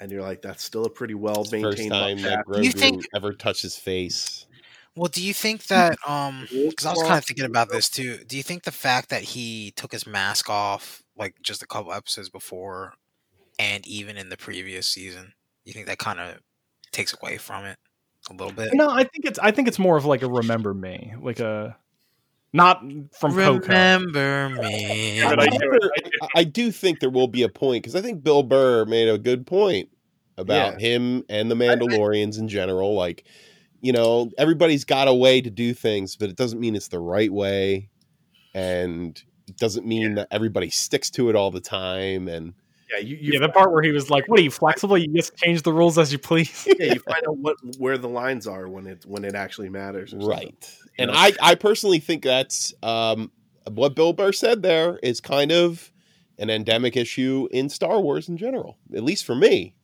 S3: and you're like, that's still a pretty well
S2: First
S3: maintained.
S2: time that
S4: You
S2: Grogu
S4: think-
S2: ever touched his face.
S4: Well, do you think that um because I was kind of thinking about this too. Do you think the fact that he took his mask off like just a couple episodes before and even in the previous season, you think that kind of takes away from it a little bit?
S1: No, I think it's I think it's more of like a remember me, like a not from Coco.
S4: Remember me.
S1: But I do it, I do
S2: I- I do think there will be a point because I think Bill Burr made a good point about him and the Mandalorians in general. Like, you know, everybody's got a way to do things, but it doesn't mean it's the right way. And It doesn't mean that everybody sticks to it all the time. And
S3: Yeah, you, you
S1: Yeah, the part where he was like, "What are you flexible? You just change the rules as you please."
S3: [LAUGHS] yeah, you find out what where the lines are when it when it actually matters. or something.
S2: right. And I, I personally think that's um, what Bill Burr said there is kind of an endemic issue in Star Wars in general, at least for me.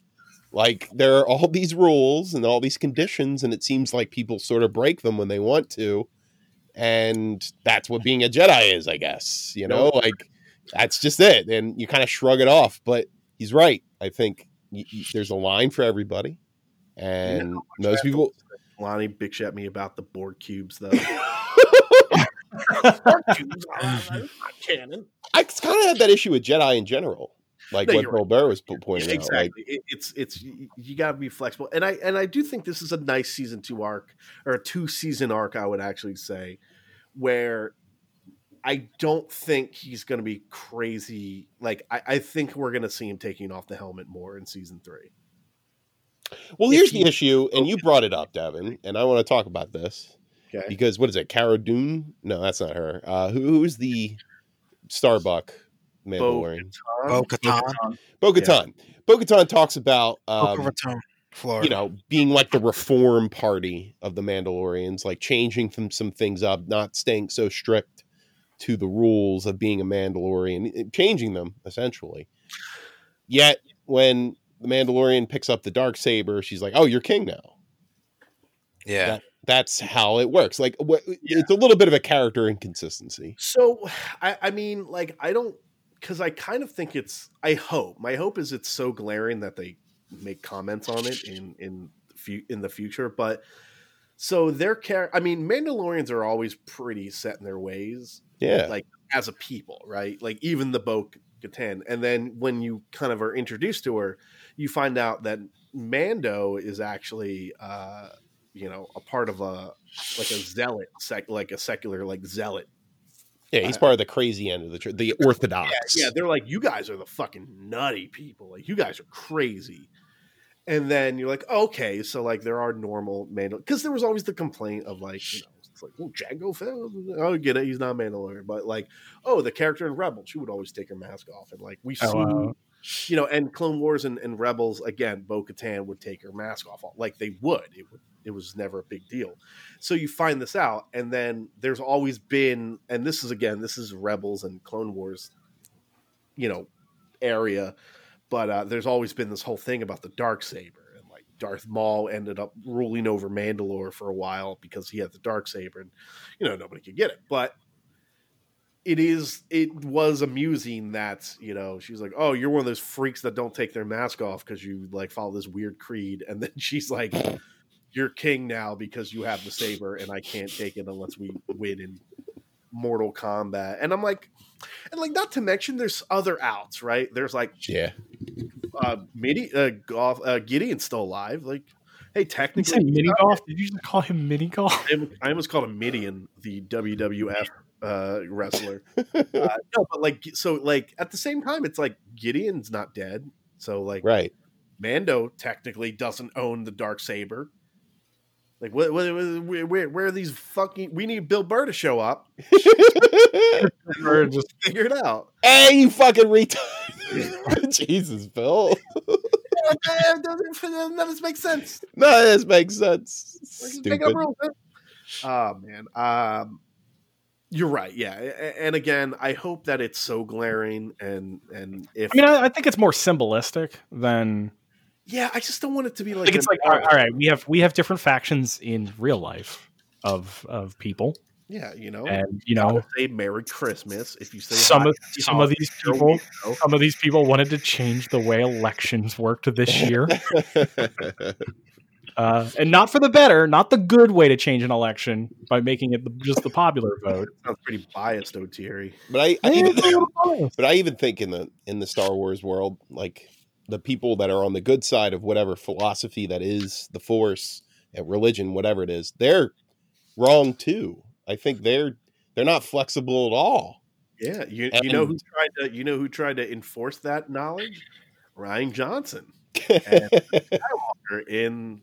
S2: Like there are all these rules and all these conditions, and it seems like people sort of break them when they want to. And that's what being a Jedi is, I guess. You know, like that's just it. And you kind of shrug it off. But he's right. I think y- y- there's a line for everybody. And most people,
S3: Lonnie bitch at me about the board cubes though.
S6: canon.
S2: I kind of had that issue with Jedi in general, like
S3: No,
S2: what
S3: you're
S2: Bill Burr was po- pointing out. Like,
S3: exactly. It- it's it's you, you got to be flexible, and I and I do think this is a nice season two arc or a two season arc, I would actually say, where I don't think he's going to be crazy. Like I, I think we're going to see him taking off the helmet more in season three.
S2: well,
S3: if
S2: here's the
S3: you-
S2: issue, and you brought it up, Devin, and I want to talk about this
S3: Okay,
S2: because what is it, Cara Dune? No, that's not her. Uh, who, who's the Starbuck Mandalorian?
S4: Bo
S3: Um,
S4: Katan,
S2: Bo Katan. Bo Katan talks about, um,
S4: Overton, Florida.
S2: you know, being like the reform party of the Mandalorians, like changing some, some things up, not staying so strict to the rules of being a Mandalorian, i- changing them essentially. Yet when the Mandalorian picks up the dark saber, she's like, "Oh, you're king now."
S4: yeah.
S2: That's how it works. Like wh- it's a little bit of a character inconsistency.
S3: So, I, I mean, like, I don't, because I kind of think it's. I hope my hope is it's so glaring that they make comments on it in in fu- in the future. But so their character, I mean, Mandalorians are always pretty set in their ways
S2: Yeah.
S3: Like- as a people, right? Like even the Bo Katan, and then when you kind of are introduced to her, you find out that Mando is actually, uh, you know, a part of a like a zealot, sec- like a secular, like zealot
S2: yeah, he's part of the crazy end of the tr- the orthodox.
S3: yeah, they're like, you guys are the fucking nutty people. Like, you guys are crazy. And then you're like, okay, so like there are normal Mandalorian because there was always the complaint of like, you know, it's like, well, Django fell. I get it, he's not Mandalorian, but like, oh, the character in Rebels, she would always take her mask off, and like we've
S1: Oh,
S3: seen,
S1: wow.
S3: you know, and Clone Wars and, and Rebels again, Bo Katan would take her mask off, like they would. It would, it was never a big deal. So you find this out, and then there's always been, and this is again, this is Rebels and Clone Wars you know area but uh, there's always been this whole thing about the dark saber and like darth maul ended up ruling over mandalore for a while because he had the dark saber and you know nobody could get it but it is it was amusing that you know she's like oh you're one of those freaks that don't take their mask off because you like follow this weird creed and then [LAUGHS] she's like you're king now because you have the saber and i can't take it unless we win in mortal kombat and i'm like and like not to mention there's other outs right there's like
S2: Yeah.
S3: uh, Midi, uh, golf, uh, Gideon's still alive. Like,
S1: Did
S3: hey,
S1: you say
S3: technically,
S1: mini golf? Did you just call him mini golf?
S3: I almost- I almost called him Midian, the WWF uh, wrestler. uh, no, but like, so like at the same time, it's like Gideon's not dead. So like,
S2: Right. [LAUGHS]
S3: Mando technically doesn't own the dark saber. Like, what, what, where, where, where are these fucking? We need Bill Burr to show up.
S1: Or just
S3: [LAUGHS] Figure it out.
S2: hey, you fucking retard. [LAUGHS] Jesus, Bill.
S3: None of this makes sense.
S2: No, this makes sense.
S3: Make
S2: Stupid.
S3: up rules, huh? Oh man, um, you're right. Yeah, A- a- and again, I hope that it's so glaring and and if
S1: I mean, I, I think it's more symbolistic than
S3: yeah, I just don't want it to be like
S1: like it's
S3: an-
S1: like all right, all right, we have we have different factions in real life of of people,
S3: [LAUGHS] yeah, you know,
S1: and you know
S3: say Merry Christmas if you say
S1: some
S3: hi,
S1: of
S3: you
S1: some of
S3: know,
S1: these
S3: you
S1: people
S3: know.
S1: some of these people wanted to change the way elections worked this year, uh, and not for the better, not the good way to change an election by making it the, just the popular
S3: [LAUGHS]
S1: vote. Eh,
S3: Sounds pretty biased, O'Teary.
S2: [LAUGHS] but I, I even think,
S1: It's
S2: but I even think in the in the Star Wars world, like the people that are on the good side of whatever philosophy that is, the Force and religion, whatever it is, they're wrong too. I think they're they're not flexible at all.
S3: Yeah, you you
S2: And-
S3: know who
S2: [LAUGHS]
S3: tried to you know who tried to enforce that knowledge? Ryan Johnson or in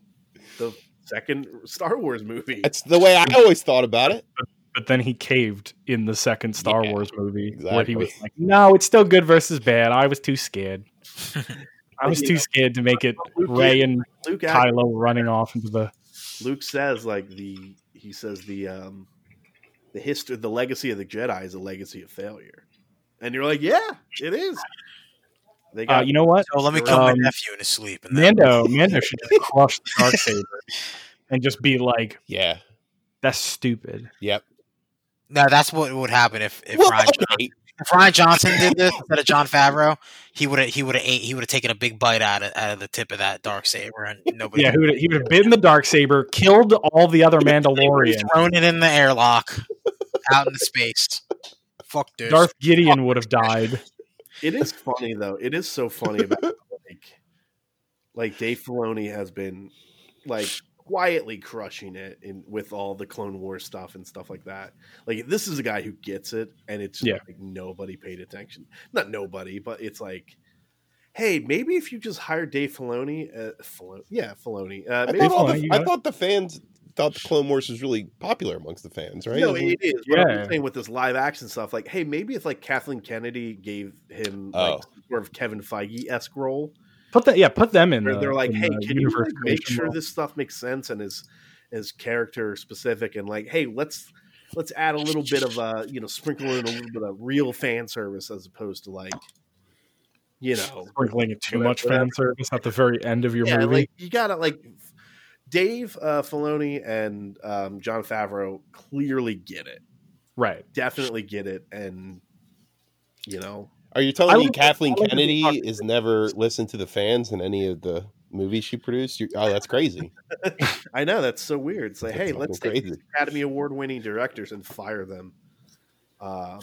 S3: the second Star Wars movie.
S2: That's the way I always thought about it.
S1: but then he caved in the second Star
S2: Yeah,
S1: Wars movie where he
S2: exactly.
S1: was like, "No, it's still good versus bad. I was too scared. I
S3: But,
S1: was
S3: you
S1: too
S3: know,
S1: scared to make it
S3: Luke
S1: Ray
S3: is-
S1: and
S3: Luke act-
S1: Kylo running off into the
S3: Luke says like the he says the um the history the legacy of the Jedi is a legacy of failure. And you're like, yeah, it is. They
S1: uh,
S3: got
S1: you know what?
S3: [LAUGHS]
S4: So let me kill my
S1: Um,
S4: nephew in his sleep. And then
S1: Mando, Mando should just crush the dark saber and just be like,
S2: Yeah.
S1: "That's stupid."
S2: Yep.
S4: no, that's what would happen if if
S2: Well,
S4: Ryan, Johnson,
S2: okay.
S4: if Ryan Johnson did this instead of John Favreau, he would have he would have ate he would have taken a big bite out of out of the tip of that dark saber and nobody.
S1: Yeah, who would- he would
S4: [LAUGHS]
S1: have been the dark saber, killed all the
S3: [LAUGHS]
S1: other Mandalorians.
S4: thrown it in the airlock out in the space. Fuck dude.
S1: Darth Gideon would have died.
S3: It is funny though. It is so funny about like like Dave Filoni has been like quietly crushing it in with all the Clone War stuff and stuff like that. Like this is a guy who gets it, and it's just,
S1: Yeah.
S3: like nobody paid attention. Not nobody, but it's like. Hey, maybe if you just hire Dave Filoni, uh, Filoni yeah, Filoni. Uh,
S2: I
S3: maybe
S2: thought, all
S1: Fine,
S2: the,
S1: you
S2: I
S1: got it.
S2: thought the fans thought the Clone Wars was really popular amongst the fans, right?
S3: No,
S2: Isn't
S3: it is. What
S1: Yeah.
S3: I'm saying with this live action stuff, like, hey, maybe if like Kathleen Kennedy gave him
S2: Oh.
S3: like some sort of Kevin Feige esque role,
S1: Put that, yeah, put them in.
S3: They're,
S1: the-
S3: they're like,
S1: uh, in
S3: hey,
S1: the
S3: can you
S1: universe
S3: like, make
S1: creation
S3: sure
S1: world."
S3: this stuff makes sense and is is character specific and like, hey, let's let's add a little bit of uh, you know, sprinkle in a little bit of real fan service as opposed to like, you know,
S1: sprinkling it too
S3: whatever-
S1: much fan service at the very end of your
S3: yeah,
S1: movie?
S3: like you gotta like. Dave uh, Filoni and um, John Favreau clearly get it,
S1: right.
S3: definitely get it, and you know,
S2: Are you
S1: I
S2: telling me
S1: like-
S2: Kathleen
S1: I like that they
S2: Kennedy is never listened to the fans in any of the movies she produced? You, oh, that's
S3: [LAUGHS]
S2: crazy.
S3: I know that's so weird. It's like,
S2: That's
S3: hey,
S2: fucking
S3: let's take [LAUGHS] these
S2: crazy.
S3: Academy Award winning directors and fire them,
S1: [LAUGHS]
S3: um,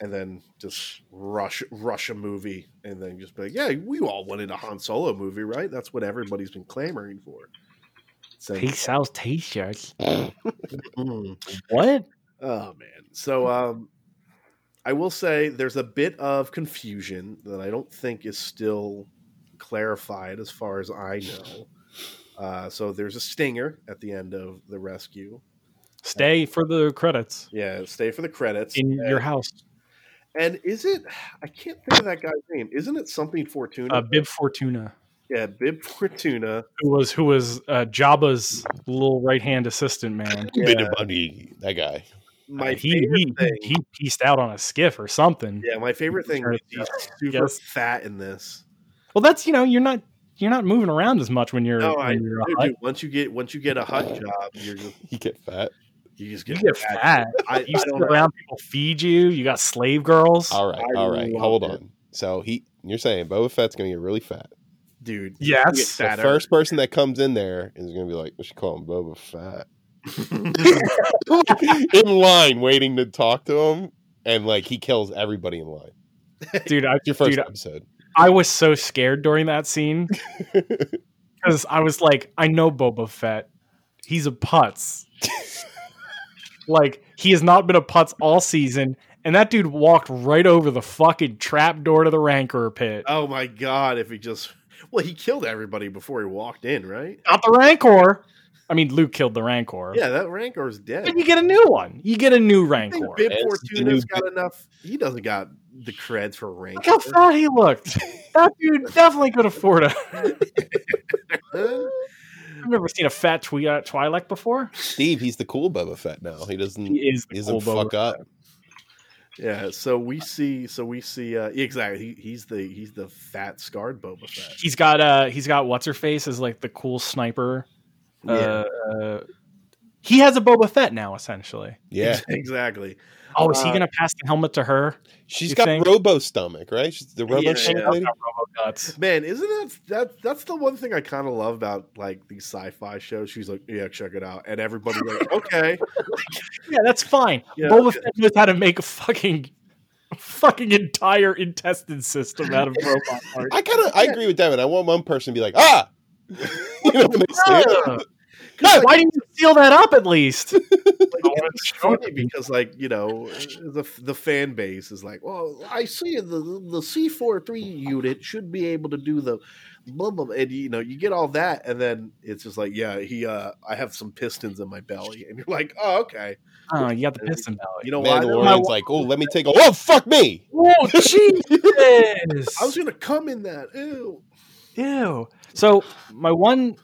S3: and then just rush rush a movie, and then just be like, yeah, we all wanted a Han Solo movie, right? That's what everybody's been clamoring for. So,
S1: sells t-shirts.
S3: mm.
S1: What?
S3: oh man, so um, I will say there's a bit of confusion that I don't think is still clarified as far as I know. Uh, so there's a stinger at the end of the rescue.
S1: Stay for the credits
S3: Yeah, stay for the credits.
S1: in
S3: and,
S1: your house.
S3: and is it? I can't think of that guy's name. Isn't it something Fortuna?
S1: Uh, Bib Fortuna,
S3: yeah, Bib Fortuna.
S1: who was who was uh, Jabba's little right hand assistant man.
S3: Yeah.
S2: Bit of money, that guy. [LAUGHS]
S3: My
S1: he,
S3: favorite
S1: he,
S3: thing.
S1: he pieced out on a skiff or something.
S3: yeah, my favorite thing.
S1: Sure,
S3: is
S1: yeah.
S3: He's super
S1: Yes.
S3: fat in this.
S1: Well, that's you know you're not you're not moving around as much when you're,
S3: No,
S1: when
S3: I
S1: you're uh, a hut.
S3: dude,
S1: Oh.
S3: dude, once you get once you get a hut job, you're just
S2: You get fat.
S3: you just
S1: You
S3: get,
S1: get fat.
S3: I,
S1: You
S3: I
S1: sit
S3: don't know.
S1: around, people feed you. You got slave girls.
S2: All right,
S3: I
S2: all right.
S3: love
S2: Hold
S3: it.
S2: on. So he, you're saying Boba Fett's gonna get really fat.
S3: dude. you get
S1: yes,
S2: The
S3: fatter.
S2: first person that comes in there is gonna be like, "We should call him
S1: [LAUGHS]
S2: Boba Fett." [LAUGHS] in line, waiting to talk to him, and like he kills everybody in line.
S1: dude. I,
S2: It's your first
S1: dude,
S2: episode.
S1: I was so scared during that scene
S3: [LAUGHS]
S1: because I was like, I know Boba Fett. He's a
S3: [LAUGHS]
S1: putz. like, he has not been a putz all season. And that dude walked right over the fucking trap door to the rancor pit.
S3: oh my god! If he just well, he killed everybody before he walked in, right?
S1: Not the rancor. I mean, Luke killed the rancor.
S3: Yeah, that Rancor's dead.
S1: But you get a new one. You get a new
S3: I think
S1: rancor.
S3: Bib
S2: It's the
S3: Fortuna's
S2: new-
S3: got enough. He doesn't got the creds for Rancor.
S1: Look how fat he looked.
S3: [LAUGHS]
S1: That dude definitely could afford a. I've never seen a fat twi- uh, Twi'lek before.
S2: Steve, he's the cool Boba Fett now. He doesn't. He
S1: He is the
S2: doesn't
S1: cool Boba
S2: fuck up.
S3: Yeah, so we see, so we see, uh, exactly. He, he's the he's the fat scarred Boba Fett.
S1: he's got uh he's got what's her face as like the cool sniper. Uh, uh, he has a Boba Fett now essentially.
S2: Yeah,
S3: [LAUGHS] exactly.
S1: Oh, is he
S3: Uh,
S1: gonna pass the helmet to her?
S2: she's
S1: You
S2: got
S1: think?
S2: robo stomach, right? She's the robo
S3: Yeah,
S2: stomach
S3: yeah.
S2: lady.
S1: Not Robo Guts.
S3: Man, isn't that that that's the one thing I kind of love about like these sci-fi shows? She's like, yeah, check it out, and everybody's like, okay,
S1: Yeah, that's fine.
S3: Yeah,
S1: Boba
S3: okay.
S1: Fett knows how to make a fucking fucking entire intestine system
S3: [LAUGHS]
S1: out of robot parts.
S2: I kind of I agree with Devin. I want one person to be like, ah, [LAUGHS] you know, when they say it.
S1: Yeah. God, Uh, why didn't you seal that up at
S3: [LAUGHS]
S1: least?
S3: Like, and it's funny because like you know the the fan base is like, well, I see the the C four three unit should be able to do the blah blah, blah. and you know you get all that, and then it's just like, yeah, he, uh, I have some pistons in my belly, and you're like, oh okay,
S1: Oh, you got the piston belly.
S3: you know why? they're like,
S2: Mandalorian's like, oh, let me take a. Oh, fuck me.
S1: [LAUGHS] Oh, Jesus!
S3: [LAUGHS] I was gonna come in that. Ew.
S1: Ew. So my one,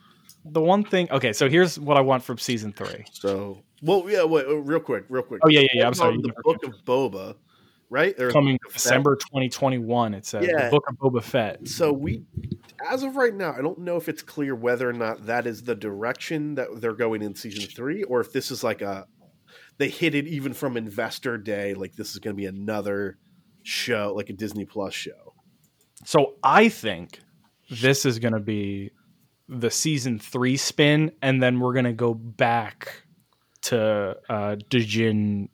S1: the one thing. Okay, so here's what I want from season three.
S3: So, well, yeah, wait, uh, real quick, real quick.
S1: Oh yeah, yeah, yeah. I'm
S3: It's
S1: sorry.
S3: on The book of Boba, right? Or-
S1: coming December 2021. It says
S3: Yeah.
S1: the Book of Boba Fett.
S3: So we, as of right now, I don't know if it's clear whether or not that is the direction that they're going in season three, or if this is like a they hid it even from Investor Day, like this is going to be another show, like a Disney Plus show.
S1: So I think this is going to be the season three spin, and then we're going to go back to uh, Dijin.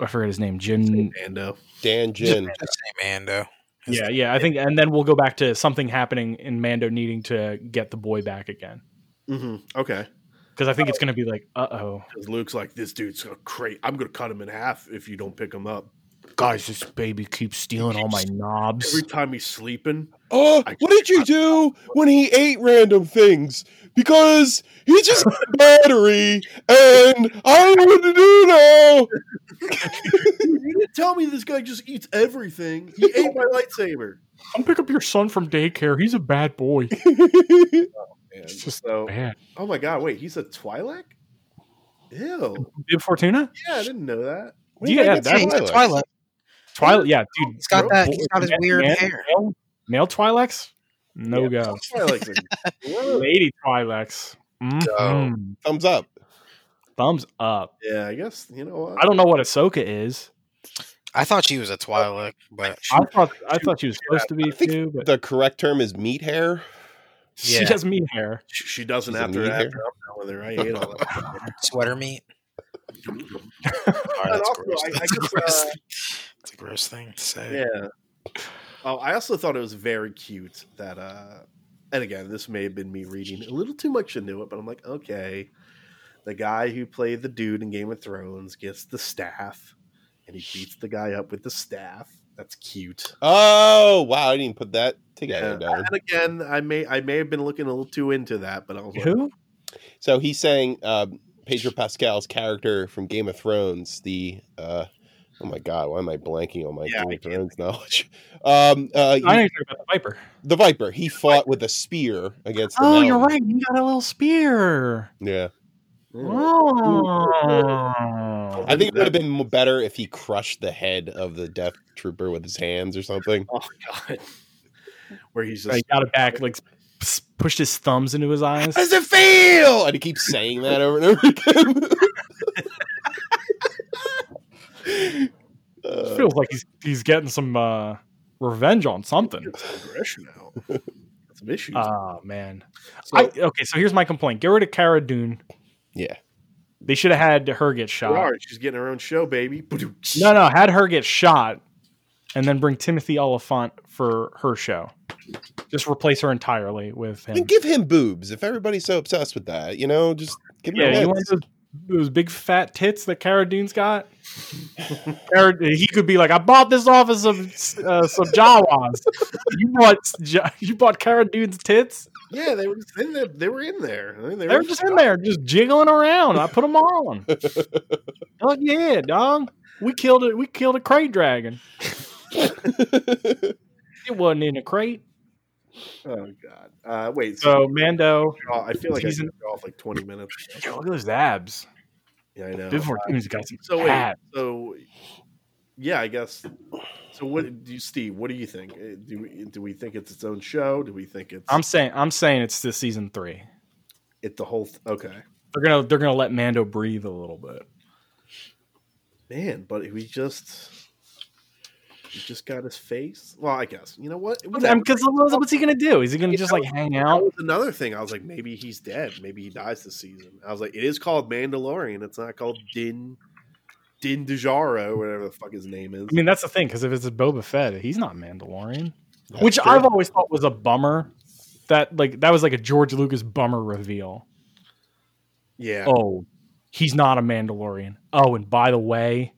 S1: I forget his name. Jin.
S3: Mando,
S2: Dan Jin.
S4: Just say Mando.
S1: Yeah, yeah. I think, and then we'll go back to something happening in Mando needing to get the boy back again.
S3: mm-hmm. okay,
S1: Because I think it's going to be like, uh oh,
S3: because Luke's like, this dude's a crate. I'm going to cut him in half if you don't pick him [LAUGHS] up.
S1: guys, this baby keeps stealing all my knobs.
S3: Every time he's sleeping,
S2: Oh,
S3: I-
S2: what did you do when he ate random things? Because he
S3: [LAUGHS]
S2: just got a battery, and I don't know what to do now.
S3: you didn't tell me this guy just eats everything. [LAUGHS] He ate my lightsaber.
S1: Come pick up your son from daycare. He's a bad [LAUGHS] boy.
S3: And
S1: It's just
S3: so,
S1: Bad.
S3: oh my god, wait, he's a Twi'lek. Ew.
S1: Bib Fortuna?
S3: Yeah, I didn't know that.
S2: Where did
S1: Yeah,
S2: I get
S1: that's-
S4: Hey, he's
S2: Twi'lek?
S4: a Twi'lek.
S1: Twilight? Yeah, dude.
S4: He's got that. He's
S1: Boy-
S4: got his
S1: man-
S4: weird
S1: man-
S4: hair.
S1: Male, male Twi'leks? No go.
S3: Twi'leks are gross.
S1: Lady Twi'leks. Mhm.
S2: Thumbs up.
S1: Thumbs up.
S3: yeah, I guess you know uh, what.
S1: I don't know what Ahsoka is.
S4: I thought she was a Twi'lek, but
S1: I thought I thought she was supposed to be
S2: I think
S1: too, but
S2: The correct term is meat hair.
S1: she
S4: Yeah.
S1: has meat hair.
S3: She she doesn't
S2: She's a
S3: after
S2: meat
S3: that.
S2: hair.
S3: I'm done with her. I ate all that.
S4: sweater meat. Sorry,
S3: [LAUGHS] And
S4: that's
S3: also,
S4: gross.
S3: I- I
S4: That's
S3: just,
S4: gross.
S3: uh,
S4: That's a gross thing to say.
S3: yeah. Oh, I also thought it was very cute that. uh And again, this may have been me reading a little too much into it, but I'm like, okay, the guy who played the dude in Game of Thrones gets the staff, and he beats the guy up with the staff. That's cute.
S2: Oh wow, I didn't even put that together.
S3: Yeah.
S2: Darren.
S3: And again, I may I may have been looking a little too into that, but I was like,
S1: Who?
S2: So he's saying um, Pedro Pascal's character from Game of Thrones, the uh, oh my god, why am I blanking on my
S3: Yeah,
S2: Game
S3: I
S2: of Thrones knowledge? Um, uh,
S1: I
S2: he-
S1: didn't about the Viper.
S2: the Viper. He fought with a spear against. The
S1: Oh, you're right.
S2: mountain.
S1: You got a little spear.
S2: Yeah,
S3: "Oh,
S1: Oh.
S2: I think it would have been better if he crushed the head of the Death Trooper with his hands or something.
S3: Oh god. [LAUGHS] Where he's
S1: He
S3: just
S1: got it back, like s- pushed his thumbs into his
S2: [LAUGHS]
S1: eyes.
S2: How does it feel? And he keeps saying that over and over again. [LAUGHS] Uh,
S1: feels like he's he's getting some uh, revenge on something.
S3: it's aggression
S1: [LAUGHS]
S3: now. Some issues.
S1: Oh man.
S3: So-
S1: I, okay, so here's my complaint. Get rid of Cara Dune.
S2: yeah.
S1: They should have had her get shot.
S3: Gerard, she's getting her own show, baby. [LAUGHS]
S1: No, no, had her get shot, and then bring Timothy Oliphant for her show. Just replace her entirely with
S2: Then
S1: him.
S2: give him boobs if everybody's so obsessed with that. You know, just give him.
S1: Yeah,
S2: Yeah,
S1: you want those, those big fat tits that Cara Dune's got? Cara, he could be like, I bought this off of some uh, some Jawas. you bought Ja- you bought [LAUGHS] Cara Dune's tits.
S3: Yeah, they were just in there. They were in there. I mean,
S1: They were just in there, just jiggling around. I put them on. oh yeah, dog. We killed it. We killed a crate dragon. It wasn't in a crate.
S3: Oh god. Uh, wait. So,
S1: So Mando,
S3: I feel like
S1: Season-
S3: I took off like twenty minutes.
S1: yo, look at those abs.
S3: Yeah, I know.
S1: Before has got some
S3: Oh, So wait.
S1: abs.
S3: So yeah, I guess. So what do you, Steve? What do you think? Uh, Do we do we think it's its own show? Do we think it's
S1: I'm saying, I'm saying it's the season three.
S3: it the whole? Th- okay,
S1: They're gonna, they're gonna let Mando breathe a little bit.
S3: man. But we just he just got his face. Well, I guess you know what. Whatever.
S1: Because what's he gonna do? Is he gonna just like hang
S3: That
S1: out?
S3: was another thing. I was like, maybe he's dead. Maybe he dies this season. I was like, it is called Mandalorian. It's not called Din Din Djarin, whatever the fuck his name is.
S1: I mean, that's the thing. Because if it's a Boba Fett, he's not Mandalorian. [LAUGHS]
S2: That's
S1: which
S2: true.
S1: I've always thought was a bummer. That like that was like a George Lucas bummer reveal.
S3: yeah,
S1: Oh, he's not a Mandalorian. Oh, and by the way,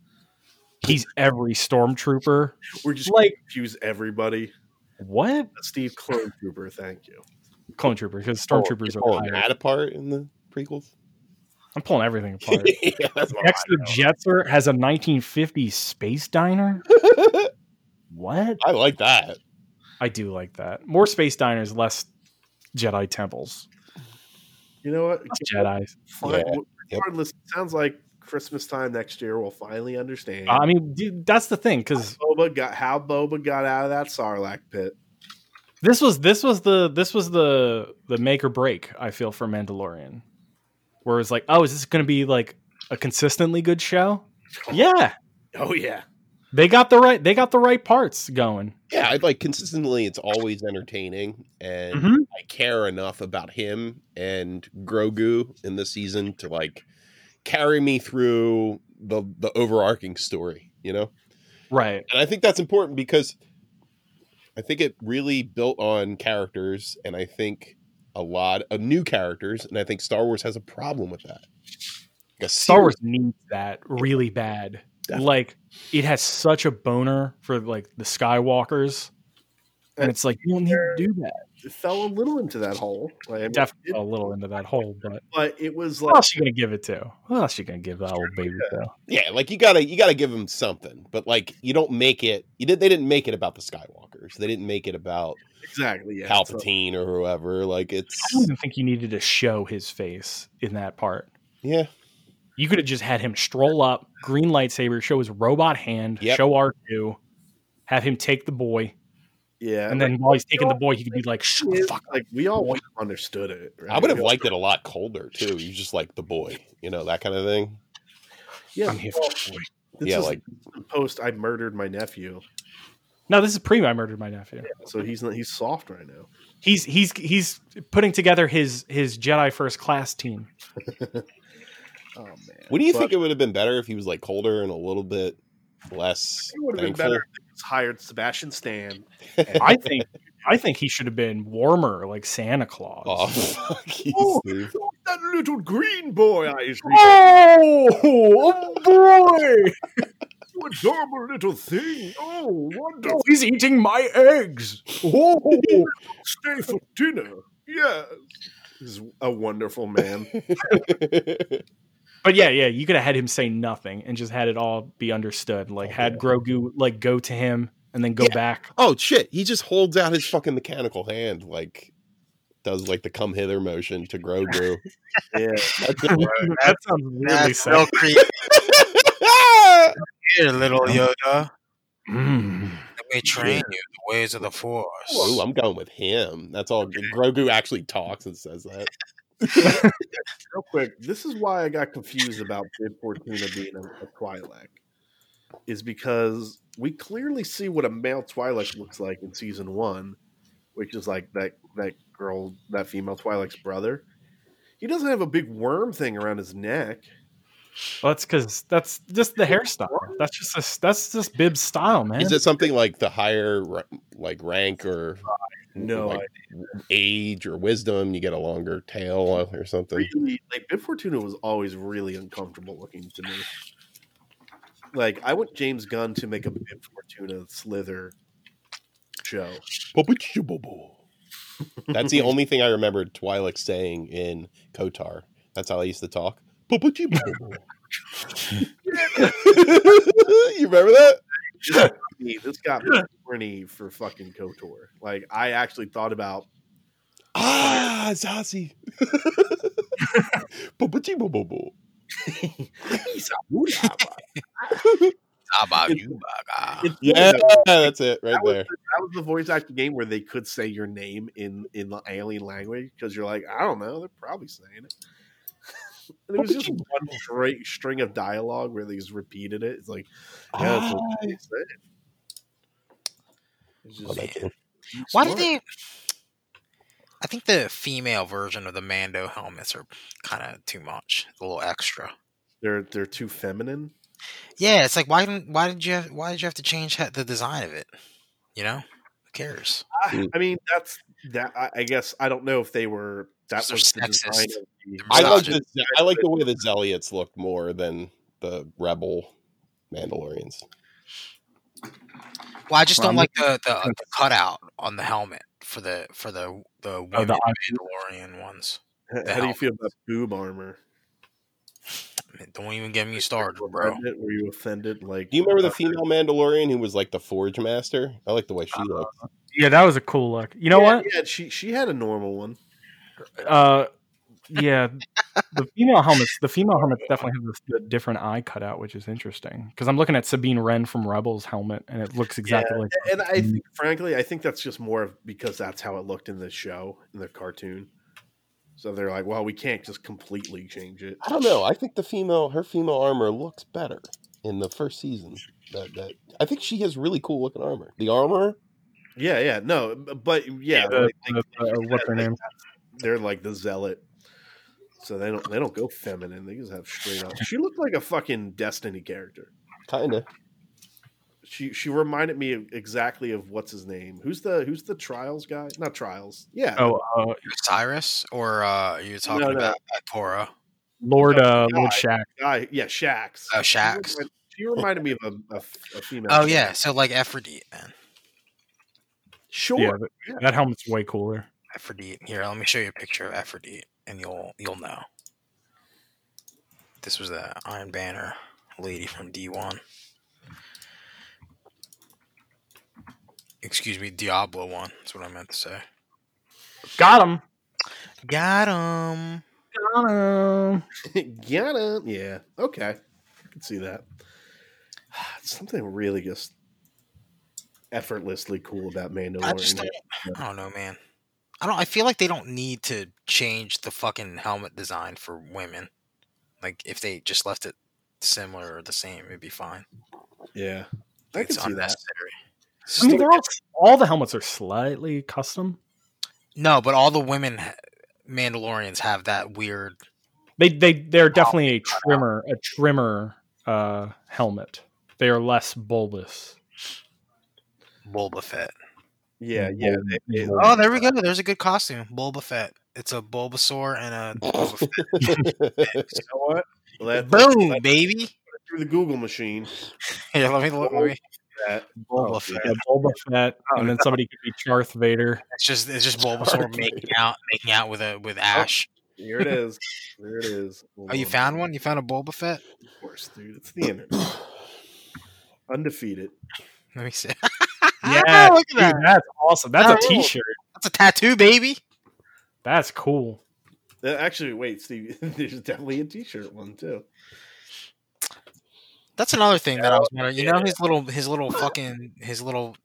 S1: he's every stormtrooper.
S3: we're just
S1: like-
S3: confuse everybody.
S1: What
S3: Steve Clone Trooper, thank you.
S1: clone trooper? Because
S3: Oh,
S1: stormtroopers
S2: You
S1: are.
S2: pulling
S1: higher.
S2: that apart in the
S1: [LAUGHS]
S2: prequels.
S1: I'm pulling
S3: [LAUGHS]
S1: everything apart.
S2: yeah, that's what I
S1: Dexter
S2: know.
S1: Jetzer has a 1950s space
S3: [LAUGHS]
S1: diner. what?
S2: I like that.
S1: I do like that. More space diners, less Jedi temples.
S3: You know what?
S1: Less Jedi.
S3: Fine.
S2: Yeah. Yep.
S3: Regardless, it sounds like Christmas time next year we'll finally understand
S1: I mean, dude, that's the thing because
S3: Boba got how Boba got out of that Sarlacc pit.
S1: this was this was the this was the the make or break I feel for Mandalorian, where it's like, oh, is this going to be like a consistently good show? Yeah,
S3: Oh yeah.
S1: they got the right they got the right parts going.
S2: Yeah, I like consistently. It's always entertaining, and
S1: Mhm.
S2: I care enough about him and Grogu in the season to like carry me through the the overarching story. You know,
S1: Right.
S2: and I think that's important because I think it really built on characters, and I think a lot of new characters, and I think Star Wars has a problem with that. Like a
S1: Star
S2: series-
S1: Wars needs that really bad.
S2: Definitely.
S1: Like it has such a boner for like the Skywalkers, and it's like you don't need to do that.
S3: It fell a little into that hole. Like, I mean,
S1: Definitely
S3: it-
S1: fell a little into that hole, but
S3: but it was
S1: what
S3: like
S1: else you gonna give it to? What else you gonna give that old baby to?
S2: Yeah, like you gotta you gotta give them something, but like you don't make it. You did. They didn't make it about the Skywalkers. They didn't make it about
S3: exactly yeah. so-
S2: Palpatine or whoever. Like
S1: I don't
S2: it's
S1: even think you needed to show his face in that part.
S2: yeah,
S1: You could have just had him stroll up, green lightsaber, show his robot hand,
S2: Yep.
S1: show R two, have him take the boy,
S3: yeah.
S1: and then while he's taking the boy, he could be like, "Shut the
S3: It's
S1: fuck up."
S3: like we all would've understood it. Right?
S2: I would have
S3: We all-
S2: liked it a lot colder too. You just like the boy, you know that kind of thing.
S3: Yeah,
S1: I'm here for
S3: well,
S1: the boy.
S3: this
S2: yeah,
S3: is
S2: like
S3: the post I murdered my nephew,
S1: No, this is pre I murdered my nephew.
S3: so he's not, he's soft right now.
S1: He's he's he's putting together his his Jedi first class team.
S3: Oh man.
S2: what do you
S3: But
S2: think it would have been better if he was like colder and a little bit less
S3: It would have been
S2: thankful?
S3: better if they just hired
S2: [LAUGHS]
S3: Sebastian Stan.
S1: I think I think he should have been warmer like Santa Claus.
S2: Oh, [LAUGHS] fuck you,
S3: Oh.
S2: Steve.
S3: That little green boy I
S1: Oh, boy!
S3: You adorable little thing. Oh, wonderful.
S1: He's eating my eggs. Oh,
S3: Stay for dinner. Yes. He's a
S2: [LAUGHS]
S3: wonderful man.
S1: But yeah, yeah, you could have had him say nothing and just had it all be understood. Like had Grogu like go to him and then go [LAUGHS]
S5: Yeah.
S1: back.
S2: oh shit! He just holds out his fucking mechanical hand, like does like the come hither motion to
S3: [LAUGHS]
S2: Grogu. [LAUGHS]
S3: yeah.
S2: That's
S1: [LAUGHS]
S2: it.
S1: That sounds weirdly
S4: That's
S1: sad.
S4: real creepy here, little Yoda.
S1: Mm. [LAUGHS]
S4: Let me train you the ways of the Force.
S2: Ooh, I'm going with him. That's all. Grogu actually talks and says that.
S3: Real quick, this is why I got confused about Bib Fortuna being a, a Twi'lek, is because we clearly see what a male Twi'lek looks like in season one, which is like that that girl, that female Twi'lek's brother. He doesn't have a big worm thing around his neck.
S1: Well, that's because that's just the hairstyle. That's just this, that's just Bib's style, man.
S2: Is it something like the higher ra- like rank or
S3: No,
S2: like age or wisdom? You get a longer tail or something.
S3: really like Bib Fortuna was always really uncomfortable looking to me. Like I want James Gunn to make a Bib Fortuna Slither show.
S2: Ba-ba-choo-ba-boo. That's the only thing I remembered Twi'lek saying in Kotar. That's how I used to talk. [LAUGHS] Ba-ba-choo-ba-boo. you remember that?
S3: This
S4: [LAUGHS]
S3: got me, this got me horny for fucking Kotor. Like I actually thought about
S2: Ah, [LAUGHS] Zazi. Ba-ba-choo-ba-boo.
S4: How about you, Ah, Baga?
S3: it's-
S2: Yeah,
S3: that,
S2: that's it right
S3: was
S2: there.
S3: the, that was the voice acting game where they could say your name in in the alien language because you're like I don't know they're probably saying it. [LAUGHS] And it was just one straight string of dialogue where they just repeated it. It's like, yeah, that's
S4: Ah.
S3: what they said. It's just-
S2: Oh, that's it.
S4: Why did they? I think the female version of the Mando helmets are kind of too much, a little extra.
S3: They're they're too feminine.
S4: Yeah, it's like why didn't why did you have, why did you have to change ha- the design of it? You know, who cares?
S3: I, I mean, that's that. I, I guess I don't know if they were that
S4: They're
S3: was the design
S4: sexist.
S3: of the-
S2: I like
S4: Zazi.
S2: the I like the way the Zeliots look more than the rebel Mandalorians.
S4: Well, I just
S1: Well,
S4: don't
S1: I'm
S4: like the, the the cutout on the helmet for the for the the
S1: Oh,
S4: women
S1: the
S4: Mandalorian ones.
S3: H- How do you feel about boob armor?
S4: I mean, don't even get me started, bro.
S3: Offended? Were you offended? Like, uh,
S2: Do you remember the female Mandalorian who was like the Forge Master? I like the way she looked.
S1: Yeah, that was a cool look. You know
S3: yeah,
S1: what?
S3: Yeah, she she had a normal one.
S1: Uh, yeah, the female helmets. The female helmets definitely have a different eye cutout, which is interesting because I'm looking at Sabine Wren from Rebels helmet, and it looks exactly like.
S3: And I think, frankly, I think that's just more of because that's how it looked in the show in the cartoon. So they're like, well, we can't just completely change it.
S2: I don't know. I think the female her female armor looks better in the first season. That, that I think she has really cool looking armor. The armor,
S3: Yeah, yeah, no, b- but yeah,
S1: the-
S3: like, like,
S1: the- uh, what's her name?
S3: they're like the zealot. So they don't they don't go feminine. They just have straight up. She looked like a fucking Destiny character.
S1: [LAUGHS]
S2: kind of.
S3: She she reminded me of- exactly of what's his name. Who's the who's the Trials guy? Not Trials. Yeah,
S1: Oh, uh,
S4: Cyrus, or uh, you're talking
S3: no.
S4: about uh, Tora?
S1: Lord, uh,
S3: God.
S1: Lord Shack.
S3: guy. Yeah, Shax.
S4: Oh, Shax.
S3: She remi- She reminded me of a, a, a female.
S4: Oh yeah, so like Aphrodite then.
S3: sure. [LAUGHS]
S1: Yeah, that- that helmet's way cooler.
S4: Aphrodite. Here, let me show you a picture of Aphrodite, and you'll you'll know. This was the Iron Banner lady from D1. Excuse me, Diablo one. That's what I meant to say.
S1: Got him.
S4: Got him.
S1: Got him.
S3: Got him. Yeah. Okay. I can see that. [SIGHS] Something really just effortlessly cool about Mandalorian.
S4: I just don't. I don't know, man. I don't. I feel like they don't need to change the fucking helmet design for women. Like if they just left it similar or the same, it'd be fine.
S3: yeah. I can
S4: it's
S3: see that.
S4: unnecessary.
S1: I mean, they're all, all the helmets are slightly custom.
S4: No, but all the women ha- Mandalorians have that weird.
S1: They they they're definitely a trimmer a trimmer uh, helmet. They are less bulbous.
S4: Boba Fett.
S3: Yeah. Yeah. they- they-
S4: Oh, there we go. There's a good costume. Boba Fett. It's a Bulbasaur and a Boba Fett.
S3: You know what? Let,
S4: boom, baby. [LAUGHS]
S3: through the Google machine.
S4: Here, let me look. Let me.
S3: That
S4: Boba
S3: Oh,
S4: Fett.
S1: Yeah, Boba Fett, and then somebody could be Charth Vader.
S4: It's just it's just Bulbasaur making out making out with a with Ash.
S3: here it is. There it is. Hold
S4: Oh, you
S3: on.
S4: found one? You found a Boba Fett?
S3: Of course, dude. It's the
S4: [COUGHS]
S3: internet. Undefeated.
S4: Let me see. [LAUGHS]
S1: Yeah,
S4: look at
S1: Dude,
S4: that.
S1: that's awesome. That's
S4: Oh.
S1: a T-shirt.
S4: That's a tattoo, baby.
S1: That's cool.
S3: Uh, Actually, wait, Steve. [LAUGHS] There's definitely a T-shirt one too.
S4: That's another thing that I was wondering. You know his little his little fucking his little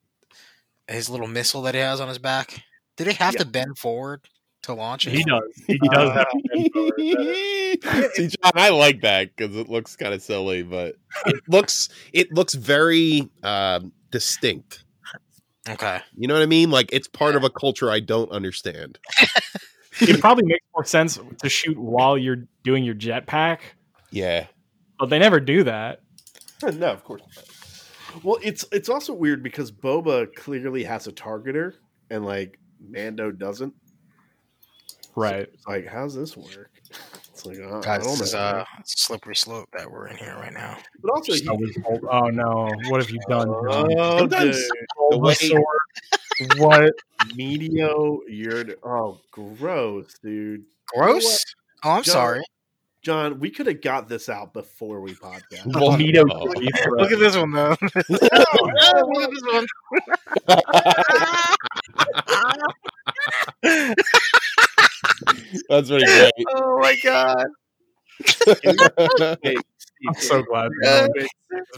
S4: his little missile that he has on his back. Did it have to bend forward to launch it?
S1: He does. He does have.
S2: [LAUGHS] See, John, I like that because it looks kind of silly, but it looks it looks very um, distinct.
S4: Okay.
S2: You know what I mean? Like it's part of a culture I don't understand.
S1: [LAUGHS] It probably makes more sense to shoot while you're doing your jetpack,
S2: Yeah,
S1: but they never do that.
S3: [LAUGHS] no, of course not. Well, it's it's also weird because Boba clearly has a targeter and like Mando doesn't.
S1: Right.
S3: It's like, how's this work? [LAUGHS] It's like, uh, I
S4: Guys,
S3: don't
S4: this is
S3: know.
S4: a slippery slope that we're in here right now.
S3: but also, he,
S1: Oh no! What have you done? John?
S3: oh,
S2: Sometimes-
S3: dude,
S2: the way-
S1: Bulbasaur. [LAUGHS] What?
S3: Meteo, you're oh, gross, dude.
S4: Gross. Oh, I'm
S3: Joe,
S4: sorry.
S3: John, we could have got this out before we
S2: [LAUGHS]
S3: podcast.
S1: Well, Nito.
S2: Oh.
S4: Look at this one though. [LAUGHS] look at this one. [LAUGHS]
S2: that's pretty [LAUGHS] great.
S4: Oh my god.
S1: I'm so [LAUGHS] glad.
S4: Yeah.
S1: no one cares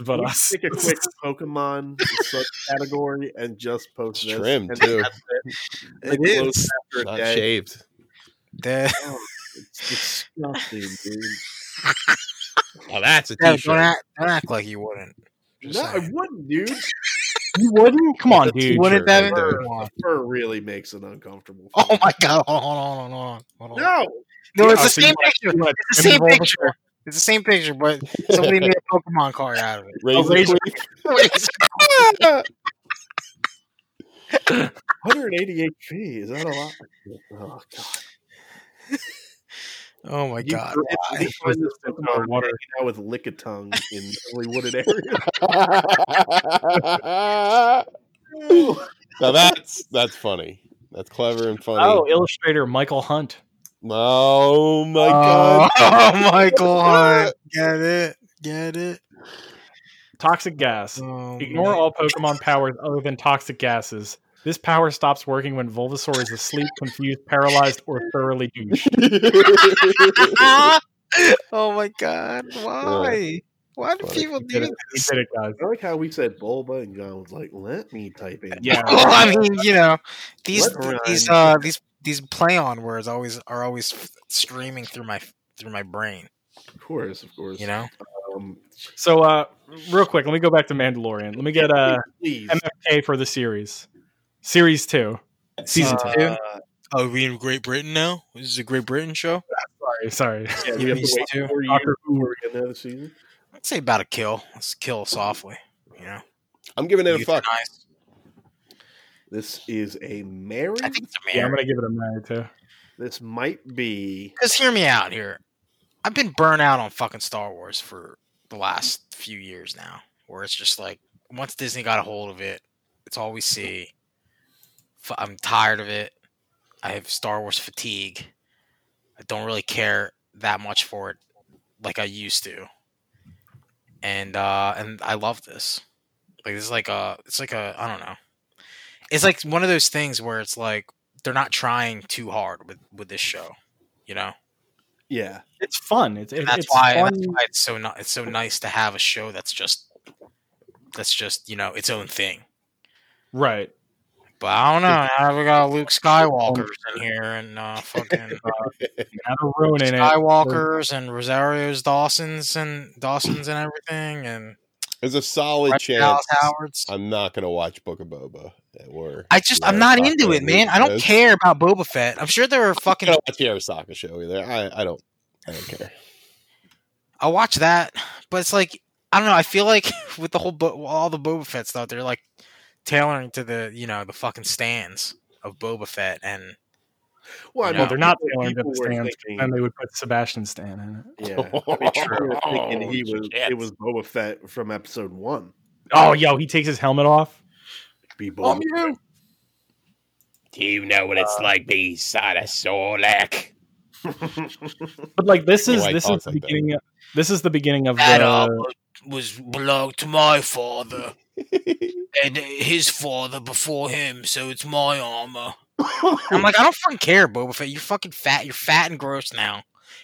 S1: But us.
S3: Take a quick Pokemon subcategory and just post
S2: It's
S3: this.
S2: trimmed,
S3: and
S2: too.
S3: that's it.
S4: It
S3: Like,
S4: is.
S3: close after a
S2: Not
S3: day.
S2: shaved.
S4: The-
S3: Oh, It's disgusting, dude.
S2: Oh, that's a
S4: No,
S2: t-shirt.
S4: don't, act, don't act like you wouldn't. Just
S3: No, I
S4: saying.
S3: wouldn't, [LAUGHS] dude.
S1: You wouldn't? Come on,
S2: That's a
S1: dude.
S2: t-shirt
S4: Wouldn't that
S2: right
S4: be-
S2: there.
S3: Fur really makes it uncomfortable. for
S4: Oh
S3: me.
S4: my god! Hold on, hold on, hold on, hold on.
S3: No,
S4: No, it's
S1: Oh,
S4: the
S1: so
S4: same
S1: you wanna-
S4: picture.
S1: you wanna
S4: It's the
S1: trim
S4: same
S1: Bulbasaur?
S4: picture. It's the same picture, but somebody made a Pokemon card out of it.
S2: Razor
S1: razor
S2: blade.
S4: Wait.
S3: 188 HP. Is that a lot? Oh god!
S4: oh my
S3: You
S4: god!
S3: really find this
S1: It's
S3: Pokemon
S1: our water.
S3: now with Lickitung in heavily wooded area.
S2: [LAUGHS] Now that's that's funny. That's clever and funny.
S1: Oh, illustrator Michael Hunt.
S2: Oh my god.
S4: Oh, [LAUGHS] Michael Hunt. Get it? Get it?
S1: Toxic gas.
S4: Oh,
S3: Um,
S1: Ignore
S4: man.
S3: [LAUGHS]
S1: all Pokemon powers other than toxic gases. This power stops working when Bulbasaur is asleep, confused, paralyzed, or thoroughly douche.
S4: oh my god. Why? Why do
S2: Fuck,
S4: people
S1: He
S4: do
S1: did it,
S3: [LAUGHS]
S1: he
S4: this?
S1: did it, guys.
S3: I like how we said Bulba and John was like, let me type in.
S1: Yeah.
S4: Well, I mean, you know, these
S3: What
S4: these
S3: rhyme?
S4: uh these these play on words always are always f- streaming through my through my brain,
S3: Of course, of course.
S4: you know?
S3: Um,
S1: So, uh, real quick, let me go back to Mandalorian. Let me get uh,
S3: please.
S1: MFK for the series, series two, season
S4: Uh,
S1: two.
S4: two? Oh, we in Great Britain now? This is a Great Britain show?
S1: Sorry, sorry.
S3: yeah, we
S4: you
S3: have to
S4: used
S3: wait
S4: to.
S3: four
S1: [LAUGHS]
S3: years
S1: Doctor Who.
S3: before we get another season.
S4: I'd say about a kill. Let's kill softly, you know.
S2: I'm giving it a fuck.
S4: Euthanize.
S3: This is a Mary.
S4: I think it's a
S1: Yeah, I'm
S4: man.
S1: gonna give it a nine too.
S3: This might be.
S4: Just hear me out here. I've been burnt out on fucking Star Wars for the last few years now, where it's just like once Disney got a hold of it, it's all we see. F- I'm tired of it. I have Star Wars fatigue. I don't really care that much for it like I used to. And uh and I love this. Like this is like a it's like a I don't know. It's like one of those things where it's like they're not trying too hard with with this show, you know.
S3: Yeah.
S1: It's fun. It's it,
S4: And that's
S1: it's
S4: why and
S1: fun.
S4: that's why it's so ni- it's so nice to have a show that's just that's just you know its own thing.
S1: Right.
S4: But I don't know. Now we got Luke Skywalker's in here and uh, fucking
S1: Now they're ruining it.
S4: Skywalker's and Rosario's Dawson's and Dawson's and everything and
S2: There's a solid
S4: Bryce
S2: chance
S4: Dallas Howard's.
S2: I'm not gonna watch Book of Boba or
S4: I just I'm
S2: Yeah,
S4: not
S2: fuck
S4: into
S2: that
S4: it, man. I don't
S2: movie.
S4: care about Boba Fett. I'm sure there are
S2: I'm
S4: fucking
S2: not gonna watch the Arasaka show either. I, I don't I don't care.
S4: I watch that, but it's like I don't know. I feel like [LAUGHS] with the whole Bo- all the Boba Fett stuff, they're like tailoring to the you know the fucking stands of Boba Fett, and
S3: Well, I
S4: No.
S1: Well, they're not
S3: people-
S1: tailoring to
S3: people
S1: the
S3: were
S1: stands.
S3: thinking-
S1: Then they would put Sebastian Stan in it.
S3: Yeah, I mean, people were thinking he
S5: Oh,
S3: was
S5: shit.
S3: it was Boba Fett from episode one.
S1: Oh, yo, he takes his helmet off.
S3: Be Boba. [LAUGHS] Fett.
S5: Do you know what it's like being side of Sorlak?
S1: But like this
S2: Oh,
S1: is
S2: I
S1: this
S2: thought
S1: is the
S2: like that.
S1: beginning. Of, this is the beginning of
S4: that
S1: the.
S4: all was belonged to my father and his father before him, so it's my armor. I'm like, I don't fucking care, Boba Fett. You're fucking fat. You're fat and gross now,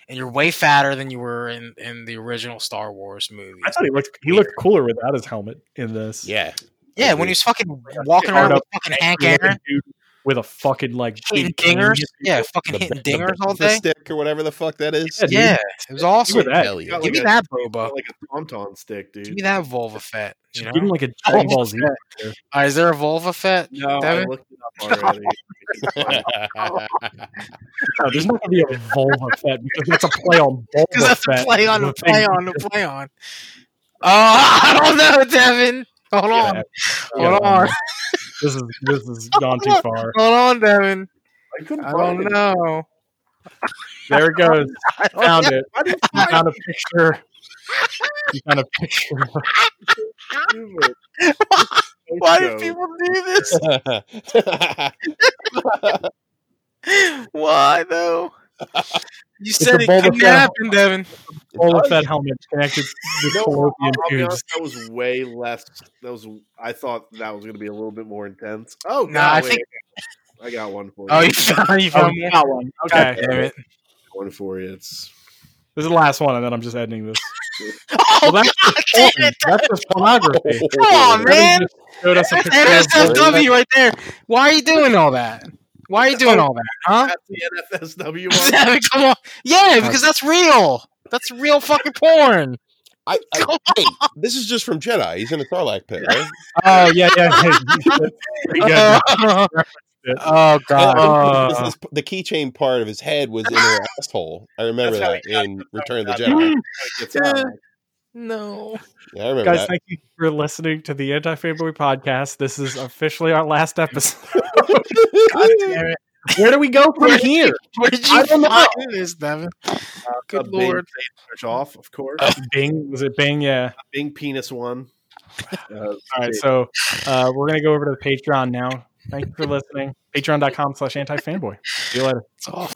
S4: and you're way fatter than you were in in the original Star Wars movies.
S1: I thought he looked he looked cooler without his helmet in this. [LAUGHS]
S5: Yeah.
S4: Yeah, when he was fucking walking around with fucking Hank Aaron.
S1: Dude with a fucking like
S4: hitting
S1: big cane.
S4: dingers. Yeah, fucking
S2: The-
S4: hitting
S2: the-
S4: dingers all
S2: the
S4: day.
S2: stick or whatever the fuck that is.
S1: Yeah, dude.
S4: Yeah, it was
S1: You were
S4: awesome.
S1: that.
S2: Hell yeah. [LAUGHS]
S3: Got
S4: Give me
S3: a-
S4: that boba.
S3: Like a tauntaun stick, dude.
S4: Give me that vulva fett. You
S1: Give him
S4: know?
S1: like a Dragon Ball Z.
S4: Uh, is there a vulva fett?
S3: No, I
S4: Devin?
S3: looked
S4: [LAUGHS]
S3: it up already.
S1: No, there's not gonna be
S4: [LAUGHS]
S1: a Volva Fett because that's a play on Volva
S4: Because that's a
S1: Fett.
S4: play on, a play on, a play on. Oh, [LAUGHS] I don't know, Devin. Hold
S1: Yeah,
S4: on,
S1: yeah,
S4: hold on,
S1: Oh, This is this
S4: [LAUGHS]
S1: is gone too far.
S4: hold on, Devin.
S3: I couldn't
S4: I
S3: find
S4: don't
S3: it.
S4: know.
S1: There it
S4: [LAUGHS]
S1: goes.
S4: Oh,
S1: Found it.
S3: I didn't
S1: You
S3: find
S1: found a picture. You found a picture.
S3: it.
S4: Why do people do this? Why though? You said
S1: a
S4: it
S1: Boba Fett.
S4: couldn't happen, Devin.
S1: Volva Fett helmet connected with
S3: No,
S1: fallopian
S3: I'll be
S1: tubes.
S3: honest, that was way less. That was. I thought that was going to be a little bit more intense. Oh
S4: No,
S3: no,
S4: I
S3: wait.
S4: think-
S3: I got one for you.
S4: Oh, you [LAUGHS] found, you
S1: Oh,
S4: found
S1: you
S4: me.
S1: got one.
S4: God
S1: Okay.
S4: damn it.
S3: one for you. It's
S1: This is the last one, and then I'm just editing this.
S4: [LAUGHS] Oh,
S1: Well, that's
S4: God damn
S1: porn.
S4: it.
S1: That's just pornography.
S4: [LAUGHS] Come on,
S1: That
S4: man.
S1: just Showed us a
S4: That's
S1: picture of
S4: NSFW right there. Why are you doing all that? Why are you doing all that, huh?
S3: that's the NFSW
S4: [LAUGHS]
S3: one.
S4: Devin, Come on. Yeah, because that's real. That's real fucking porn.
S2: I, I, hey, this is just from Jedi. He's in a Sarlacc pit,
S1: [LAUGHS]
S2: right?
S1: Oh [LAUGHS]
S4: [LAUGHS]
S1: yeah, yeah. [LAUGHS] yeah. Pretty good. Uh,
S4: oh god.
S2: And Oh, this is- the keychain part of his head was in her asshole. I remember
S3: That's how
S2: that in Return of the
S3: got
S2: Jedi.
S1: [LAUGHS]
S3: It's, uh,
S4: no.
S2: Yeah, I remember
S1: Guys,
S2: that.
S1: thank you for listening to the Anti Fanboy Podcast. This is officially our last episode. [LAUGHS] Where do we go from here?
S4: Where did
S1: I
S4: you
S1: don't know.
S4: find this, Devin? Good
S3: a Bing
S4: lord.
S3: search off, of course.
S1: Bing, was it Bing? Yeah.
S3: Bing penis one. Uh,
S1: All right, so uh, we're gonna go over to the Patreon now. Thank you for listening. Patreon.com slash anti fanboy. See you later.
S4: It's awful.